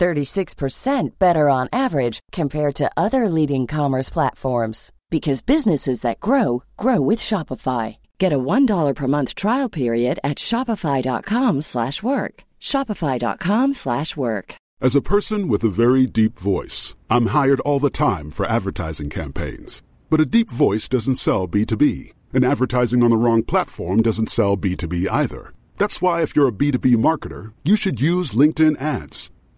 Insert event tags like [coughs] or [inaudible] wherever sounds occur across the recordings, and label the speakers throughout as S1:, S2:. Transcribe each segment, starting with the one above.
S1: 36% better on average compared to other leading commerce platforms because businesses that grow grow with Shopify. Get a $1 per month trial period at shopify.com/work. shopify.com/work.
S2: As a person with a very deep voice, I'm hired all the time for advertising campaigns. But a deep voice doesn't sell B2B, and advertising on the wrong platform doesn't sell B2B either. That's why if you're a B2B marketer, you should use LinkedIn ads.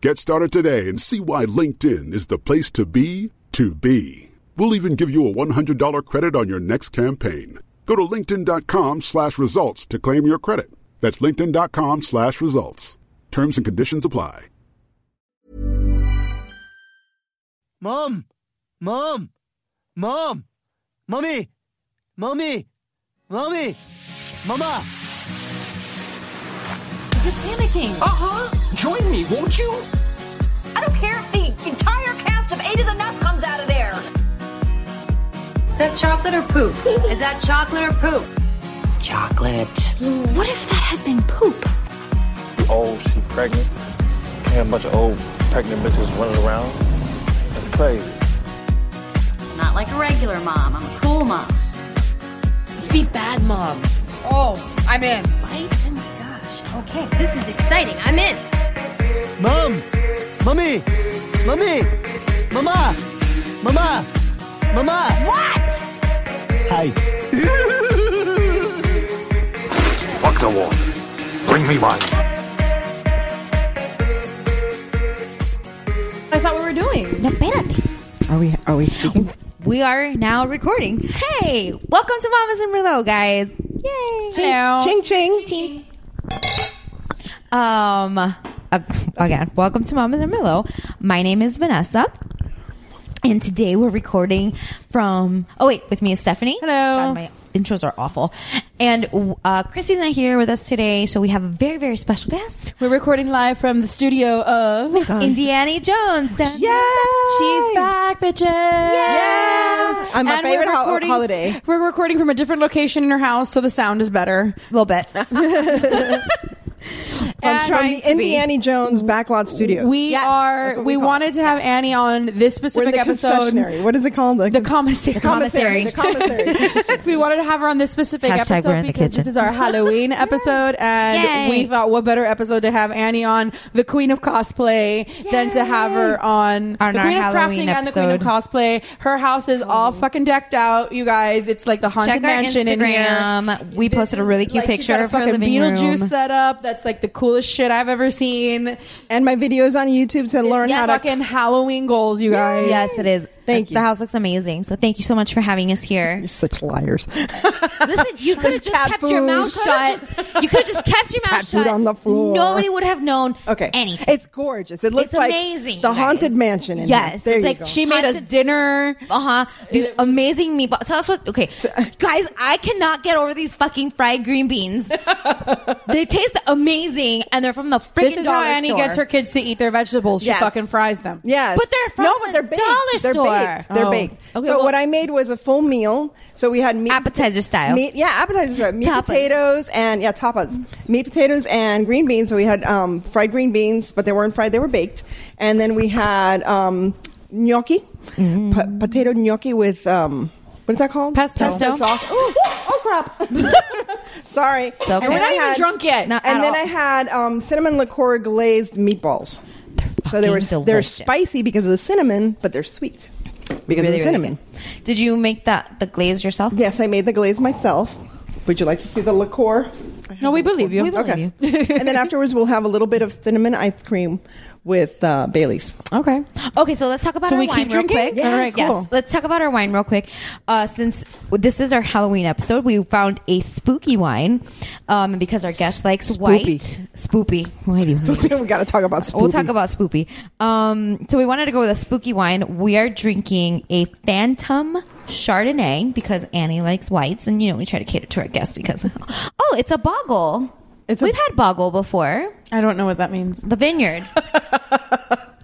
S2: Get started today and see why LinkedIn is the place to be to be. We'll even give you a $100 credit on your next campaign. Go to linkedin.com slash results to claim your credit. That's linkedin.com slash results. Terms and conditions apply.
S3: Mom! Mom! Mom! Mommy! Mommy! Mommy! Mama!
S4: You're panicking.
S5: Uh huh. Join me, won't you?
S4: I don't care if the entire cast of Eight is Enough comes out of there. Is that chocolate or poop?
S5: Oh.
S4: Is that chocolate or poop?
S5: It's chocolate.
S4: What if that had been poop?
S6: old, she pregnant. Can't have a bunch of old pregnant bitches running around. That's crazy.
S4: Not like a regular mom. I'm a cool mom.
S7: Let's be bad moms.
S8: Oh, I'm in.
S4: Oh my gosh. Okay, this is exciting. I'm in.
S3: Mom! Mommy! Mommy! Mama! Mama! Mama!
S4: What?
S3: Hi. [laughs]
S9: Fuck the war. Bring me mine.
S7: I thought we were doing.
S10: No, espérate.
S11: Are we are we speaking?
S10: We are now recording. Hey, welcome to Mamas and Merlot, guys. Yay. Hello.
S11: Ching ching.
S10: Um, uh, again, welcome to Mamas and Merlot. My name is Vanessa. And today we're recording from, oh wait, with me is Stephanie.
S7: Hello.
S10: God, my intros are awful. And uh, Christy's not here with us today, so we have a very, very special guest.
S7: We're recording live from the studio of.
S10: Indiana Jones. Dun, dun, dun.
S7: She's back, bitches!
S10: Yes.
S11: On my
S7: we're
S11: favorite ho- holiday.
S7: We're recording from a different location in her house, so the sound is better.
S10: A little bit.
S11: I'm trying the Indiana Jones Backlot Studios.
S7: We
S10: Yes,
S7: are.
S11: that's what
S7: We,
S11: we call
S7: wanted to have Annie on this
S11: We're
S7: specific
S11: the
S7: episode.
S11: concessionary. What is it called?
S7: The commissary.
S10: commissary.
S11: The commissary.
S7: we wanted to have her on this specific
S10: Hashtag
S7: episode
S10: we're in the
S7: because
S10: kitchen.
S7: this is
S10: [laughs]
S7: our Halloween episode, and
S10: Yay.
S7: we thought what better episode to have Annie on, the queen of cosplay, than to have her on
S10: On
S7: the
S10: our
S7: queen of crafting
S10: Halloween
S7: and the queen of
S10: episode.
S7: cosplay. Her house is all fucking decked out, you guys. It's like the haunted
S10: Check our
S7: mansion in
S10: Instagram.
S7: here.
S10: We posted a really cute
S7: like, she's
S10: picture
S7: got a
S10: of her
S7: fucking
S10: living
S7: Beetlejuice
S10: room.
S7: set up. That's like the coolest shit I've ever seen.
S11: [laughs] and my videos on YouTube to learn
S7: Yes,
S11: how to.
S7: fucking Halloween goals, you guys.
S10: Yes, it is.
S11: Thank you.
S10: The house looks amazing. So thank you so much for having us
S11: [laughs]
S10: here.
S11: You're such liars.
S10: Listen, you could have
S11: There's
S10: just
S11: cat
S10: kept your
S11: food.
S10: mouth shut. You could have just kept your mouth
S11: [laughs] Cat food
S10: shut.
S11: on the floor.
S10: Nobody would have known
S11: Okay.
S10: anything.
S11: It's gorgeous. It looks
S10: It's
S11: like
S10: amazing,
S11: the
S10: you guys.
S11: haunted mansion. In
S10: yes,
S11: There
S10: it's
S11: you
S10: like
S11: go.
S10: she made us
S7: dinner.
S10: Uh huh. These amazing meatballs. Tell us what. Okay,
S11: [laughs]
S10: guys, I cannot get over these fucking fried green beans.
S11: [laughs]
S10: they taste amazing, and they're from the freaking
S7: This is how
S10: dollar
S7: Annie
S10: store.
S7: gets her kids to eat their vegetables. She
S11: Yes.
S7: fucking fries them.
S11: Yes.
S10: But they're from
S11: no, but
S10: the
S11: they're baked.
S10: dollar
S11: they're
S10: store.
S11: Baked. They're
S7: Oh.
S11: baked.
S10: Okay,
S11: so
S10: well-
S11: what I made was a full meal. So we had meat
S10: Appetizer style.
S11: Meat, yeah, appetizer style. Meat
S10: Tapas.
S11: potatoes and yeah, tapas. Meat potatoes and green beans. So we had um, fried green beans, but they weren't fried; they were baked. And then we had um, gnocchi,
S10: Mm.
S11: po- potato gnocchi with um, what is that called?
S7: Pesto.
S11: Pesto sauce. Ooh, ooh, oh crap! [laughs] Sorry.
S10: okay.
S11: And
S10: We're
S11: then
S10: not
S11: I
S7: even drunk yet.
S10: Not
S11: and
S10: at
S11: then
S10: all.
S11: I had um, cinnamon liqueur glazed meatballs.
S10: They're
S11: So they were
S10: fucking
S11: they're
S10: delicious.
S11: spicy because of the cinnamon, but they're sweet. because
S10: Really,
S11: of the
S10: really
S11: cinnamon.
S10: Did you make that the glaze yourself?
S11: Yes, I made the glaze myself. Would you like to see the liqueur?
S7: No, we believe you.
S11: okay.
S7: [laughs]
S11: [laughs] and then afterwards, we'll have a little bit of cinnamon ice cream with uh, Bailey's. [laughs]
S7: Okay.
S10: Okay, so let's talk about
S7: So
S10: our
S7: we
S10: wine
S7: keep
S10: real
S7: drinking?
S10: quick.
S7: Yes. All right, cool.
S10: Let's talk about our wine real quick. Uh, since this is our Halloween episode, we found a spooky wine um, and because our guest likes white. Spoopy.
S11: we got to talk about spoopy.
S10: [laughs] Oh, We'll talk about spoopy. Um, so we wanted to go with a spooky wine. We are drinking a Phantom Chardonnay because Annie likes whites, and you know we try to cater to our guests because [laughs] oh, it's a boggle. We've had boggle before.
S7: I don't know what that means.
S10: The vineyard.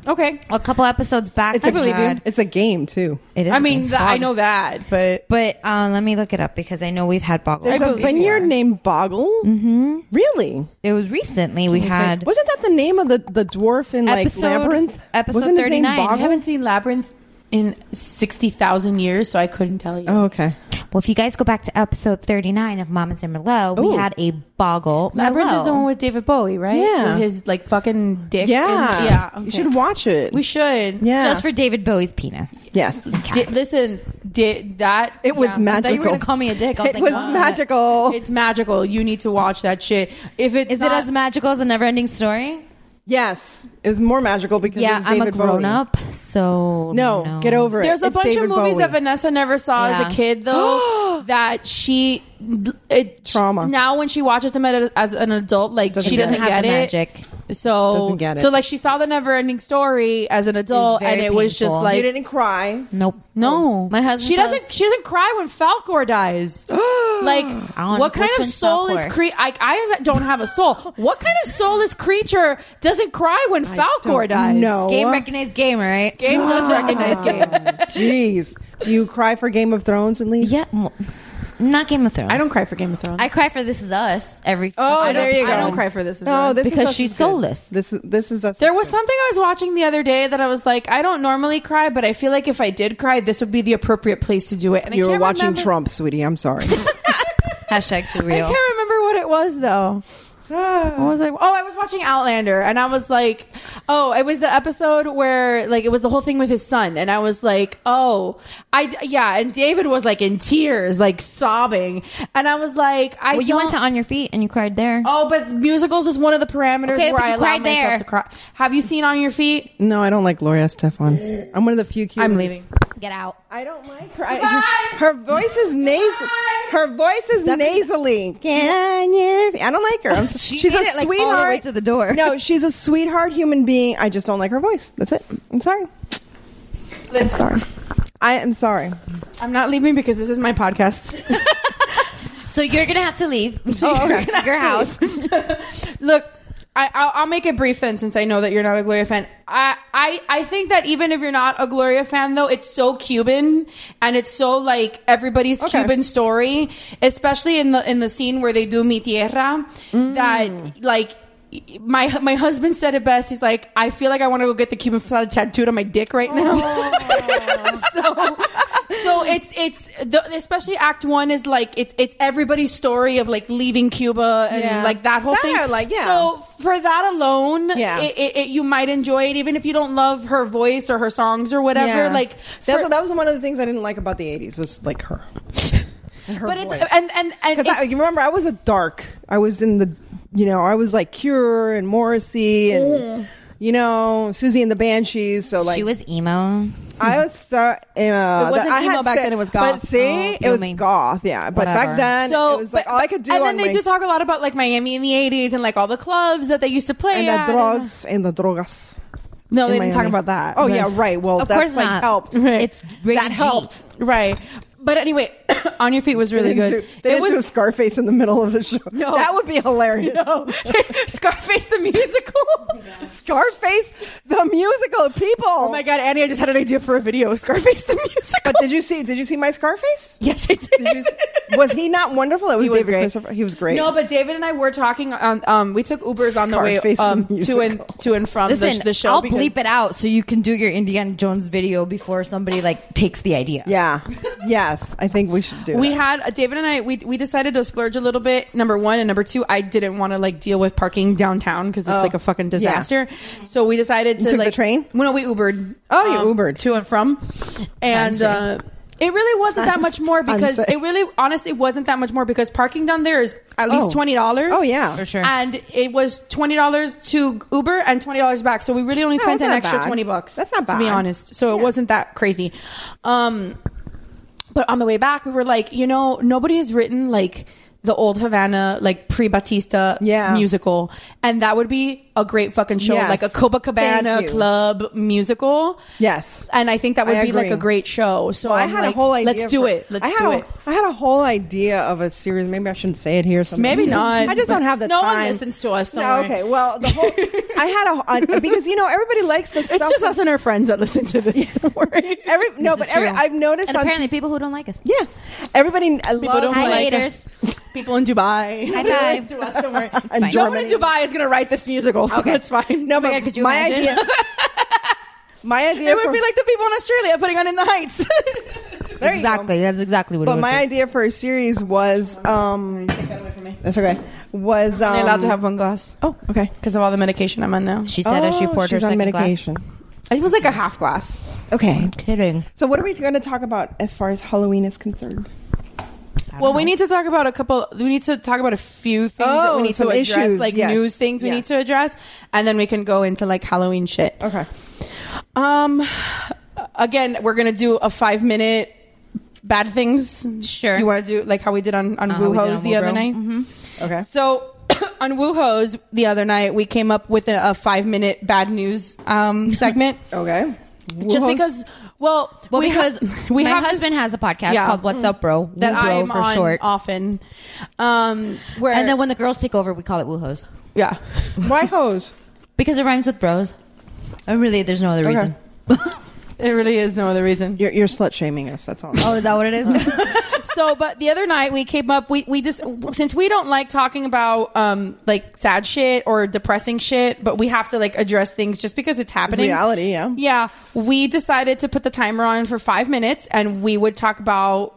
S7: okay,
S10: a couple episodes back.
S11: It's a- It's a game too.
S10: It is
S7: I
S10: a
S7: mean,
S10: game.
S7: th- I know that, but
S10: but uh, let me look it up because I know we've had boggle.
S11: There's a vineyard named Boggle. Mm-hmm. Really?
S10: It was recently we had
S11: Wasn't that the name of the, the dwarf in like
S10: Episode-
S11: Labyrinth?
S10: episode
S11: Wasn't his name
S10: 39.
S7: I
S11: Boggle?
S7: haven't seen Labyrinth in sixty thousand years, so I couldn't tell you.
S11: Oh, okay.
S10: well. If you guys go back to episode thirty nine of Mamas and Merlot,
S11: Ooh.
S10: we had a boggle.
S7: Labyrinth
S10: Merlot.
S7: is the one with David Bowie, right?
S11: Yeah.
S7: With his like fucking dick.
S11: Yeah.
S7: and- yeah. okay.
S11: You should watch it.
S7: We should.
S11: yeah.
S10: just for David Bowie's penis.
S11: yes.
S7: Di- listen, di- that
S11: It was
S7: yeah.
S11: magical.
S10: thought you were gonna call me a dick. I was
S11: It
S10: like,
S11: was
S10: "What?"
S11: magical.
S7: It's magical. You need to watch that shit. If it's
S10: Is
S7: not-
S10: it as magical as a never ending story?
S11: yes. It was more magical because it
S10: Yeah,
S11: was
S10: I'm
S11: David
S10: a grown
S11: Bowie.
S10: up, so
S11: No, get over it.
S7: Oh, There's a
S11: It's
S7: bunch
S11: David
S7: of movies
S11: Bowie.
S7: that Vanessa never saw
S10: Yeah.
S7: as a kid, though, that she it,
S11: Trauma.
S7: She, now, when she watches them at a, as an adult, like
S11: Doesn't
S7: she
S11: get
S7: doesn't
S10: have
S7: get
S10: the
S7: it.
S10: magic.
S7: So
S11: Doesn't get it.
S7: so like she saw the never ending story as an adult,
S10: very
S7: and it was just
S10: painful.
S7: like
S11: you didn't cry.
S10: Nope.
S7: no,
S10: My husband
S7: She
S10: tells-
S7: doesn't. She doesn't cry when Falcor dies. like,
S10: don't-
S7: what
S10: which
S7: kind of
S10: one's
S7: soul is
S10: Falcor?
S7: cre? I, I don't have a soul. what kind of soulless creature doesn't cry when Falcor dies?
S11: know.
S10: Game
S11: What?
S10: recognized game, right? [laughs]
S7: game does recognize game.
S11: Jeez. Do you cry for Game of Thrones at least?
S10: Yeah, well, not Game of Thrones.
S7: I don't cry for Game of
S10: [gasps]
S7: Thrones.
S10: I cry for This Is Us every.
S11: Oh,
S10: I don't-
S11: there you go.
S7: I don't cry for this. Is
S11: Oh,
S7: Us.
S11: this
S10: Because
S11: is Us
S10: she's
S11: is good.
S10: soulless.
S11: This is this is us.
S7: There
S11: is
S7: was
S11: good.
S7: something I was watching the other day that I was like, I don't normally cry, but I feel like if I did cry, this would be the appropriate place to do it. And
S11: You
S7: I
S11: were
S7: can't
S11: watching
S7: remember-
S11: Trump, sweetie.
S7: [laughs]
S11: I'm sorry.
S10: Hashtag too
S7: I
S10: real.
S7: can't remember what it was though. I
S11: Ah.
S7: was like, oh, I was watching Outlander, and I was like, oh, it was the episode where like it was the whole thing with his son, and I was like, oh, I d- yeah, and David was like in tears, like sobbing, and I was like, I
S10: Well, you went
S7: don't-
S10: to On Your Feet and you cried there.
S7: Oh, but musicals is one of the parameters
S10: Okay,
S7: where
S10: but you
S7: I allow
S10: cried
S7: myself
S10: there.
S7: to cry. Have you seen On Your Feet?
S11: no, I don't like Gloria Stefan. I'm one of the few. Cubans.
S7: I'm leaving.
S10: Get out.
S11: I don't like her. I, [laughs] her, her voice is nasal. Her voice is nasally. Can I? I don't like her.
S10: [laughs]
S11: I'm,
S10: She
S11: she's
S10: made
S11: a
S10: it, like, all the way
S11: sweetheart
S10: to the door.
S11: No, she's a sweetheart human being. I just don't like her voice. That's it. I'm sorry. I'm sorry. I am sorry.
S7: I'm not leaving because this is my podcast.
S10: So you're gonna have to leave [laughs] your house.
S7: Look, I, I'll, I'll make it brief then, since I know that you're not a Gloria fan. I, I, I think that even if you're not a Gloria fan, though, it's so Cuban and it's so like everybody's
S11: Okay.
S7: Cuban story, especially in the in the scene where they do Mi Tierra. That like my my husband said it best. He's like, I feel like I want to go get the Cuban flag tattooed on my dick right now. [laughs] so so it's it's the, especially Act One is like it's it's everybody's story of like leaving Cuba and
S11: Yeah.
S7: like that whole
S11: That
S7: thing.
S11: I like, yeah.
S7: So for that alone,
S11: Yeah.
S7: it, it, it, you might enjoy it, even if you don't love her voice or her songs or whatever.
S11: Yeah.
S7: Like
S11: that's
S7: for-
S11: that was one of the things I didn't like about the '80s was like her.
S7: but it's and and and
S11: Because I
S7: it's-
S11: you remember, I was a dark. I was in the, you know, I was like Cure and Morrissey and, you know, Susie and the Banshees. So like,
S10: she was emo.
S11: I was so. Uh, it
S7: wasn't
S11: I
S7: emo
S11: had
S7: back
S11: se-
S7: then, it was
S11: But
S7: goth.
S10: Oh,
S11: see,
S10: you
S11: it was
S10: mean-
S11: goth. Yeah, but
S10: Whatever.
S11: back then
S7: so
S11: it was like
S7: but-
S11: all I could do.
S7: And
S11: on
S7: then they
S11: my,
S7: do talk a lot about like Miami in the '80s and like all the clubs that they used to play.
S11: and
S7: at
S11: the drugs and the drogas.
S7: No, they
S11: in
S7: didn't talk
S11: Miami.
S7: about that.
S11: Oh
S7: But-
S11: yeah, right. Well,
S10: Of
S11: that's
S10: course
S11: like
S10: not.
S7: [laughs]
S11: helped.
S7: Right.
S10: It's rated
S11: That
S10: G.
S11: helped.
S7: right. But anyway, [coughs] on your feet was really
S11: They didn't
S7: good.
S11: do- they
S7: it
S11: didn't
S7: was
S11: do a Scarface in the middle of the show.
S7: [laughs] No.
S11: that would be hilarious.
S7: [laughs] no Scarface the musical.
S11: Scarface the musical. People.
S7: Oh my god, Annie! I just had an idea for a video. of Scarface the musical.
S11: But did you see? Did you see my Scarface?
S7: [laughs] Yes, I did.
S11: Did you see- was he not wonderful? It was,
S7: [laughs] He was
S11: David
S7: great.
S11: Christopher. He was great.
S7: No, but David and I were talking on. Um, we took Ubers on the way
S11: Scarface the
S7: um, to and
S11: musical.
S7: to and from the-
S10: Listen,
S7: the, show.
S10: I'll
S7: because-
S10: bleep it out so you can do your Indiana Jones video before somebody like takes the idea.
S11: yeah, yes, I think We should do.
S7: we had
S11: that.
S7: uh, David and I we, we decided to splurge a little bit. Number one and number two, I didn't want to like deal with parking downtown because it's
S11: Oh,
S7: like a fucking
S11: yeah.
S7: disaster. So we decided
S11: You
S7: to
S11: took the
S7: like train. Well, no, we Ubered.
S11: Oh, you
S7: Ubered to and from, and
S11: Fancy.
S7: uh, it really wasn't that much more because
S11: Fancy.
S7: it really honestly wasn't that much more because parking down there is at least
S11: Oh.
S7: twenty dollars.
S11: Oh, yeah.
S7: for sure. And it was twenty dollars to Uber and twenty dollars back. So we really only spent an
S11: that's not
S7: extra
S11: bad.
S7: twenty bucks.
S11: That's not
S7: to be
S11: bad.
S7: honest. So it wasn't that crazy. Um, but on the way back, we were like, you know, nobody has written like the old Havana, like pre Batista musical. And that would be a great fucking show,
S11: Yes.
S7: like a
S11: Thank
S7: Copacabana
S11: you.
S7: Club musical.
S11: Yes.
S7: And I think that would
S11: I
S7: be like
S11: agree.
S7: a great show. So
S11: Well, I
S7: I'm
S11: had
S7: like,
S11: a whole idea.
S7: Let's do
S11: for-
S7: it. Let's
S11: I had
S7: do
S11: a-
S7: it.
S11: I had a whole idea of a series. Maybe I shouldn't say it here. or something.
S7: Maybe not.
S11: I just don't have the
S7: No
S11: time.
S7: one listens to us. do
S11: No, okay. Well, the whole I had
S7: [laughs]
S11: a, a because you know everybody likes this.
S7: It's just us and our friends that listen to
S11: [laughs]
S7: this. Don't worry.
S11: Every no,
S10: This
S11: but
S10: is
S11: every
S10: true.
S11: I've noticed
S10: And
S11: on
S10: apparently
S11: t-
S10: people who don't like us.
S11: Yeah, everybody. I
S7: People don't
S10: Hi,
S11: [laughs]
S7: like
S10: haters.
S7: People in Dubai.
S10: High
S7: Nobody
S10: five.
S7: [laughs] listens to us. Don't
S10: [laughs]
S7: worry.
S11: And
S7: No one in
S11: Germany.
S7: Dubai is going to write this musical, so
S11: Okay.
S7: that's fine. No,
S11: but
S10: could you
S11: my
S10: imagine? [laughs]
S11: idea. My idea.
S7: It would
S11: for-
S7: be like the people in Australia putting on In the Heights. [laughs]
S11: There you go.
S10: Exactly. That's exactly what. it
S11: But
S10: would
S11: my
S10: be.
S11: idea for a series was um. Take that away from me. That's okay. Was um,
S7: I'm allowed to have one glass.
S11: Oh, okay.
S7: Because of all the medication I'm on now.
S10: She said as she
S11: Oh,
S10: poured her
S11: she's on
S10: second
S11: medication.
S7: It was like a half glass.
S10: glass.
S11: Okay.
S10: Kidding.
S11: So what are we going to talk about as far as Halloween is concerned?
S7: Well, we need to talk about a couple. We need to talk about a few things that
S11: Oh,
S7: we need to
S11: some
S7: address,
S11: issues,
S7: like
S11: yes.
S7: news things we
S11: Yes.
S7: need to address, and then we can go into like Halloween shit.
S11: Okay.
S7: Um, again, we're gonna do a five minute bad things.
S10: Sure.
S7: You want to do like how we did on on
S10: Uh, how we did
S7: WooHo's
S10: on Mm-hmm.
S7: the other
S10: WooBro.
S7: night?
S11: Okay.
S7: So [coughs] on WooHo's the other night, we came up with a, a five minute bad news um
S10: [laughs]
S7: segment.
S11: Okay.
S7: just because well,
S10: Oh, Well,
S7: [laughs] we ha-
S10: because my
S7: have this-
S10: husband has a podcast
S7: Yeah.
S10: called What's Up, Bro?
S7: that
S10: Woo Bro
S7: I'm
S10: for
S7: on
S10: short.
S7: often. Um, where
S10: And then when the girls take over, we call it WooHo's [laughs]
S7: yeah,
S11: Why hose?
S10: because it rhymes with bros. And really, there's no other reason.
S7: it really is no other reason.
S11: You're, you're slut shaming us. That's all.
S10: Oh, is that what it [laughs] is?
S7: so, but the other night we came up. We we just since we don't like talking about um like sad shit or depressing shit, but we have to like address things just because it's happening.
S11: Reality, yeah.
S7: Yeah, we decided to put the timer on for five minutes, and we would talk about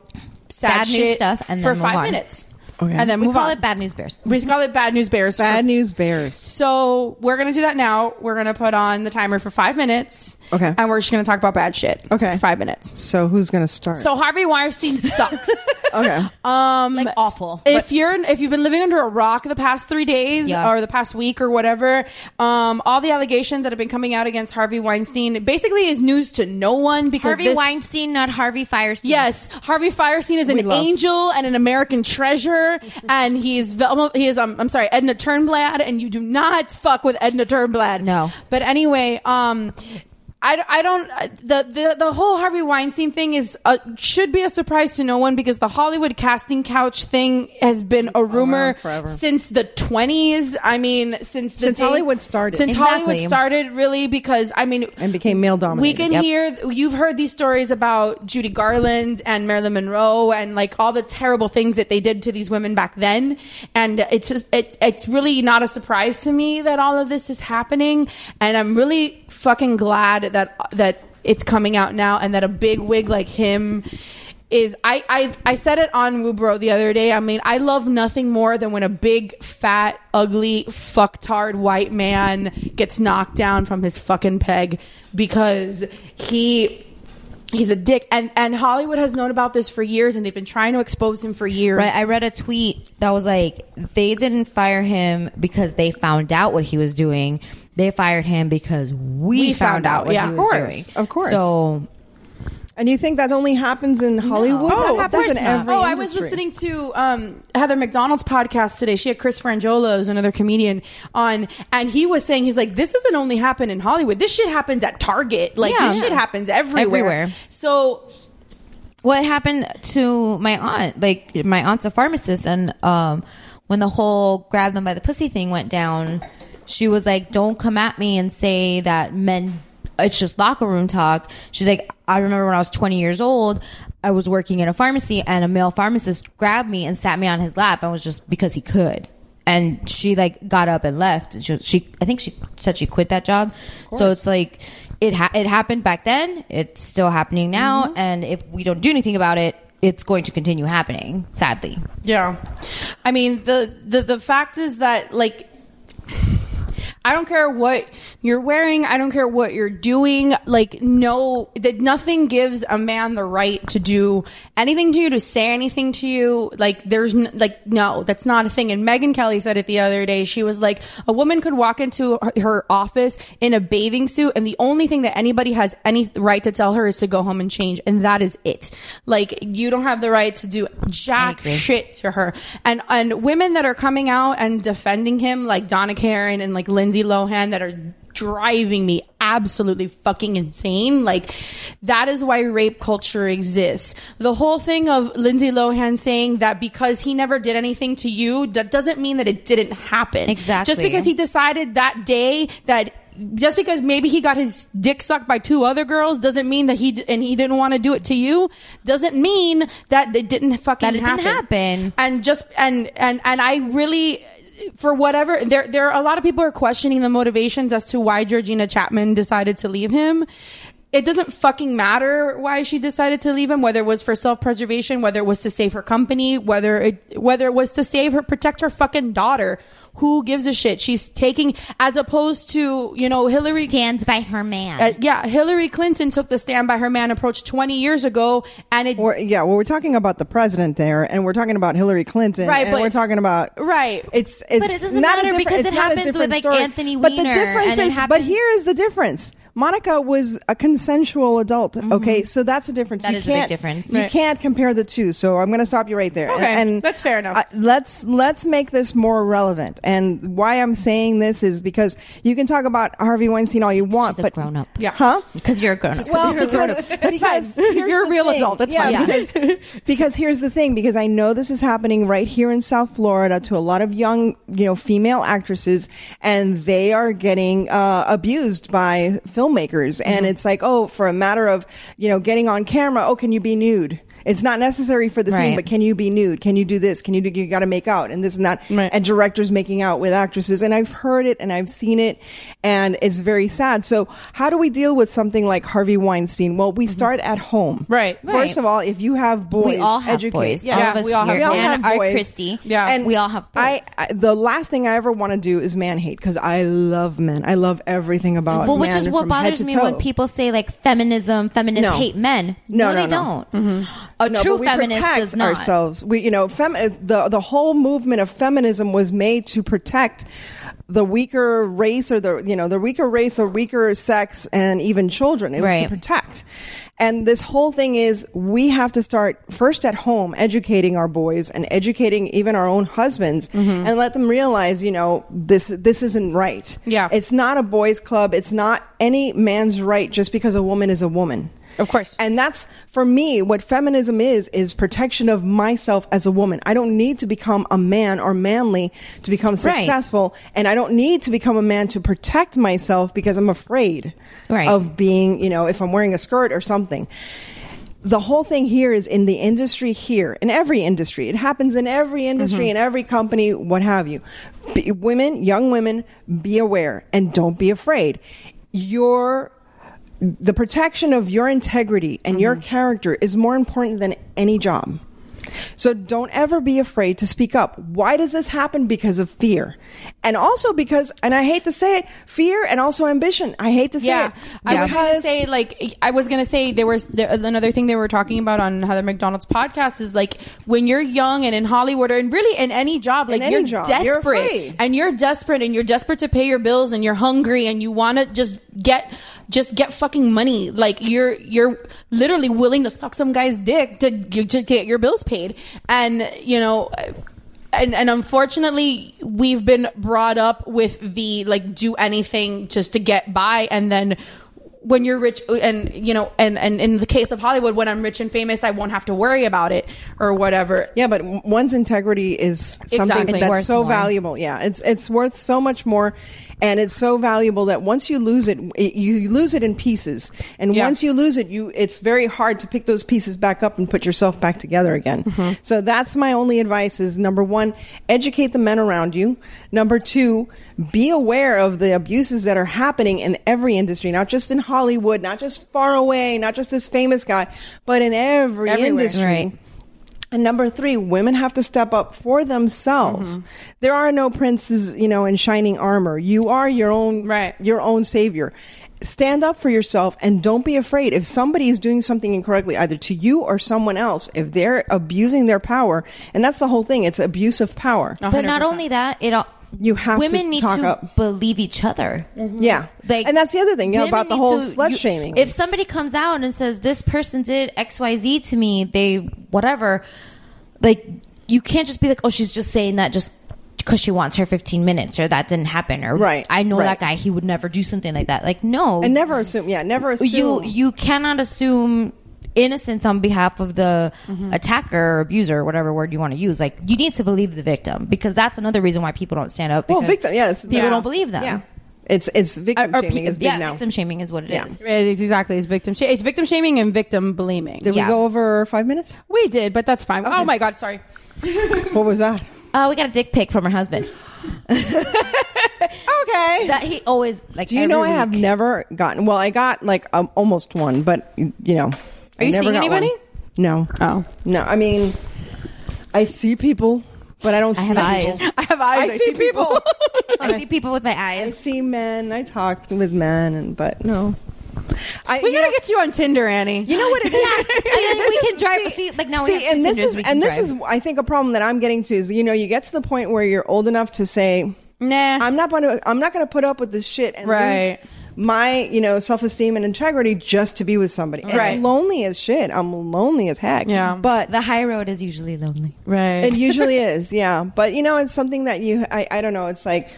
S7: sad
S10: Bad news
S7: shit
S10: stuff and then
S7: for
S10: move
S7: five
S10: on.
S7: minutes,
S11: Okay.
S7: and then
S10: we
S7: move
S10: call
S7: on.
S10: it Bad News Bears.
S7: we call it bad news bears.
S11: Bad news bears.
S7: So we're gonna do that now. We're gonna put on the timer for five minutes.
S11: Okay.
S7: And we're just gonna talk about bad shit.
S11: Okay.
S7: for Five minutes.
S11: So who's going to start?
S7: So Harvey Weinstein sucks.
S11: [laughs] okay.
S7: um,
S10: Like awful.
S7: [laughs] If you're if you've been living under a rock the past three days
S10: Yeah.
S7: or the past week or whatever, um, all the allegations that have been coming out against Harvey Weinstein basically is news to no one because
S10: Harvey
S7: this-
S10: Weinstein, not Harvey Firestein.
S7: Yes, Harvey Firestein is
S11: We
S7: an
S11: love-
S7: angel and an American
S11: [laughs]
S7: treasure, and he is Velma. He is um, I'm sorry, Edna Turnblad, and you do not fuck with Edna Turnblad.
S10: No.
S7: but anyway, um. I, I don't uh, the, the the whole Harvey Weinstein thing is uh should be a surprise to no one because the Hollywood casting couch thing has been a rumor
S11: forever.
S7: since the 20s. I mean, since the days-
S11: Since Hollywood started.
S7: Since
S10: Exactly.
S7: Hollywood started really because I mean
S11: And became male
S7: we
S11: dominated.
S7: can
S10: Yep.
S7: hear you've heard these stories about Judy Garland and Marilyn Monroe and like all the terrible things that they did to these women back then, and it's just, it, it's really not a surprise to me that all of this is happening, and I'm really fucking glad that that it's coming out now and that a big wig like him. Is I, I I said it on Woobro the other day. I mean, I love nothing more than when a big, fat, ugly, fucktard white man gets knocked down from his fucking peg because he he's a dick and and Hollywood has known about this for years and they've been trying to expose him for years.
S10: Right. I read a tweet that was like, they didn't fire him because they found out what he was doing. They fired him because we, found, out what
S7: yeah.
S10: he
S7: Of
S10: was
S11: course,
S10: doing.
S11: of course.
S10: So
S11: and you think that only happens in Hollywood?
S7: Oh,
S11: that
S7: of course
S11: happens in
S7: not.
S11: every
S7: Oh, I was
S11: industry.
S7: listening to um, Heather McDonald's podcast today. She had Chris Frangiola, who's another comedian, on, and he was saying he's like, "This doesn't only happen in Hollywood. This shit happens at Target. Like
S10: Yeah.
S7: this shit happens everywhere."
S10: Everywhere.
S7: So
S10: what happened to my aunt like my aunt's a pharmacist and um when the whole grab them by the pussy thing went down she was like don't come at me and say that men it's just locker room talk she's like i remember when i was 20 years old i was working in a pharmacy and a male pharmacist grabbed me and sat me on his lap and was just because he could and she like got up and left And she, she i think she said she quit that job so it's like it
S11: Mm-hmm.
S10: ha- it happened back then it's still happening now and if we don't do anything about it it's going to continue happening, sadly.
S7: Yeah. I mean, the, the, the fact is that, like, I don't care what you're wearing. I don't care what you're doing. Like, no, that nothing gives a man the right to do anything to you, to say anything to you. Like, there's n- like, no, that's not a thing. And Megan Kelly said it the other day. She was like, a woman could walk into her, her office in a bathing suit, and the only thing that anybody has any right to tell her is to go home and change, and that is it. Like, you don't have the right to do jack shit to her. And and women that are coming out and defending him, like Donna Karen and like Lindsay Lohan, that are driving me absolutely fucking insane. Like, that is why rape culture exists. The whole thing of Lindsay Lohan saying that because he never did anything to you, that doesn't mean that it didn't happen.
S10: Exactly.
S7: Just because he decided that day that. Just because maybe he got his dick sucked by two other girls doesn't mean that he d- and he didn't want to do it to you doesn't mean that it didn't fucking
S10: That it didn't happen.
S7: and just and and and I really for whatever there there are a lot of people are questioning the motivations as to why Georgina Chapman decided to leave him. It doesn't fucking matter why she decided to leave him, whether it was for self preservation, whether it was to save her company, whether it whether it was to save her protect her fucking daughter. Who gives a shit? She's taking as opposed to, you know, Hillary
S10: stands by her man.
S7: Uh, yeah, Hillary Clinton took the stand by her man approach 20 years ago and it
S11: Or yeah, well, we're talking about the president there, and we're talking about Hillary Clinton,
S7: Right,
S11: and
S7: but-
S11: we're talking about
S7: right.
S11: It's it's
S10: But it doesn't
S11: not
S10: matter
S11: a different,
S10: because
S11: it's
S10: it
S11: not a
S10: happens
S11: different
S10: with, like,
S11: story.
S10: Anthony
S11: But the
S10: Weiner,
S11: difference
S10: and it
S11: is, but
S10: happens-
S11: here is the difference. Monica was a consensual adult. Okay, so that's a difference.
S10: Mm-hmm. That
S11: you
S10: is a big
S11: can't,
S10: difference.
S11: You
S10: Right.
S11: can't compare the two. So I'm going to stop you right there.
S7: Okay,
S11: and, and
S7: that's fair enough.
S11: I- let's let's make this more relevant. And why I'm saying this is because you can talk about Harvey Weinstein all you want,
S10: She's a
S11: but
S10: grown-up.
S7: Yeah.
S11: huh?
S10: Because you're a grown up.
S11: Well, because,
S7: [laughs]
S11: because here's
S7: You're a
S11: the
S7: real
S11: thing.
S7: adult. That's fine.
S11: yeah, Because, because here's the thing. Because I know this is happening right here in South Florida to a lot of young, you know, female actresses, and they are getting uh, abused by filmmakers.
S7: Mm-hmm.
S11: And it's like, oh, for a matter of you know getting on camera. Oh, can you be nude? It's not necessary for the
S10: Right.
S11: scene, but can you be nude? Can you do this? Can you do, you got to make out and this and that?
S7: Right.
S11: And directors making out with actresses. And I've heard it and I've seen it and it's very sad. So how do we deal with something like Harvey Weinstein? Well, we start at home.
S7: Right.
S11: First
S10: Right.
S11: of all, if you have boys,
S10: we all have
S11: educate.
S10: boys.
S11: Yeah.
S10: All
S7: Yeah,
S10: of us
S7: we all have
S10: here.
S11: We all
S7: boys.
S10: and
S11: have
S10: Art
S11: boys.
S10: Christie.
S7: Yeah.
S10: we all have boys.
S11: I, I the last thing I ever want to do is man hate because I love men. I love everything about
S10: well, which
S11: man
S10: is what
S11: from head
S10: bothers
S11: to
S10: me
S11: toe.
S10: when people say like feminism, feminists
S11: No.
S10: hate men.
S11: No, no,
S10: they
S11: no.
S10: don't. A
S11: No,
S10: true
S11: but we
S10: feminist
S11: protect
S10: does not.
S11: ourselves. We, you know, fem- uh, the the whole movement of feminism was made to protect the weaker race or the you know the weaker race, the weaker sex, and even children. It
S10: Right.
S11: was to protect. And this whole thing is we have to start first at home, educating our boys and educating even our own husbands,
S10: Mm-hmm.
S11: and let them realize, you know, this this isn't right.
S7: Yeah.
S11: it's not a boys' club. It's not any man's right just because a woman is a woman.
S7: Of course.
S11: And that's for me what feminism is is protection of myself as a woman. I don't need to become a man or manly to become
S10: Right.
S11: successful and I don't need to become a man to protect myself because I'm afraid
S10: Right.
S11: of being, you know, if I'm wearing a skirt or something. The whole thing here is in the industry here, in every industry. It happens in every industry,
S10: Mm-hmm.
S11: in every company, what have you. Be, women, young women, be aware and don't be afraid. Your the protection of your integrity and
S7: Mm-hmm.
S11: your character is more important than any job. So don't ever be afraid to speak up. Why does this happen? Because of fear. And also because, and I hate to say it, fear and also ambition. I hate to say
S7: yeah.
S11: it.
S7: I was gonna
S11: Because-
S7: say like I was gonna say there was there, another thing they were talking about on Heather McDonald's podcast is like when you're young and in Hollywood or in really in any job like
S11: any
S7: you're
S11: job, you're
S7: desperate
S11: afraid.
S7: and you're desperate and you're desperate to pay your bills and you're hungry and you want to just get just get fucking money like you're you're literally willing to suck some guy's dick to to get your bills paid and you know and, and unfortunately we've been brought up with the like do anything just to get by and then when you're rich and you know and and in the case of hollywood when i'm rich and famous i won't have to worry about it or whatever
S11: Yeah, but w- one's integrity is something
S7: Exactly. It's
S11: that's
S10: worth
S11: so
S10: more.
S11: valuable. Yeah, it's it's worth so much more, and it's so valuable that once you lose it, it you lose it in pieces, and
S7: Yeah.
S11: once you lose it, you it's very hard to pick those pieces back up and put yourself back together again.
S7: Mm-hmm.
S11: So that's my only advice: is number one, educate the men around you. Number two, be aware of the abuses that are happening in every industry, not just in Hollywood, not just far away, not just this famous guy, but in every
S7: Everywhere.
S11: industry
S10: Right.
S11: And number three, women have to step up for themselves.
S10: Mm-hmm.
S11: There are no princes, you know, in shining armor. You are your own, right. your own savior. Stand up for yourself and don't be afraid. If somebody is doing something incorrectly, either to you or someone else, if they're abusing their power, and that's the whole thing, it's abuse of power.
S10: But not only that, it all
S11: you have
S10: women
S11: to
S10: need
S11: talk
S10: to
S11: up. Mm-hmm.
S10: believe each other.
S11: Yeah.
S10: Mm-hmm. Like,
S11: and that's the other thing you know,
S10: women
S11: about the
S10: need
S11: whole
S10: to-
S11: slut
S10: you-
S11: shaming.
S10: If somebody comes out and says this person did X Y Z to me, they whatever, like you can't just be like, oh, she's just saying that just because she wants her 15 minutes or that didn't happen or right. I know that
S11: right.
S10: guy, he would never do something like that. Like no,
S11: and never assume, yeah, never assume.
S10: you you cannot assume innocence on behalf of the
S11: Mm-hmm.
S10: attacker or abuser or whatever word you want to use like you need to believe the victim because that's another reason why people don't stand up
S11: well,
S10: because
S11: victim, yeah, it's,
S10: people
S11: yeah.
S10: don't believe them
S11: Yeah. It's it's victim
S10: Or- or
S11: shaming
S10: pe-
S11: is big
S10: yeah,
S11: now.
S10: victim shaming is what it is.
S7: It is exactly. It's victim. Sh- it's victim shaming and victim blaming.
S11: Did we go over five minutes?
S7: We did, but that's fine. Oh my god, sorry.
S11: What was that?
S10: Uh, we got a dick pic from her husband. [laughs]
S11: okay.
S10: That he always like.
S11: Do you know I
S10: every
S11: have
S10: week-
S11: never gotten? Well, I got like um, almost one, but you know, I
S7: you
S11: never
S7: seeing
S11: got
S7: anybody?
S11: one. No.
S7: Oh
S11: no. I mean, I see people, but I don't
S10: I
S11: see
S10: have
S11: [laughs]
S10: eyes.
S11: people.
S7: I have eyes.
S11: I, see, people.
S10: [laughs] I see people with my
S11: I
S10: eyes.
S11: see men. I talked with men, and but no. I,
S7: We
S11: you
S7: gotta
S11: know-
S7: get you on Tinder, Annie.
S11: You know what
S10: [laughs]
S11: it is?
S10: and then
S11: This
S10: we can
S11: is-
S10: drive- see, like, now we have two
S11: and this
S10: Tinders
S11: is,
S10: we can
S11: and this
S10: drive.
S11: is, I think, a problem that I'm getting to is, you know, you get to the point where you're old enough to say,
S7: nah.
S11: I'm not going to, I'm not going to put up with this shit and
S7: Right.
S11: lose my, you know, self esteem and integrity just to be with somebody.
S7: Right.
S11: It's lonely as shit. I'm lonely as heck.
S7: Yeah.
S11: but.
S10: The high road is usually lonely.
S7: right.
S11: it usually is, yeah. But you know, it's something that you, I, I don't know, it's like,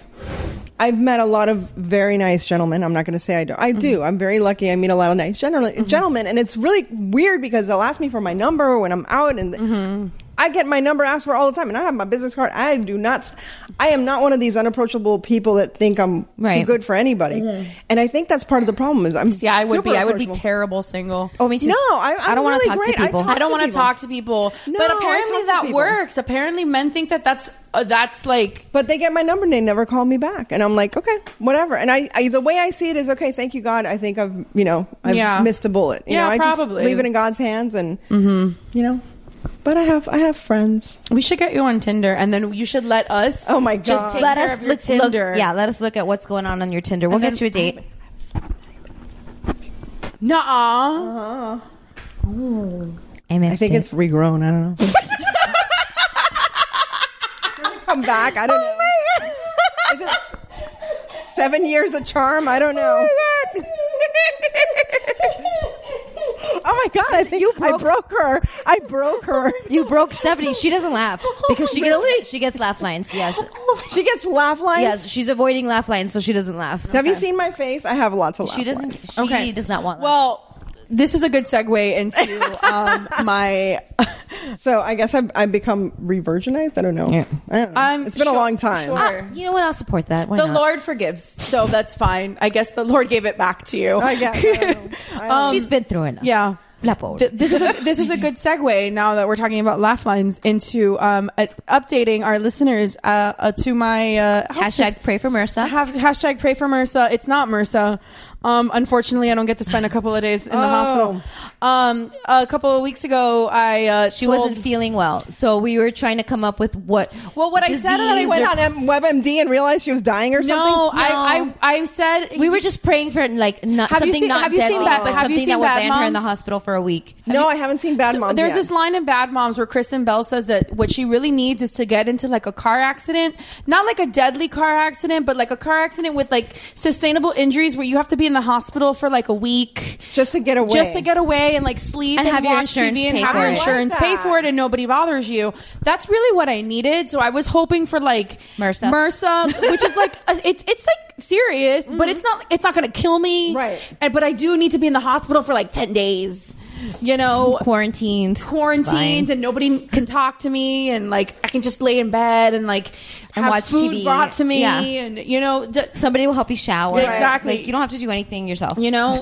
S11: I've met a lot of very nice gentlemen. I'm not going to say I do. I
S7: Mm-hmm.
S11: do. I'm very lucky. I meet a lot of nice gentlemen, gentlemen, and it's really weird because they'll ask me for my number when I'm out, and
S7: Mm-hmm.
S11: I get my number asked for all the time, and I have my business card. I do not. s- I am not one of these unapproachable people that think I'm too
S10: Right.
S11: good for anybody, and I think that's part of the problem. Is I'm
S7: Mm-hmm. See, I would
S11: super
S7: be. I would be
S11: approachable.
S7: terrible single.
S10: Oh, me too.
S11: No, I, I'm
S10: I don't
S11: really
S10: want to talk
S11: great.
S10: to people.
S11: I,
S7: I don't
S11: want to people.
S7: talk to people.
S11: No, I
S7: but
S11: talk
S7: apparently
S11: to
S7: that
S11: people.
S7: works. Apparently men think that that's uh, that's like
S11: But they get my number and they never call me back. And I'm like, okay, whatever. And I, I the way I see it is, okay, thank you, God. I think I've, you know, I've
S7: Yeah.
S11: missed a bullet. You
S7: Yeah,
S11: know, I
S7: probably.
S11: just leave it in God's hands and, you know, but I have, I have friends.
S7: we should get you on Tinder and then you should let us
S11: Oh my
S7: just
S11: God.
S7: take
S10: Let
S7: care
S10: us
S7: of your
S10: look, look.
S7: Tinder.
S10: Yeah, let us look at what's going on on your Tinder. We'll
S7: And
S10: get
S7: then-
S10: you a date.
S7: Nuh-uh.
S11: Uh-huh.
S10: I missed
S11: I think
S10: it.
S11: it's regrown. I don't know. [laughs] Does it come back. I don't know. Is it s- seven years of charm? I don't know.
S10: my
S11: [laughs] Oh my God. I think
S10: You
S11: I
S10: broke-
S11: broke her. I broke her.
S10: You broke Stephanie. She doesn't
S11: [laughs]
S10: laugh because she
S11: Really?
S10: gets she gets laugh lines.
S11: [laughs]
S10: Yes,
S7: Oh
S11: She gets laugh lines.
S10: yes. She's avoiding laugh lines, so she doesn't laugh.
S11: Have you seen my face? I have lots of laugh
S10: She doesn't.
S11: lines.
S10: She does not want. Laugh.
S7: Well, this is a good segue into [laughs] um, my [laughs]
S11: So I guess I've, I've become re-virginized. I don't know.
S10: Yeah.
S11: I don't know.
S7: I'm
S11: it's been a
S7: sure-
S11: long time.
S7: sure.
S10: Well, Uh, you know what? I'll support that. Why
S7: the
S10: not?
S7: Lord forgives, so that's fine. I guess the Lord gave it back to you.
S11: I guess. I don't know. I don't
S10: She's been through enough.
S7: um, Yeah.
S10: La pobre.
S7: Th- this is a, this is a good segue now that we're talking about laugh lines into um, uh, updating our listeners uh, uh, to my uh,
S10: Hashtag pray for Marissa.
S7: have, hashtag pray for MRSA. It's not MRSA. Um, unfortunately, I don't get to spend a couple of days in the hospital. Um, a couple of weeks ago, I uh,
S10: she
S7: told-
S10: wasn't feeling well, so we were trying to come up with what.
S7: Well, what I said [laughs] that I
S10: disease
S11: went
S10: or-
S11: on M- WebMD and realized she was dying or something.
S7: No, I,
S10: No.
S7: I I said
S10: We were just praying for like not
S7: Have you
S10: something
S7: seen-
S10: not
S7: have you
S10: deadly,
S7: seen Bad-
S10: but
S7: have you
S10: something
S7: seen
S10: that would
S7: Bad
S10: land her in the
S7: Moms?
S10: hospital for a week.
S11: no, I haven't seen Bad
S7: So
S11: Moms
S7: There's
S11: yet.
S7: this line in Bad Moms where Kristen Bell says that what she really needs is to get into like a car accident, not like a deadly car accident, but like a car accident with like sustainable injuries where you have to be in the hospital for like a week
S11: Just to get away.
S7: just to get away and like sleep
S10: And
S7: and,
S10: have your
S7: watch
S10: insurance
S7: TV and
S10: pay
S7: have
S10: for
S7: your
S10: it.
S7: insurance
S11: I like
S7: pay
S11: that.
S7: for it and nobody bothers you. That's really what I needed. So I was hoping for like
S10: MRSA.
S7: MRSA, which is like a- it's it's like serious, but it's not it's not going to kill me.
S11: Mm-hmm. Right.
S7: And, but I do need to be in the hospital for like 10 days. You know,
S10: Quarantined. It's
S7: quarantined
S10: fine.
S7: and nobody can talk to me and like I can just lay in bed and like
S10: And
S7: have
S10: watch
S7: food
S10: TV.
S7: brought to me
S10: Yeah.
S7: and you know d-
S10: Somebody will help you shower.
S7: Yeah, exactly.
S10: Like you don't have to do anything yourself.
S7: you know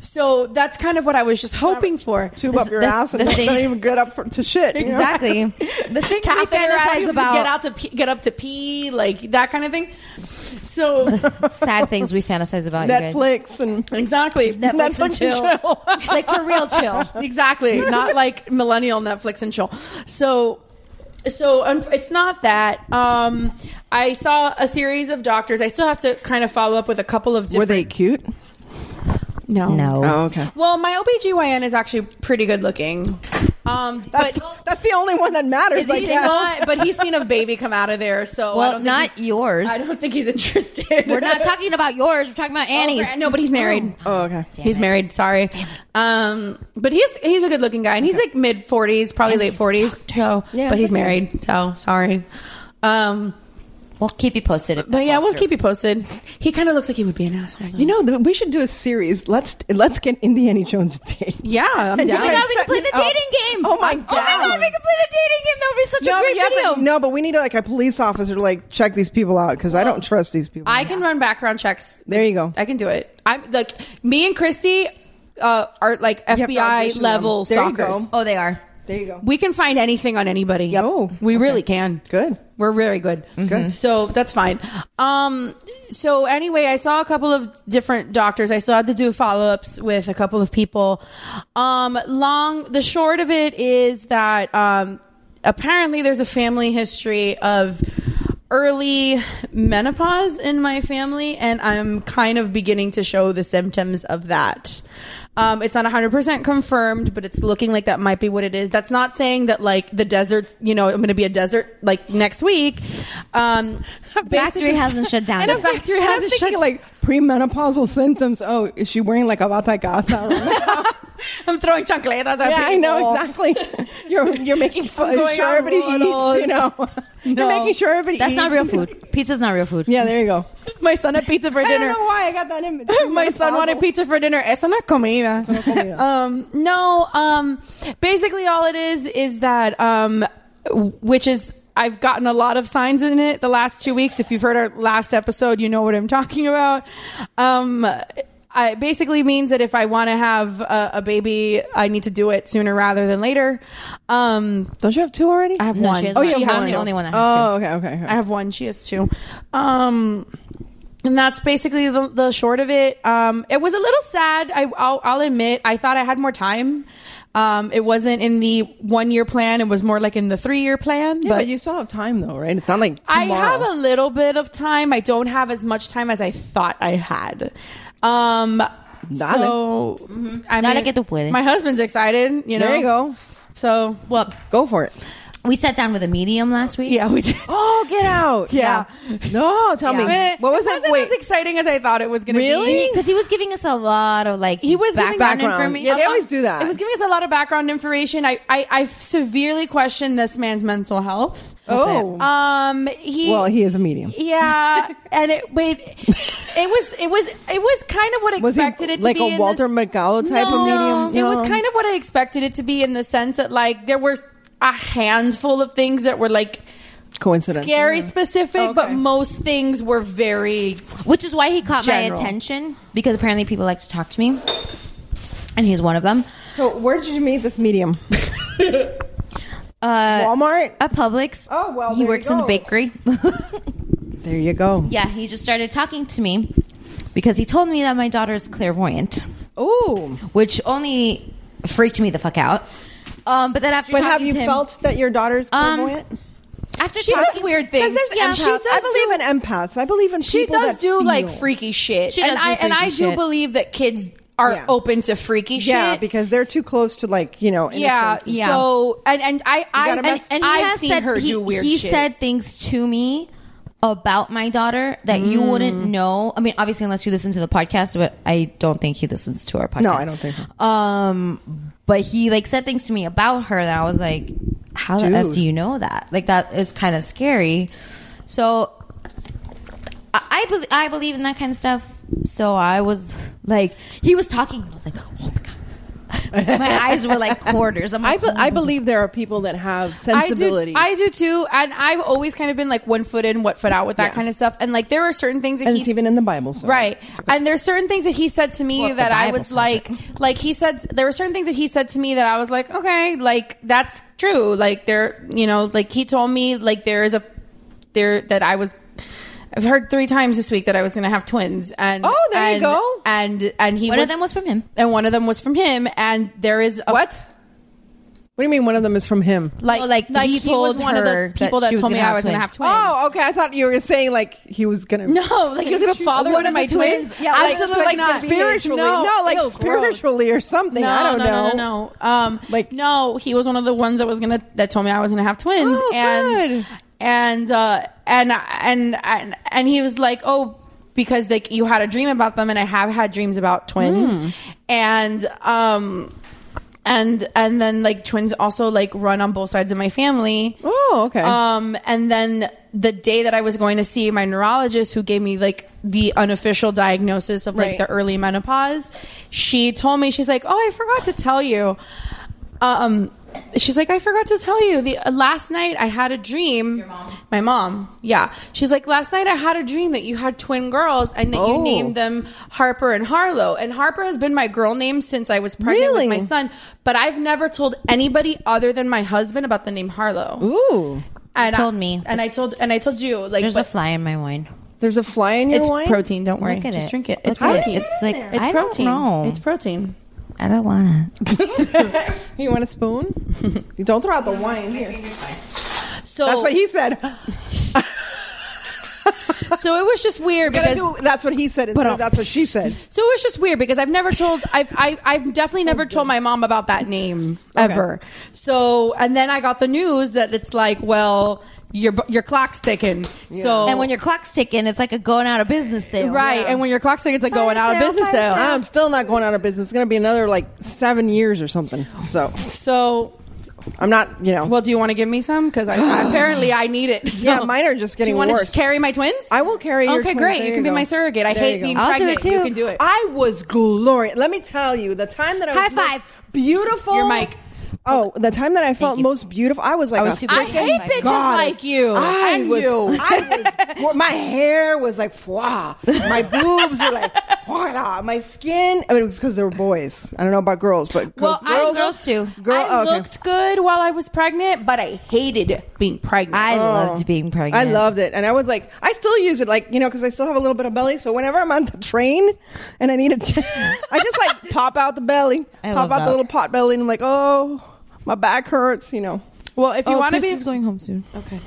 S7: so that's kind of what I was just hoping for
S11: Tube up your
S10: the-
S11: ass and
S10: the
S11: don't,
S10: thing-
S11: don't even get up for, to shit. you
S10: [laughs]
S7: [laughs]
S11: know?
S10: Exactly. the things we
S7: catheter out, you
S10: fantasize
S7: have to
S10: about.
S7: get out to pee, get up to pee like that kind of thing
S10: [laughs]
S7: So
S10: sad things we fantasize about.
S11: Netflix and
S7: exactly
S10: Netflix and chill. [laughs] Like, for real
S7: [laughs]
S10: chill.
S7: exactly, not like millennial Netflix and chill. So. So un- it's not that. Um, I saw a series of doctors. I still have to kind of follow up with a couple of different.
S11: Were they cute?
S7: No.
S10: No.
S11: Oh, okay.
S7: Well, my OBGYN is actually pretty good looking. Um,
S11: That's, that's the only one that matters.
S7: Is
S11: Like
S7: he
S11: that.
S7: not? But he's seen a baby come out of there, so I
S10: Well,
S7: don't think
S10: not
S7: he's-
S10: yours.
S7: I don't think he's interested.
S10: We're not
S7: [laughs]
S10: talking about yours. We're talking about Annie's.
S7: no, but he's married.
S11: Oh, okay.
S7: he's married. Sorry, um, but he's he's a good looking guy, and he's like mid forties, probably late forties. So,
S11: Yeah,
S7: but he's
S11: that's
S7: married. So sorry. Um,
S10: We'll keep you posted. If that
S7: but yeah,
S10: falls
S7: we'll
S10: through.
S7: keep you posted. He kind of looks like he would be an asshole. though.
S11: You know, th- we should do a series. Let's let's get Indiana Jones [laughs] date.
S7: yeah,
S11: [laughs]
S7: I'm
S11: And you
S7: down.
S10: Oh my
S11: guys
S10: god, we can play the
S11: set this up.
S10: dating game.
S11: Oh my
S10: Oh my god,
S11: God.
S10: we can play the dating game. That would be such a
S11: No, but
S10: great
S11: you have
S10: video.
S11: to, no, but we need like a police officer to like check these people out because I don't trust these people.
S7: I can run background checks.
S11: There you go.
S7: I can do it. I'm like me and Christy uh, are like
S11: to
S7: FBI
S11: audition them.
S7: level
S11: There you go.
S7: stalkers.
S10: Oh, they are.
S11: there you go.
S7: We can find anything on anybody.
S11: Oh,
S7: we really can.
S11: Good. Mm-hmm.
S7: We're very good. Good. So that's fine. Um. So anyway, I saw a couple of different doctors. I still had to do follow ups with a couple of people. Um. Long. The short of it is that um. Apparently, there's a family history of early menopause in my family, and I'm kind of beginning to show the symptoms of that. Um, it's not 100% confirmed, but it's looking like that might be what it is. That's not saying that, like, the desert, you know, I'm going to be a desert, like, next week. Um,
S10: Factory
S7: basically-
S10: hasn't shut down.
S7: And
S10: yet.
S7: a factory
S11: I'm
S7: hasn't shut
S11: thinking like premenopausal symptoms. Oh, is she wearing like a bata
S7: [laughs]
S11: casa? [laughs]
S7: I'm throwing chancletas at
S11: yeah,
S7: people.
S11: I
S7: [laughs]
S11: know exactly. You're you're making [laughs] fun,
S7: going
S11: sure
S7: on
S11: everybody
S7: runnels.
S11: eats. You know,
S7: [laughs] No.
S11: you're making sure everybody.
S10: That's
S11: eats.
S10: not real food. Pizza's not real food.
S11: Yeah, there you go.
S7: My son had pizza for
S11: I
S7: dinner.
S11: don't know why I got that image.
S7: [laughs] my son wanted pizza for dinner. Eso no es comida. [laughs]
S11: comida.
S7: um, no, um, basically all it is is that, um, w- which is, I've gotten a lot of signs in it the last two weeks. If you've heard our last episode, you know what I'm [laughs] talking about. Um, I, it basically means that if I want to have a, a baby, I need to do it sooner rather than later. Um,
S11: Don't you have two already?
S7: I have
S10: No,
S7: one.
S10: she has
S7: Oh,
S10: one.
S7: you
S10: She
S7: have
S10: has
S7: one.
S10: the only one that has
S11: Oh, okay, okay. okay.
S7: I have one. She has two. Um, and that's basically the, the short of it. Um, it was a little sad. I, I'll, I'll admit, I thought I had more time. Um, it wasn't in the one year plan. It was more like in the three year plan.
S11: yeah, but you still have time though, right? It's not like
S7: I
S11: tomorrow.
S7: have a little bit of time. I don't have as much time as I thought I had. Um,
S11: Dale.
S7: so I
S10: Mm-hmm. Dale
S7: mean,
S10: que tú puedes.
S7: my husband's excited. You know,
S11: There you go.
S7: So
S10: Well,
S11: Go for it.
S10: we sat down with a medium last week.
S7: yeah, we did.
S11: [gasps] Oh, get out! Yeah. No, tell
S10: Yeah.
S11: me what
S7: [laughs]
S11: was
S7: it?
S11: it?
S7: Wasn't
S11: Wait,
S7: as exciting as I thought it was going to be.
S11: Really?
S10: Because he was giving us a lot of like
S7: he was giving
S10: background,
S7: us-
S10: information.
S11: Yeah, they always do that.
S7: It was giving us a lot of background information. I, I, I severely question this man's mental health.
S11: oh,
S7: Um, he
S11: well, he is a medium.
S7: yeah, and it wait, it was it was it was kind of what I
S11: Was he
S7: expected it to
S11: like
S7: be
S11: a
S7: in
S11: Walter Mercado type of medium?
S7: It was
S11: No.
S7: kind of what I expected it to be in the sense that like there were a handful of things that were like
S11: coincidence.
S7: scary specific, but
S11: Okay.
S7: most things were very
S10: which is why he caught
S7: General.
S10: my attention because apparently people like to talk to me, and he's one of them.
S11: So, where did you meet this medium? [laughs]
S10: Uh,
S11: Walmart.
S10: at Publix.
S11: Oh, well,
S10: he
S11: there you
S10: works in the
S11: go.
S10: bakery. [laughs]
S11: There you go.
S10: yeah, he just started talking to me because he told me that my daughter is clairvoyant,
S11: Ooh,
S10: which only freaked me the fuck out. Um, but then after,
S11: but
S10: talking
S11: have you
S10: to him-
S11: felt that your daughter's
S10: Um,
S11: clairvoyant?
S10: after
S7: She
S10: talking
S7: does weird things.
S11: Because there's
S7: Yeah.
S11: empaths.
S7: She does
S11: I believe in empaths. I believe in
S7: she
S11: people
S7: does
S11: that
S7: do like
S11: feel.
S7: freaky shit
S10: She
S7: and
S10: does do
S7: i and
S10: freaky
S7: i do
S10: shit.
S7: believe that kids are
S11: Yeah.
S7: open to freaky
S11: Yeah,
S7: shit
S11: because they're too close to like you know.
S7: yeah,
S11: Innocence.
S10: Yeah.
S7: so and and i i
S11: gotta
S7: and,
S11: mess-
S10: and he
S7: i've
S10: has
S7: seen
S10: said-
S7: her
S10: he,
S7: do weird
S10: he
S7: shit
S10: said things to me about my daughter that you
S11: Mm.
S10: wouldn't know. I mean, obviously, unless you listen to the podcast, but I don't think he listens to our podcast.
S11: No, I don't think so.
S10: Um, but he like said things to me about her that I was like, "How the f
S11: Dude.
S10: do you know that?" Like that is kind of scary. So. I I, bel I believe in that kind of stuff, so I was like, he was talking, and I was like, oh my god, [laughs] my eyes were like quarters. I'm
S11: I,
S10: like, "Hmm."
S11: be- I believe there are people that have
S7: I do,
S11: sensibilities.
S7: I do too, and I've always kind of been like one foot in, one foot out with that
S11: Yeah.
S7: kind of stuff. And like there are certain things that
S11: and
S7: he's
S11: it's even in the Bible, so
S7: right and there's certain things that he said to me
S10: Well, the
S7: that i
S10: Bible
S7: was
S10: says
S7: like
S10: it.
S7: like he said there were certain things that he said to me that i was like okay like that's true like there you know like he told me like there is a there that i was I've heard three times this week that I was going to have twins, and oh,
S11: there you go.
S7: And and he
S10: One of
S7: was,
S10: them was from him,
S7: and one of them was from him, and there is a, what?
S11: Uh, What do you mean one of them is from him?
S7: Like, like,
S10: Oh, he
S7: he, was
S10: told
S7: one of
S10: her
S7: the
S10: that
S7: people that,
S10: she was
S7: told me
S10: gonna
S7: I
S10: have
S7: was going to
S10: twins.
S7: have twins.
S11: Oh, okay. I thought you were saying like he was gonna.
S7: No, like he was gonna father one of my twins?
S10: Yeah, one of the
S7: Absolutely
S10: twins
S7: not.
S10: would be his.
S11: Spiritually,
S7: No.
S11: no, like
S7: Ew, gross.
S11: spiritually or something.
S7: No,
S11: I don't
S7: no,
S11: know.
S7: no, no, no. Um, like no, he was one of the ones that was gonna that told me I was gonna have twins,
S11: Oh,
S7: and
S11: good.
S7: and uh, and and and and he was like, oh, because like you had a dream about them, and I have had dreams about twins,
S11: Hmm.
S7: and um. And and then like twins also like run on both sides of my family.
S11: Oh, okay.
S7: Um, and then the day that I was going to see my neurologist, who gave me like the unofficial diagnosis of like
S11: Right.
S7: the early menopause, she told me she's like, "Oh, I forgot to tell you." Um, she's like, "I forgot to tell you. The uh, last night I had a dream. My mom, yeah. She's like, last night I had a dream that you had twin girls and that you
S11: Oh.
S7: named them Harper and Harlow. And Harper has been my girl name since I was pregnant
S11: Really?
S7: with my son, but I've never told anybody other than my husband about the name Harlow."
S11: Ooh,
S7: and
S10: told
S7: I,
S10: me.
S7: and I told and I told you like
S10: There's
S7: but
S10: a fly in my wine.
S11: there's a fly in your
S7: it's
S11: wine.
S7: protein. Don't worry,
S10: Look at
S7: just
S10: it.
S7: drink it. It's
S10: Look at it.
S7: protein.
S10: It's like
S7: It's
S10: I
S7: protein.
S10: Don't know.
S7: It's protein.
S10: I don't want to.
S11: You want
S7: [laughs]
S11: a spoon? You don't throw out the wine here.
S7: So
S11: That's what he said.
S7: So it was just weird
S11: Gotta
S7: because
S11: do- that's what he said. Instead of that's what she said.
S7: [laughs] so it was just weird because I've never told I've I, I've definitely never told my mom about that name ever. So and then I got the news that it's like well your your clock's ticking. So
S10: And when your clock's ticking, it's like a going out of business sale.
S7: right and when your clock's ticking, it's like going out of
S10: sale,
S7: business
S10: fire
S7: sale.
S11: I'm still not going out of business. It's gonna be another like seven years or something. So
S7: So
S11: I'm not. You know.
S7: well, do you want to give me some? Because I, apparently I need it. So-
S11: [laughs] yeah, mine are just getting
S7: do you wanna
S11: worse.
S7: just carry my twins?
S11: I will carry your
S7: Okay,
S11: twins.
S7: great.
S11: There
S7: You can be
S11: go.
S7: my surrogate. I
S11: There
S7: hate
S11: you go.
S7: being
S10: I'll do
S7: pregnant.
S10: it
S7: You
S10: too.
S7: can do it.
S11: I was glorious. Let me tell you, the time that I was
S10: High
S11: most
S10: five.
S11: beautiful.
S7: Your mic.
S11: Oh, the time that I felt
S10: you.
S11: most beautiful, I was like,
S10: I was
S11: a
S10: super
S7: I
S11: freaking
S7: hate
S10: my
S7: bitches
S11: goddess.
S7: like you.
S11: I
S7: and
S11: was,
S7: you.
S11: I
S7: [laughs]
S11: was, my hair was like, wow. My boobs were like, wow. My skin, I mean, it was because they were boys. I don't know about girls, but
S7: Well,
S11: girls,
S7: I
S11: girls,
S10: girls too.
S11: Girl,
S7: I
S11: oh, okay.
S7: looked good while I was pregnant, but I hated being pregnant.
S10: I
S11: Oh.
S10: loved being pregnant.
S11: I loved it, and I was like, I still use it, like you know, because I still have a little bit of belly. So whenever I'm on the train and I need a, [laughs] I just like pop out the belly,
S10: I
S11: pop out
S10: love
S11: the
S10: that.
S11: little pot belly, and I'm like, oh, my back hurts, you know.
S7: well, if you
S10: Oh,
S7: want to
S10: Chris
S7: be,
S10: is going home soon.
S7: okay.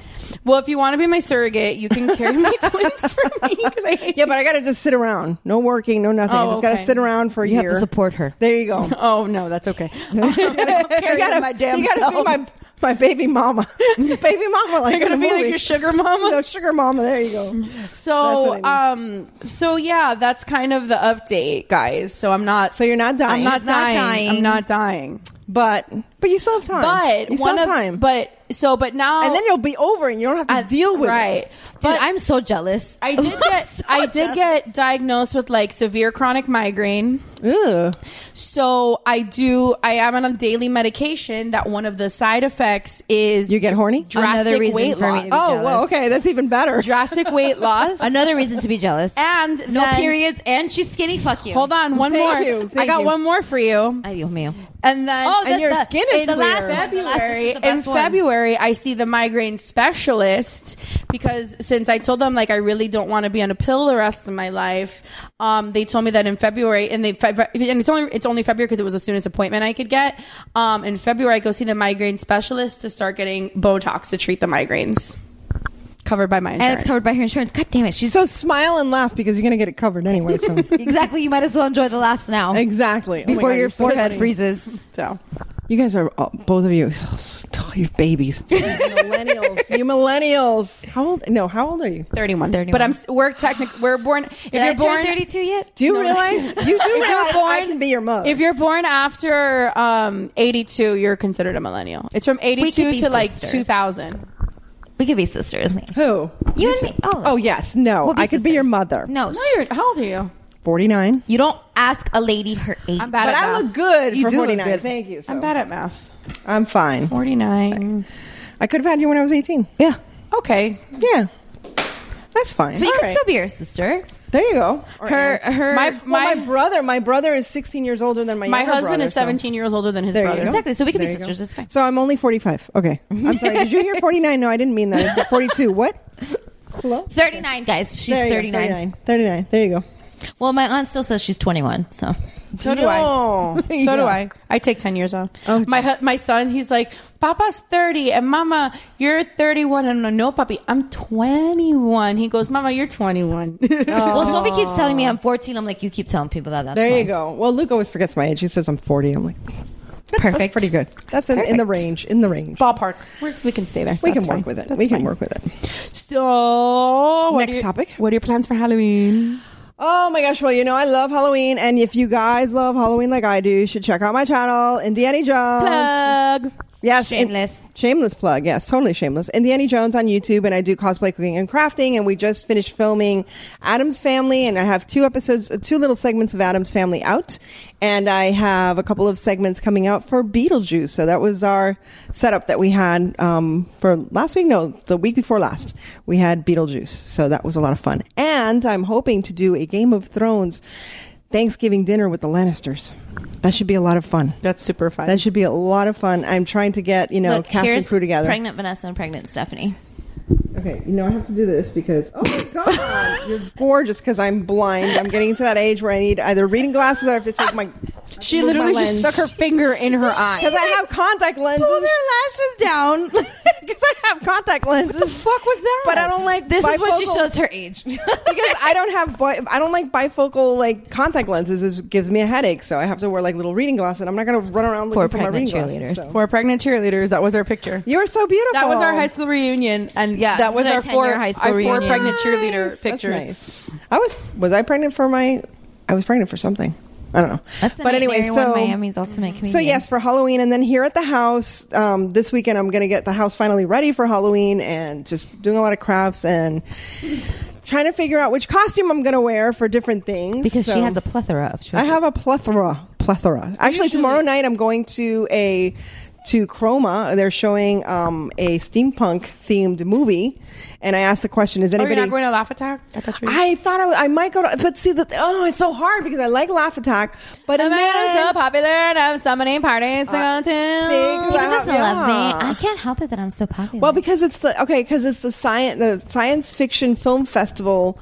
S7: Well, if you want to be my surrogate, you can carry
S11: [laughs]
S7: my twins for me because I hate.
S11: Yeah, but I got to just sit around, no working, no nothing. I
S7: Oh,
S11: just got to
S7: okay.
S11: sit around for a
S10: You
S11: year.
S10: have to support her.
S11: There
S7: [laughs]
S11: you go.
S7: [laughs] Oh no, that's [laughs] okay. I'm
S11: you
S7: carrying
S11: gotta,
S7: my damn
S11: you gotta be
S7: self.
S11: my my baby
S7: [laughs]
S11: mama, baby mama. Like
S7: I gotta
S11: in the
S7: be like
S11: movie.
S7: your sugar mama.
S11: [laughs] No, sugar mama. There you go.
S7: So,
S11: That's what I
S7: um, so yeah, that's kind of the update, guys. So I'm not.
S11: So you're not
S7: I'm
S11: dying.
S7: not
S10: She's not
S7: dying.
S10: dying.
S7: I'm not dying.
S11: but but you still have time.
S7: But
S11: you still
S7: one
S11: have
S7: of,
S11: time.
S7: But so, but now,
S11: and then it'll be over, and you don't have to
S7: I-
S11: deal with
S7: right.
S11: it.
S10: Dude,
S7: But
S10: I'm so jealous.
S11: [laughs]
S10: [laughs]
S7: I did get I did get diagnosed with like severe chronic migraine.
S11: Ugh.
S7: So I do I am on a daily medication that one of the side effects is
S11: You get [laughs] horny?
S10: Another
S7: drastic
S10: reason
S7: weight
S10: for me to
S7: loss.
S10: be
S7: Oh,
S11: Oh, well, okay, that's even better.
S7: drastic weight loss.
S10: Another reason to be jealous.
S7: and
S10: no
S7: then-
S10: periods, and she's skinny. Fuck you.
S7: Hold on, one
S11: Thank
S7: more.
S11: you,
S7: I
S11: thank
S7: got
S11: you.
S7: one more for you.
S10: Ay, Dios mío.
S7: And then
S11: And your skin is
S10: in Oh, the last
S11: clear.
S10: one, the last- this
S7: February.
S10: is the best
S7: in
S10: one.
S7: February, I see the migraine specialist because since I told them like I really don't want to be on a pill the rest of my life, um, they told me that in February, and they Feb- and it's only it's only February because it was the soonest appointment I could get. Um, in February, I go see the migraine specialist to start getting Botox to treat the migraines, covered by my
S10: and
S7: insurance.
S10: it's covered by her insurance. God damn it, she's
S11: So smile and laugh because you're gonna get it covered anyway. [laughs]
S10: [laughs]
S11: So
S10: exactly. You might as well enjoy the laughs now
S11: exactly. Oh my
S10: before
S11: God,
S10: your
S11: you're so
S10: forehead
S11: funny.
S10: freezes.
S7: So
S11: You guys are oh, both of you. [laughs] Oh, you're babies. You [laughs] millennials. You millennials. How old? No, how old are you?
S7: 31.
S10: 31.
S7: but I'm s- we're technic we're born. If
S10: Did I
S7: you're
S10: turn
S7: born
S10: 32 yet?
S11: Do you realize? [laughs] You do realize I can be your mother.
S7: If you're born after um, 82, you're considered a millennial. It's from 82
S10: be
S7: to like
S10: sisters.
S7: 2000.
S10: We could be sisters. You,
S11: Who?
S10: and me. Oh,
S11: Oh yes. No,
S10: We'll
S11: I could be
S10: sisters.
S11: your mother.
S10: No,
S7: No,
S10: sh-
S7: you're, how old are you?
S11: forty nine.
S10: you don't ask a lady her age.
S7: I'm bad
S11: But
S7: at math.
S11: I look good
S10: You
S11: for
S10: do look
S11: forty nine.
S10: good.
S11: Thank you. So.
S7: I'm bad at math.
S11: I'm fine.
S7: 49.
S11: I could have had you when I was eighteen.
S10: Yeah.
S7: Okay.
S11: Yeah. That's fine.
S10: So you
S11: All
S10: can
S11: right.
S10: still be her sister.
S11: There you go. Or
S10: Her-
S11: aunt.
S10: her-
S11: my,
S7: My-
S11: my,
S7: my-
S11: brother, my brother is 16 years older than my
S7: My
S11: younger
S7: husband
S11: brother,
S7: is
S11: so-
S7: 17 years older than his
S11: There you
S7: brother.
S11: go. [laughs]
S10: Exactly. So we can be
S11: There you go.
S10: sisters. It's fine.
S11: So I'm only 45. Okay. I'm sorry. Did you hear 49? No, I didn't mean that. I said 42. What?
S10: 39, guys. She's
S11: There you go,
S10: 39.
S11: 39. 39. There you go.
S10: Well, my aunt still says she's 21, so.
S7: So do I. So do I. I take ten years off.
S11: Oh,
S7: my hu- my son, he's like, Papa's thirty, and Mama, you're thirty one. And no, no, Papi, I'm twenty one. He goes, Mama, you're twenty [laughs] one.
S11: Oh.
S10: Well, Sophie keeps telling me I'm 14. I'm like, you keep telling people that. That's
S11: there you
S10: fine.
S11: go. Well, Luke always forgets my age. He says I'm 40. I'm like, that's,
S10: Perfect.
S11: That's pretty good. That's in, in the
S10: Perfect.
S11: range. In the range.
S7: Ballpark. We're, we can stay there.
S11: We
S7: That's
S11: can
S7: fine.
S11: work with it.
S7: That's
S11: we can
S7: fine.
S11: work with it.
S7: So, what are
S11: Next
S7: your-
S11: topic.
S7: What are your plans for Halloween?
S11: Oh my gosh! Well, you know I love Halloween, and if you guys love Halloween like I do, you should check out my channel, Indiana Jones.
S7: Plug.
S11: Yes,
S10: Shameless.
S11: in- shameless plug. Yes, totally shameless. Indiana Jones on YouTube, and I do cosplay, cooking, and crafting. And we just finished filming Adam's Family, and I have two episodes, uh, two little segments of Adam's Family out, and I have a couple of segments coming out for Beetlejuice. So that was our setup that we had um, for last week. No, the week before last, we had Beetlejuice. So that was a lot of fun, and I'm hoping to do a Game of Thrones. Thanksgiving dinner with the Lannisters. That should be a lot of fun.
S7: That's super fun.
S11: That should be a lot of fun. I'm trying to get you know
S10: Look,
S11: cast and
S10: here's
S11: crew together.
S10: Pregnant Vanessa and pregnant Stephanie.
S11: Okay, you know I have to do this because oh my
S7: [laughs]
S11: god, you're gorgeous because I'm blind. I'm getting to that age where I need either reading glasses or I have to take my.
S7: She literally
S11: my
S7: just
S11: lens.
S7: stuck her finger in her
S11: Because
S7: eye.
S11: I have contact lenses.
S10: Pull their lashes
S11: [laughs]
S10: down.
S11: Because I have contact lenses.
S7: What the fuck was that?
S11: But I don't like.
S10: This is what she
S11: bifocal-
S10: shows her age.
S11: [laughs] because I don't have bi- I don't like bifocal like contact lenses. It gives me a headache, so I have to wear like little reading glasses. And I'm not going to run around looking
S10: For
S11: for, my reading
S10: pregnant
S11: glasses.
S10: cheerleaders.
S11: so.
S7: Four pregnant cheerleaders. That was our picture.
S11: You're so beautiful.
S7: That was our high school reunion, and
S10: Yeah,
S7: that
S10: this
S7: was
S10: is our
S7: our four
S10: 10-year high school
S7: our four
S10: reunion.
S7: pregnant cheerleader
S11: Nice.
S7: pictures.
S11: That's nice. I was was I pregnant for my I was pregnant for something. I don't know.
S10: That's the
S11: but
S10: night
S11: anyway,
S10: Mary won
S11: so
S10: Miami's Ultimate Comedian.
S11: So yes, for Halloween, and then here at the house um, this weekend, I'm going to get the house finally ready for Halloween, and just doing a lot of crafts and trying to figure out which costume I'm going to wear for different things.
S10: because she
S11: So-
S10: has a plethora of choices.
S11: I have a plethora, plethora. Actually, tomorrow night I'm going to a to Chroma. They're showing um, a steampunk themed movie, and I asked the question: Is
S7: Oh, you're
S11: anybody?
S7: not going to laugh attack? I thought you were.
S11: I thought I, w- I might go to, but see that. Oh, it's so hard because I like Laugh Attack, but and
S7: And I'm so
S11: then,
S7: popular and I have so many parties
S11: Uh,
S7: to go
S11: think
S7: to.
S10: People just
S11: Yeah.
S10: love me. I can't help it that I'm so popular.
S11: well, because it's the okay, because it's the science the science fiction film festival.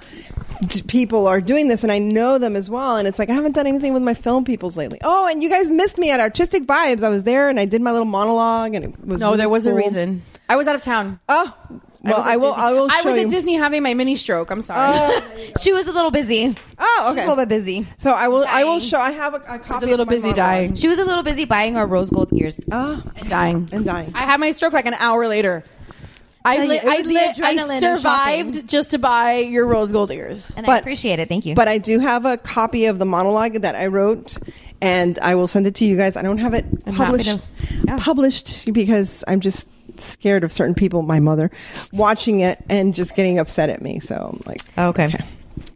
S11: d- People are doing this, and I know them as well. And it's like I haven't done anything with my film peoples lately. Oh, and you guys missed me at Artistic Vibes. I was there, and I did my little monologue, and it was
S7: No,
S11: really
S7: there was a
S11: cool.
S7: reason. I was out of town.
S11: Oh, well,
S7: was at
S11: I will.
S7: Disney.
S11: I will. Show
S7: I was
S11: you.
S7: at Disney having my mini stroke. I'm sorry.
S10: she was a little busy.
S11: Oh,
S10: She was
S11: okay.
S10: a little bit busy.
S11: So I will. I will
S10: Dying.
S11: show. I have a, a
S7: [laughs]
S11: copy.
S7: I was a little
S11: of my
S7: busy
S11: monologue.
S7: dying.
S10: She was a little busy buying our rose gold ears.
S11: Ah,
S7: Dying.
S11: and dying.
S7: I had my stroke like an hour later. I,
S10: Tell you,
S7: li-
S10: it was
S7: I,
S10: the
S7: li-
S10: adrenaline
S7: I
S10: of
S7: survived
S10: shopping.
S7: just to buy your rose gold ears.
S10: And I
S11: But-
S10: appreciate it. Thank you.
S11: But I do have a copy of the monologue that I wrote, and I will send it to you guys. I don't have it
S10: I'm happy to-
S11: published, published because I'm just scared of certain people. My mother watching it and just getting upset at me. So I'm like,
S10: Okay.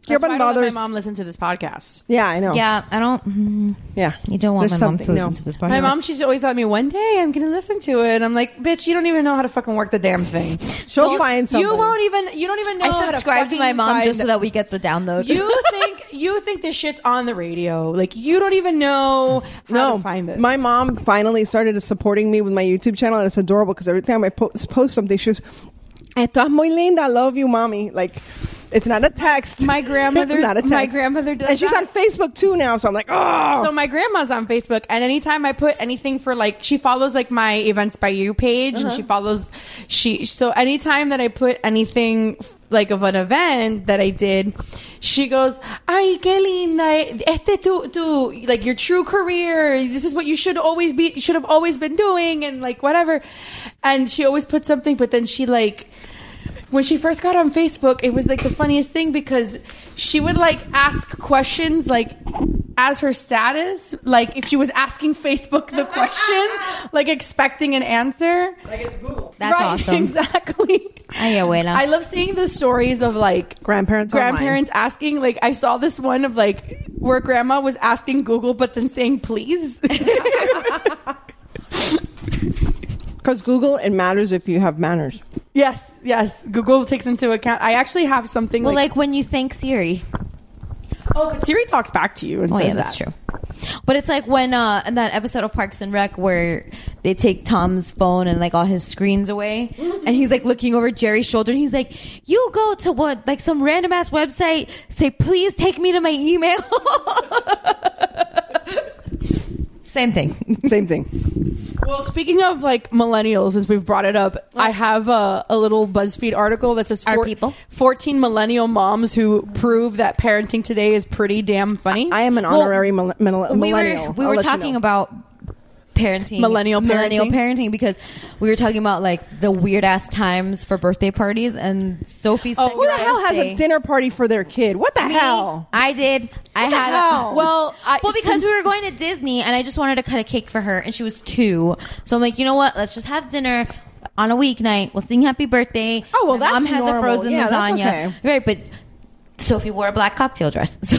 S11: your
S7: That's why I don't
S11: bun
S7: let
S11: bothers.
S7: my mom listen to this podcast.
S11: Yeah, I know.
S10: yeah, I don't. mm,
S11: yeah.
S10: You don't want
S11: There's
S10: my mom to
S11: something-
S10: listen
S11: no.
S10: to this part.
S7: My mom, she's always telling me, one day I'm going to listen to it. And I'm like, bitch, you don't even know how to fucking work the damn thing.
S11: She'll
S7: you,
S11: find something.
S7: You won't even, you don't even know how
S10: I subscribe to my
S7: fucking
S10: mom just
S7: find-
S10: so that we get the download. [laughs]
S7: You think you think this shit's on the radio? Like you don't even know how
S11: no,
S7: to find this.
S11: my mom finally started supporting me with my YouTube channel, and it's adorable because every time I po- post something, she goes, "Estás muy linda, I love you, mommy." Like, it's not a text.
S7: My grandmother-
S11: [laughs] it's not a text.
S7: my grandmother does
S11: and she's
S7: that.
S11: on Facebook too now. So I'm like, oh,
S7: so my grandma's on Facebook, and anytime I put anything for like, she follows like my events by you page, and she follows she. So anytime that I put anything f- like of an event that I did, she goes, "Ay, qué linda! Este tu tu like your true career. This is what you should always be should have always been doing, and like whatever." And she always puts something, but then she like when she first got on Facebook, it was like the funniest thing because she would like ask questions like as her status, like if she was asking Facebook
S10: [laughs]
S7: the question, like expecting an answer.
S10: That's
S7: Right,
S10: awesome.
S7: [laughs] Exactly.
S10: Ay, abuela.
S7: I love seeing the stories of like
S11: Grandparents online.
S7: grandparents asking. Like I saw this one of like where grandma was asking Google, but then saying please. [laughs]
S11: because Google it matters if you have manners.
S7: yes, yes. Google takes into account. I actually have something
S10: well,
S7: like,
S10: like when you thank Siri.
S7: oh, but Siri talks back to you and
S10: Oh
S7: says
S10: yeah, that's
S7: that.
S10: true. But it's like when uh, in that episode of Parks and Rec where they take Tom's phone and like all his screens away, and he's like looking over Jerry's shoulder, and he's like, "You go to what like some random ass website, say please take me to my email." [laughs] Same thing.
S11: Same thing.
S7: Well, speaking of like millennials, as we've brought it up, I have a, a little BuzzFeed article that says four, 14 millennial moms who prove that parenting today is pretty damn funny. I,
S11: am an honorary mil- mil-
S10: we
S11: millennial.
S10: were we
S11: I'll
S10: were
S11: let you
S10: talking
S11: know.
S10: about parenting
S7: Millennial
S10: millennial
S7: parenting.
S10: parenting because we were talking about like the weird ass times for birthday parties and Sophie's
S11: Oh, who the hell has a dinner party for their kid? What the hell?
S10: I did. I
S11: the
S10: had
S11: hell?
S10: A,
S11: Well, I-
S10: well because
S11: since-
S10: we were going to Disney and I just wanted to cut a cake for her and she was 2. So I'm like, "You know what? Let's just have dinner on a weeknight. We'll sing happy birthday."
S11: Oh, well,
S10: Her Mom
S11: that's
S10: has a
S11: normal.
S10: frozen
S11: Yeah, that's
S10: lasagna.
S11: okay.
S10: Right, but Sophie wore a black cocktail dress. [laughs] So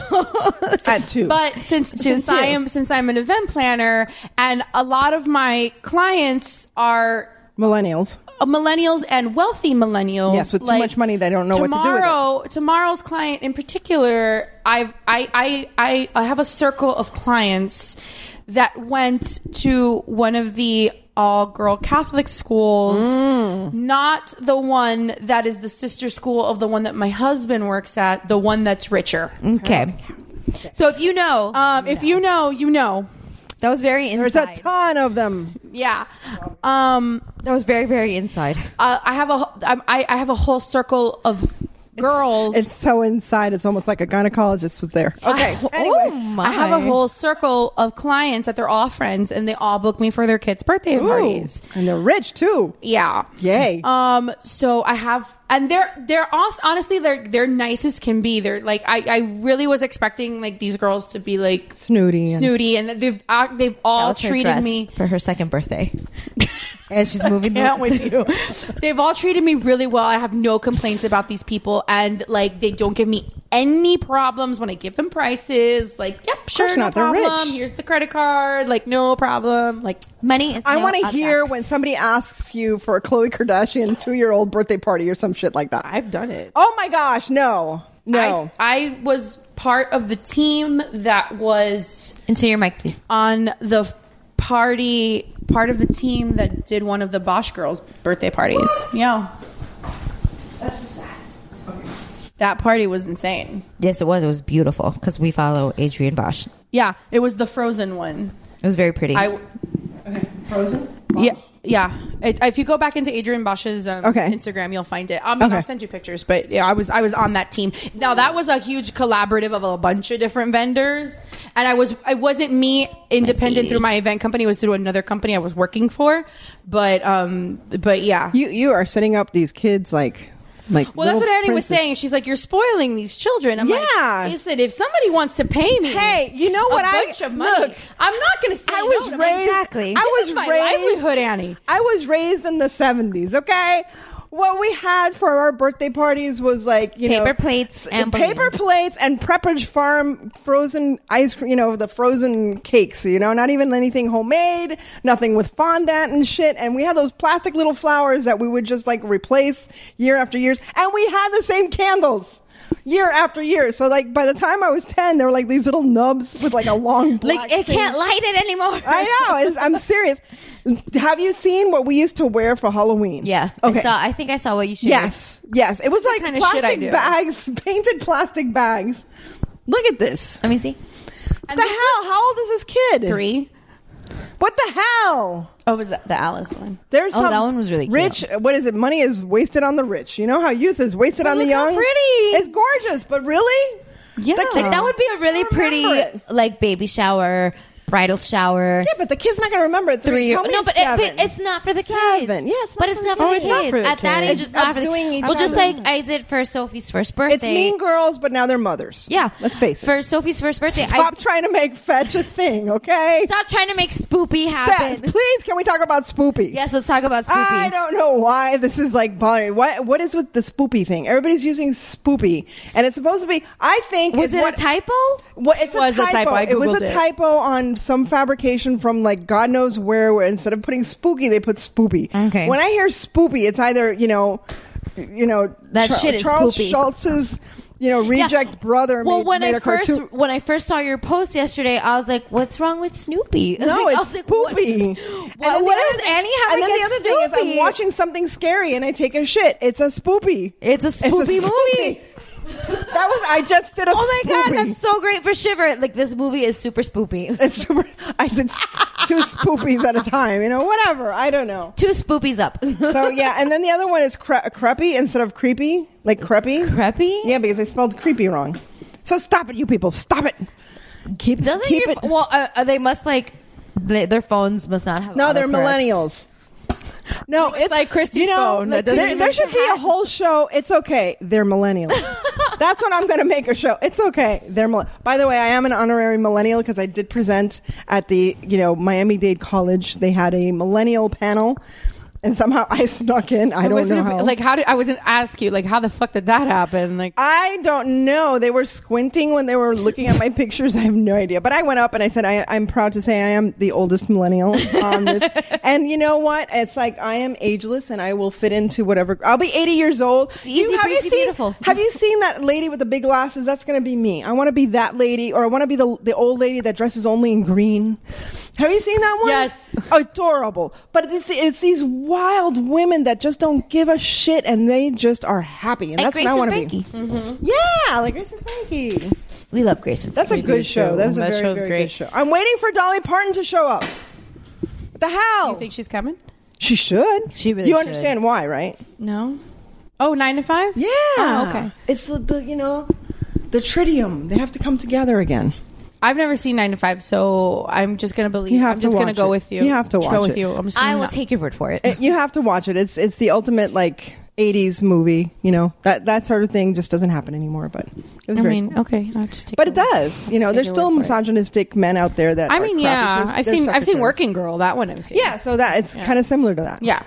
S11: at two.
S7: But since since I am since I'm an event planner and a lot of my clients are
S11: millennials.
S7: uh, millennials and wealthy millennials.
S11: Yes, with too much money, they don't know what to
S7: tomorrow,
S11: do with it.
S7: Tomorrow's client in particular, I've I I I, I have a circle of clients that went to one of the all girl Catholic schools,
S11: Mm.
S7: not the one that is the sister school of the one that my husband works at, the one that's richer.
S10: Okay. So if you know,
S7: um, if you know, you know.
S10: That was very inside.
S11: There's a ton of them.
S7: Yeah. Um,
S10: that was very very inside.
S11: Oh
S7: Uh, I have a wh- I'm- I, I have a whole circle of girls.
S11: It's so inside. It's almost like a gynecologist was there. Okay. anyway,
S7: I have a whole circle of clients that they're all friends and they all book me for their kids' birthday
S11: Ooh,
S7: parties.
S11: and they're rich too.
S7: Yeah.
S11: Yay.
S7: Um, so I have, and they're they're also, honestly they're they're nice as can be. They're like I, I really was expecting like these girls to be like
S11: Snooty. and-
S7: snooty, and they've uh, they've
S10: That
S7: all
S10: was her
S7: treated
S10: dress
S7: me.
S10: for her second birthday, [laughs] and she's moving.
S7: can't with [laughs] you. They've all treated me really well. I have no complaints about these people, and like they don't give me any problems when I give them prices. Like, yep, sure,
S11: course
S7: no
S11: not. They're rich.
S7: problem. Here's the credit card. Like, no problem. Like,
S10: money. Is
S11: I
S10: no
S11: want to
S10: object.
S11: hear when somebody asks you for a Khloe Kardashian two year old birthday party or some shit like that.
S7: I've done it.
S11: Oh my gosh, no, no.
S7: I, I was part of the team that was
S10: Into your mic, please.
S7: on the party. Part of the team that did one of the Bosch girls' birthday parties. Yeah,
S3: That's just sad.
S7: that party was insane.
S10: Yes, it was. It was beautiful because we follow Adrian Bosch.
S7: Yeah, it was the Frozen one.
S10: It was very pretty.
S7: I.
S11: Frozen.
S7: Yeah, yeah. It, if you go back into Adrian Bosch's um,
S11: Okay.
S7: Instagram, you'll find it. I mean,
S11: Okay.
S7: I'll send you pictures, but yeah, I was I was on that team. Now that was a huge collaborative of a bunch of different vendors, and I was I wasn't me independent through my event company. It was through another company I was working for, but um, but yeah.
S11: You you are setting up these kids like like.
S7: well, that's what
S11: little
S7: Annie was
S11: princes.
S7: saying. She's like, "You're spoiling these children." I'm
S11: Yeah.
S7: like, "Listen, if somebody wants to pay me,
S11: Hey, you know what
S7: a
S11: I-
S7: bunch of money,
S11: look,
S7: I'm not going to say
S11: I was
S7: no to
S11: raised.
S10: Exactly.
S11: I
S7: This
S11: was
S7: is my
S11: raised.
S7: livelihood, Annie.
S11: I was raised in the seventies. Okay, what we had for our birthday parties was like you know
S10: Paper plates and
S11: paper
S10: balloons.
S11: plates and Pepperidge Farm frozen ice cream. You know the frozen cakes. You know, not even anything homemade. Nothing with fondant and shit. And we had those plastic little flowers that we would just like replace year after years. And we had the same candles. Year after year, so like by the time I was ten, there were like these little nubs with like a long black
S10: like it
S11: thing.
S10: can't light it anymore.
S11: I know. It's, I'm serious. Have you seen what we used to wear for Halloween?
S10: Yeah.
S11: Okay.
S10: I saw. I think I saw what you shared.
S11: yes. Yes. It was like
S7: kind of shit
S11: plastic
S7: I do.
S11: bags, [laughs] painted plastic bags. Look at this.
S10: Let me see.
S11: the hell? How old is this kid?
S7: Three.
S11: What the hell?
S7: Oh, was that the Alice one?
S11: There's
S10: Oh,
S11: some
S10: that one was really cute.
S11: rich. What is it? Money is wasted on the rich. You know how youth is wasted on the
S7: look how
S11: young.
S7: pretty.
S11: It's gorgeous, but really,
S7: Yeah.
S11: The
S10: Like
S11: kid-
S10: that would be a really
S11: Remember
S10: pretty
S11: it.
S10: like baby shower, bridal shower.
S11: yeah, but the kid's not gonna remember it.
S10: three
S11: Tell me
S10: No, but, it,
S11: seven.
S10: but it's not for the
S11: Seven.
S10: kids.
S11: Yeah, it's not
S10: but
S11: for
S10: it's
S11: the
S10: not for the
S11: kids.
S10: kids.
S11: Oh, it's not for the
S10: At that
S11: kids.
S10: age, it's,
S11: It's
S10: not for the
S11: outdoing each
S10: Well, just
S11: other.
S10: like I did for Sophie's first birthday.
S11: it's Mean Girls, but now they're mothers.
S10: Yeah,
S11: Let's face it.
S10: For Sophie's first birthday,
S11: Stop
S10: I
S11: trying to make fetch a thing, okay?
S10: stop trying to make spoopy
S11: Says,
S10: happen.
S11: please, can we talk about spoopy?
S10: Yes, let's talk about spoopy.
S11: I don't know why this is like bothering. What what is with the spoopy thing? Everybody's using spoopy, and it's supposed to be. I think
S10: Was
S11: it's
S10: it
S11: what,
S10: a typo?
S11: What, it's
S7: It was a
S11: a
S7: typo.
S11: typo.
S7: I
S11: It was a
S7: Googled it.
S11: typo on some fabrication from like God knows where. Where instead of putting spooky, they put spoopy.
S10: Okay.
S11: When I hear spoopy, it's either you know, you know
S10: That shit is
S11: Charles
S10: poopy.
S11: Schultz's. you know, reject brother
S10: Well,
S11: made,
S10: when
S11: made
S10: I
S11: a
S10: first
S11: cartoon.
S10: when I first saw your post yesterday, I was like, "What's wrong with Snoopy?" [laughs]
S11: No,
S10: Like, I
S11: it's
S10: was like, [laughs]
S11: poopy.
S10: What,
S11: then
S10: what
S11: the other
S10: is
S11: thing-
S10: Annie having
S11: And then the
S10: against
S11: other thing is, I'm
S10: Snoopy?
S11: watching something scary and I take a shit. It's a spoopy.
S10: It's a spoopy movie.
S11: that was I just did a.
S10: [laughs] Oh my god,
S11: spoopy.
S10: that's so great for Shiver! Like this movie is super spoopy. [laughs]
S11: It's super. I did s- two spoopies at a time. You know, whatever. I don't know.
S10: Two spoopies up. [laughs]
S11: so yeah, and then the other one is cre- creppy instead of creepy, like creppy.
S10: Creppy.
S11: Yeah, because I spelled creepy wrong. So stop it, you people. Stop it. Keep
S10: Doesn't
S11: keep
S10: your
S11: it.
S10: ph- well? Uh, uh, they must like they, their phones must not have.
S11: No, they're
S10: autocorrect.
S11: millennials. No, it's,
S7: like Christy's
S11: you know,
S7: phone
S11: Like,
S7: that doesn't
S11: there,
S7: even
S11: there should be a whole show. It's okay.
S7: [laughs]
S11: They're millennials. That's what I'm going to make a show. It's okay. They're millen- By the way, I am an honorary millennial because I did present at the you know Miami Dade College. They had a millennial panel, and somehow I [laughs] snuck in. I don't
S7: was it
S11: know
S7: a-
S11: how.
S7: Like how did I wasn't ask you like how the fuck did that happen? Like
S11: I don't know. They were squinting when they were
S10: [laughs]
S11: looking at my pictures. I have no idea. But I went up and I said, I, I'm proud to say I am the oldest millennial
S10: [laughs]
S11: on this. and you know what? It's like I am ageless and I will fit into whatever. I'll be 80 years old.
S10: easy,
S11: have you
S10: breezy,
S11: seen?
S10: beautiful.
S11: Have you seen that lady with the big glasses? That's going to be me. I want to be that lady, or I want to be the the old lady that dresses only in green. Have you seen that one?
S7: Yes.
S11: adorable. But it's it's these wild women that just don't give a shit, and they just are happy, and
S10: Like
S11: that's
S10: Grace
S11: what I want to
S10: and
S11: be.
S10: Frankie. Mm-hmm.
S11: Yeah, like Grace and Frankie.
S10: We love Grace and
S11: That's a
S10: Frankie.
S11: good show. That was a
S7: That
S11: very,
S7: show's
S11: very
S7: great.
S11: good show. I'm waiting for Dolly Parton to show up. What the hell?
S7: you think she's coming?
S11: she should.
S10: She really
S11: You
S10: should.
S11: understand why, right?
S7: No. Oh, nine to five?
S11: Yeah.
S7: Oh, okay.
S11: It's the, the you know the tritium. They have to come together again.
S7: I've never seen nine to five, so I'm just gonna believe.
S11: You have
S7: I'm
S11: to
S7: just gonna
S11: watch
S7: go
S11: it.
S7: with you.
S11: You have to watch
S7: go with
S11: it.
S7: you. I'm just
S10: I
S7: gonna-
S11: Mm.
S10: will take your word for it.
S11: It- you have to watch it. It's it's the ultimate like. 80s movie, you know that that sort of thing just doesn't happen anymore. But it was
S7: I
S11: great.
S7: mean, okay, I'll just take.
S11: but
S7: your
S11: it
S7: word.
S11: does. You know, there's
S10: your
S11: still
S10: word for it.
S11: misogynistic men out there that.
S7: I
S11: are
S7: mean,
S11: crappy
S7: yeah,
S11: to us.
S7: I've
S11: They're
S7: seen I've seen
S11: suckers.
S7: Working Girl. That one I've seen.
S11: Yeah, so that it's kind of similar to that.
S7: yeah,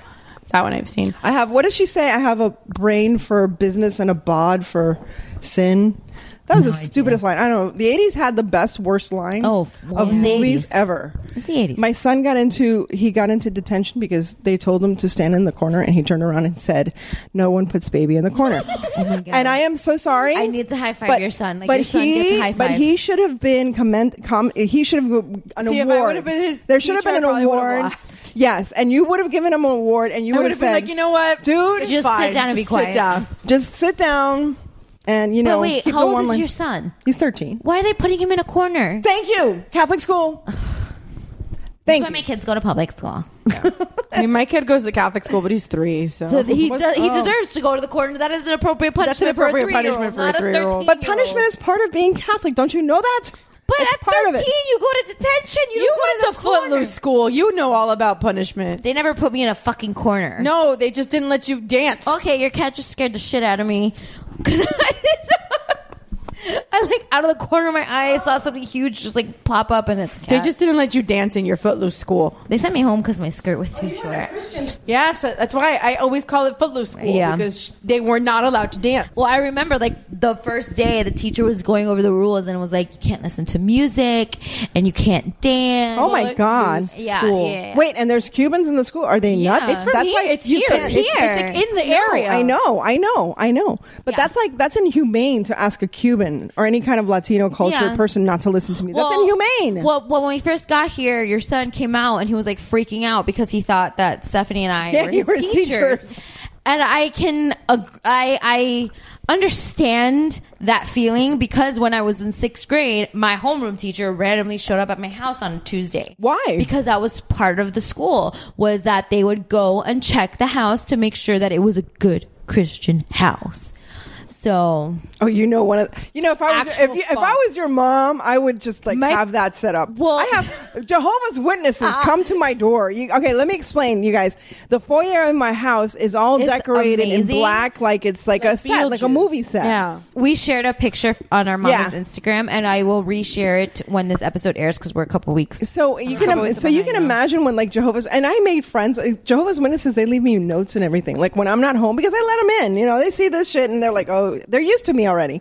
S7: that one I've seen.
S11: I have. What does she say? I have a brain for business and a bod for sin. That was the stupidest line. I don't know. The '80s had the best worst lines
S10: Oh,
S11: of
S10: yeah. The
S11: movies
S10: 80s.
S11: ever.
S10: It's the 80s.
S11: My son got into he got into detention because they told him to stand in the corner, and he turned around and said, "No one puts baby in
S10: [laughs]
S11: the corner." And I am so sorry.
S10: Oh I need to high five your son. Like,
S11: but
S10: your son
S11: he,
S10: gets a high
S11: but
S10: five.
S11: he should have been commend. Com, he should have an
S7: See, if I
S11: award.
S7: would've been his
S11: there should have
S7: teacher,
S11: been an
S7: I probably would've
S11: award.
S7: laughed.
S11: Yes, and you would have given him an award, and you
S7: I
S11: would
S7: would
S11: have
S7: have been like, you know what,
S11: dude,
S7: It's
S10: Just sit
S7: fine.
S10: down and be
S7: Just
S10: quiet."
S7: Sit down.
S11: just sit down and you know.
S10: but wait,
S11: keep
S10: how
S11: the
S10: old
S11: one
S10: is
S11: line-
S10: your son?
S11: He's thirteen.
S10: Why are they putting him in a corner?
S11: Thank you, Catholic school.
S10: That's
S11: Thank
S10: why
S11: you.
S10: my kids go to public school.
S7: I mean, my kid goes to Catholic school, but he's three, so.
S10: So he
S11: What-
S10: does, he
S11: oh.
S10: deserves to go to the corner. That is an appropriate punishment.
S7: That's an appropriate
S10: for a
S7: punishment for a
S10: three-year-old, not
S7: three-year-old.
S11: But punishment is part of being Catholic. Don't you know that?
S10: But
S11: It's
S10: at thirteen, you go to detention. You,
S7: you
S10: don't go
S7: went to
S10: the corner.
S7: Footloose school. You know all about punishment.
S10: They never put me in a fucking corner.
S7: No, they just didn't let you dance.
S10: Okay, your cat just scared the shit out of me. [laughs] 'Cause I I, like out of the corner of my eye, I saw something huge just like pop up, and it's a cat.
S7: They just didn't let you dance in your Footloose school.
S10: they sent me home because my skirt was too short.
S7: Yes, that's why I always call it Footloose school
S10: Yeah.
S7: because sh- they were not allowed to dance.
S10: Well, I remember like the first day the teacher was going over the rules and was like, you can't listen to music and you can't dance.
S11: Oh my God!
S10: Yeah, yeah, yeah.
S11: Wait, and there's Cubans in the school. Are they nuts?
S10: It's
S7: from
S11: that's
S7: here.
S11: like
S7: it's here.
S11: can't-
S7: It's, it's,
S10: here.
S7: like in the
S11: No,
S7: area.
S11: I know, I know, I know. But
S10: Yeah.
S11: that's like that's inhumane to ask a Cuban or any kind of Latino culture
S10: Yeah.
S11: person not to listen to me. that's inhumane.
S10: Well, well, when we first got here, your son came out and he was like freaking out because he thought that Stephanie and I
S11: Yeah,
S10: were
S11: you
S10: his,
S11: were his
S10: teachers.
S11: teachers.
S10: And I can, ag- I, I understand that feeling because when I was in sixth grade, my homeroom teacher randomly showed up at my house on Tuesday.
S11: Why?
S10: Because that was part of the school was that they would go and check the house to make sure that it was a good Christian house. So
S11: oh, you know one of you know if I was your, if,
S10: Actual
S11: you, if
S10: fun.
S11: I was your mom, I would just like
S10: My-
S11: have that set up.
S10: Well- Ah. [laughs]
S11: I have Jehovah's Witnesses come to my door. You, okay, let me explain, you guys. The foyer in my house is all
S10: It's
S11: decorated in
S10: amazing.
S11: black, like it's like, a set, like a
S7: Beetlejuice.
S11: movie set.
S7: Yeah.
S10: We shared a picture on our
S11: Yeah.
S10: mama's Instagram, and I will reshare it when this episode airs because we're a couple weeks.
S11: So you can
S10: Always
S11: so you can
S10: behind them.
S11: imagine when like Jehovah's and I made friends uh, Jehovah's Witnesses they leave me notes
S10: [laughs]
S11: and everything like when I'm not home because I let them in you know [laughs] they see this shit and they're like oh they're used to me already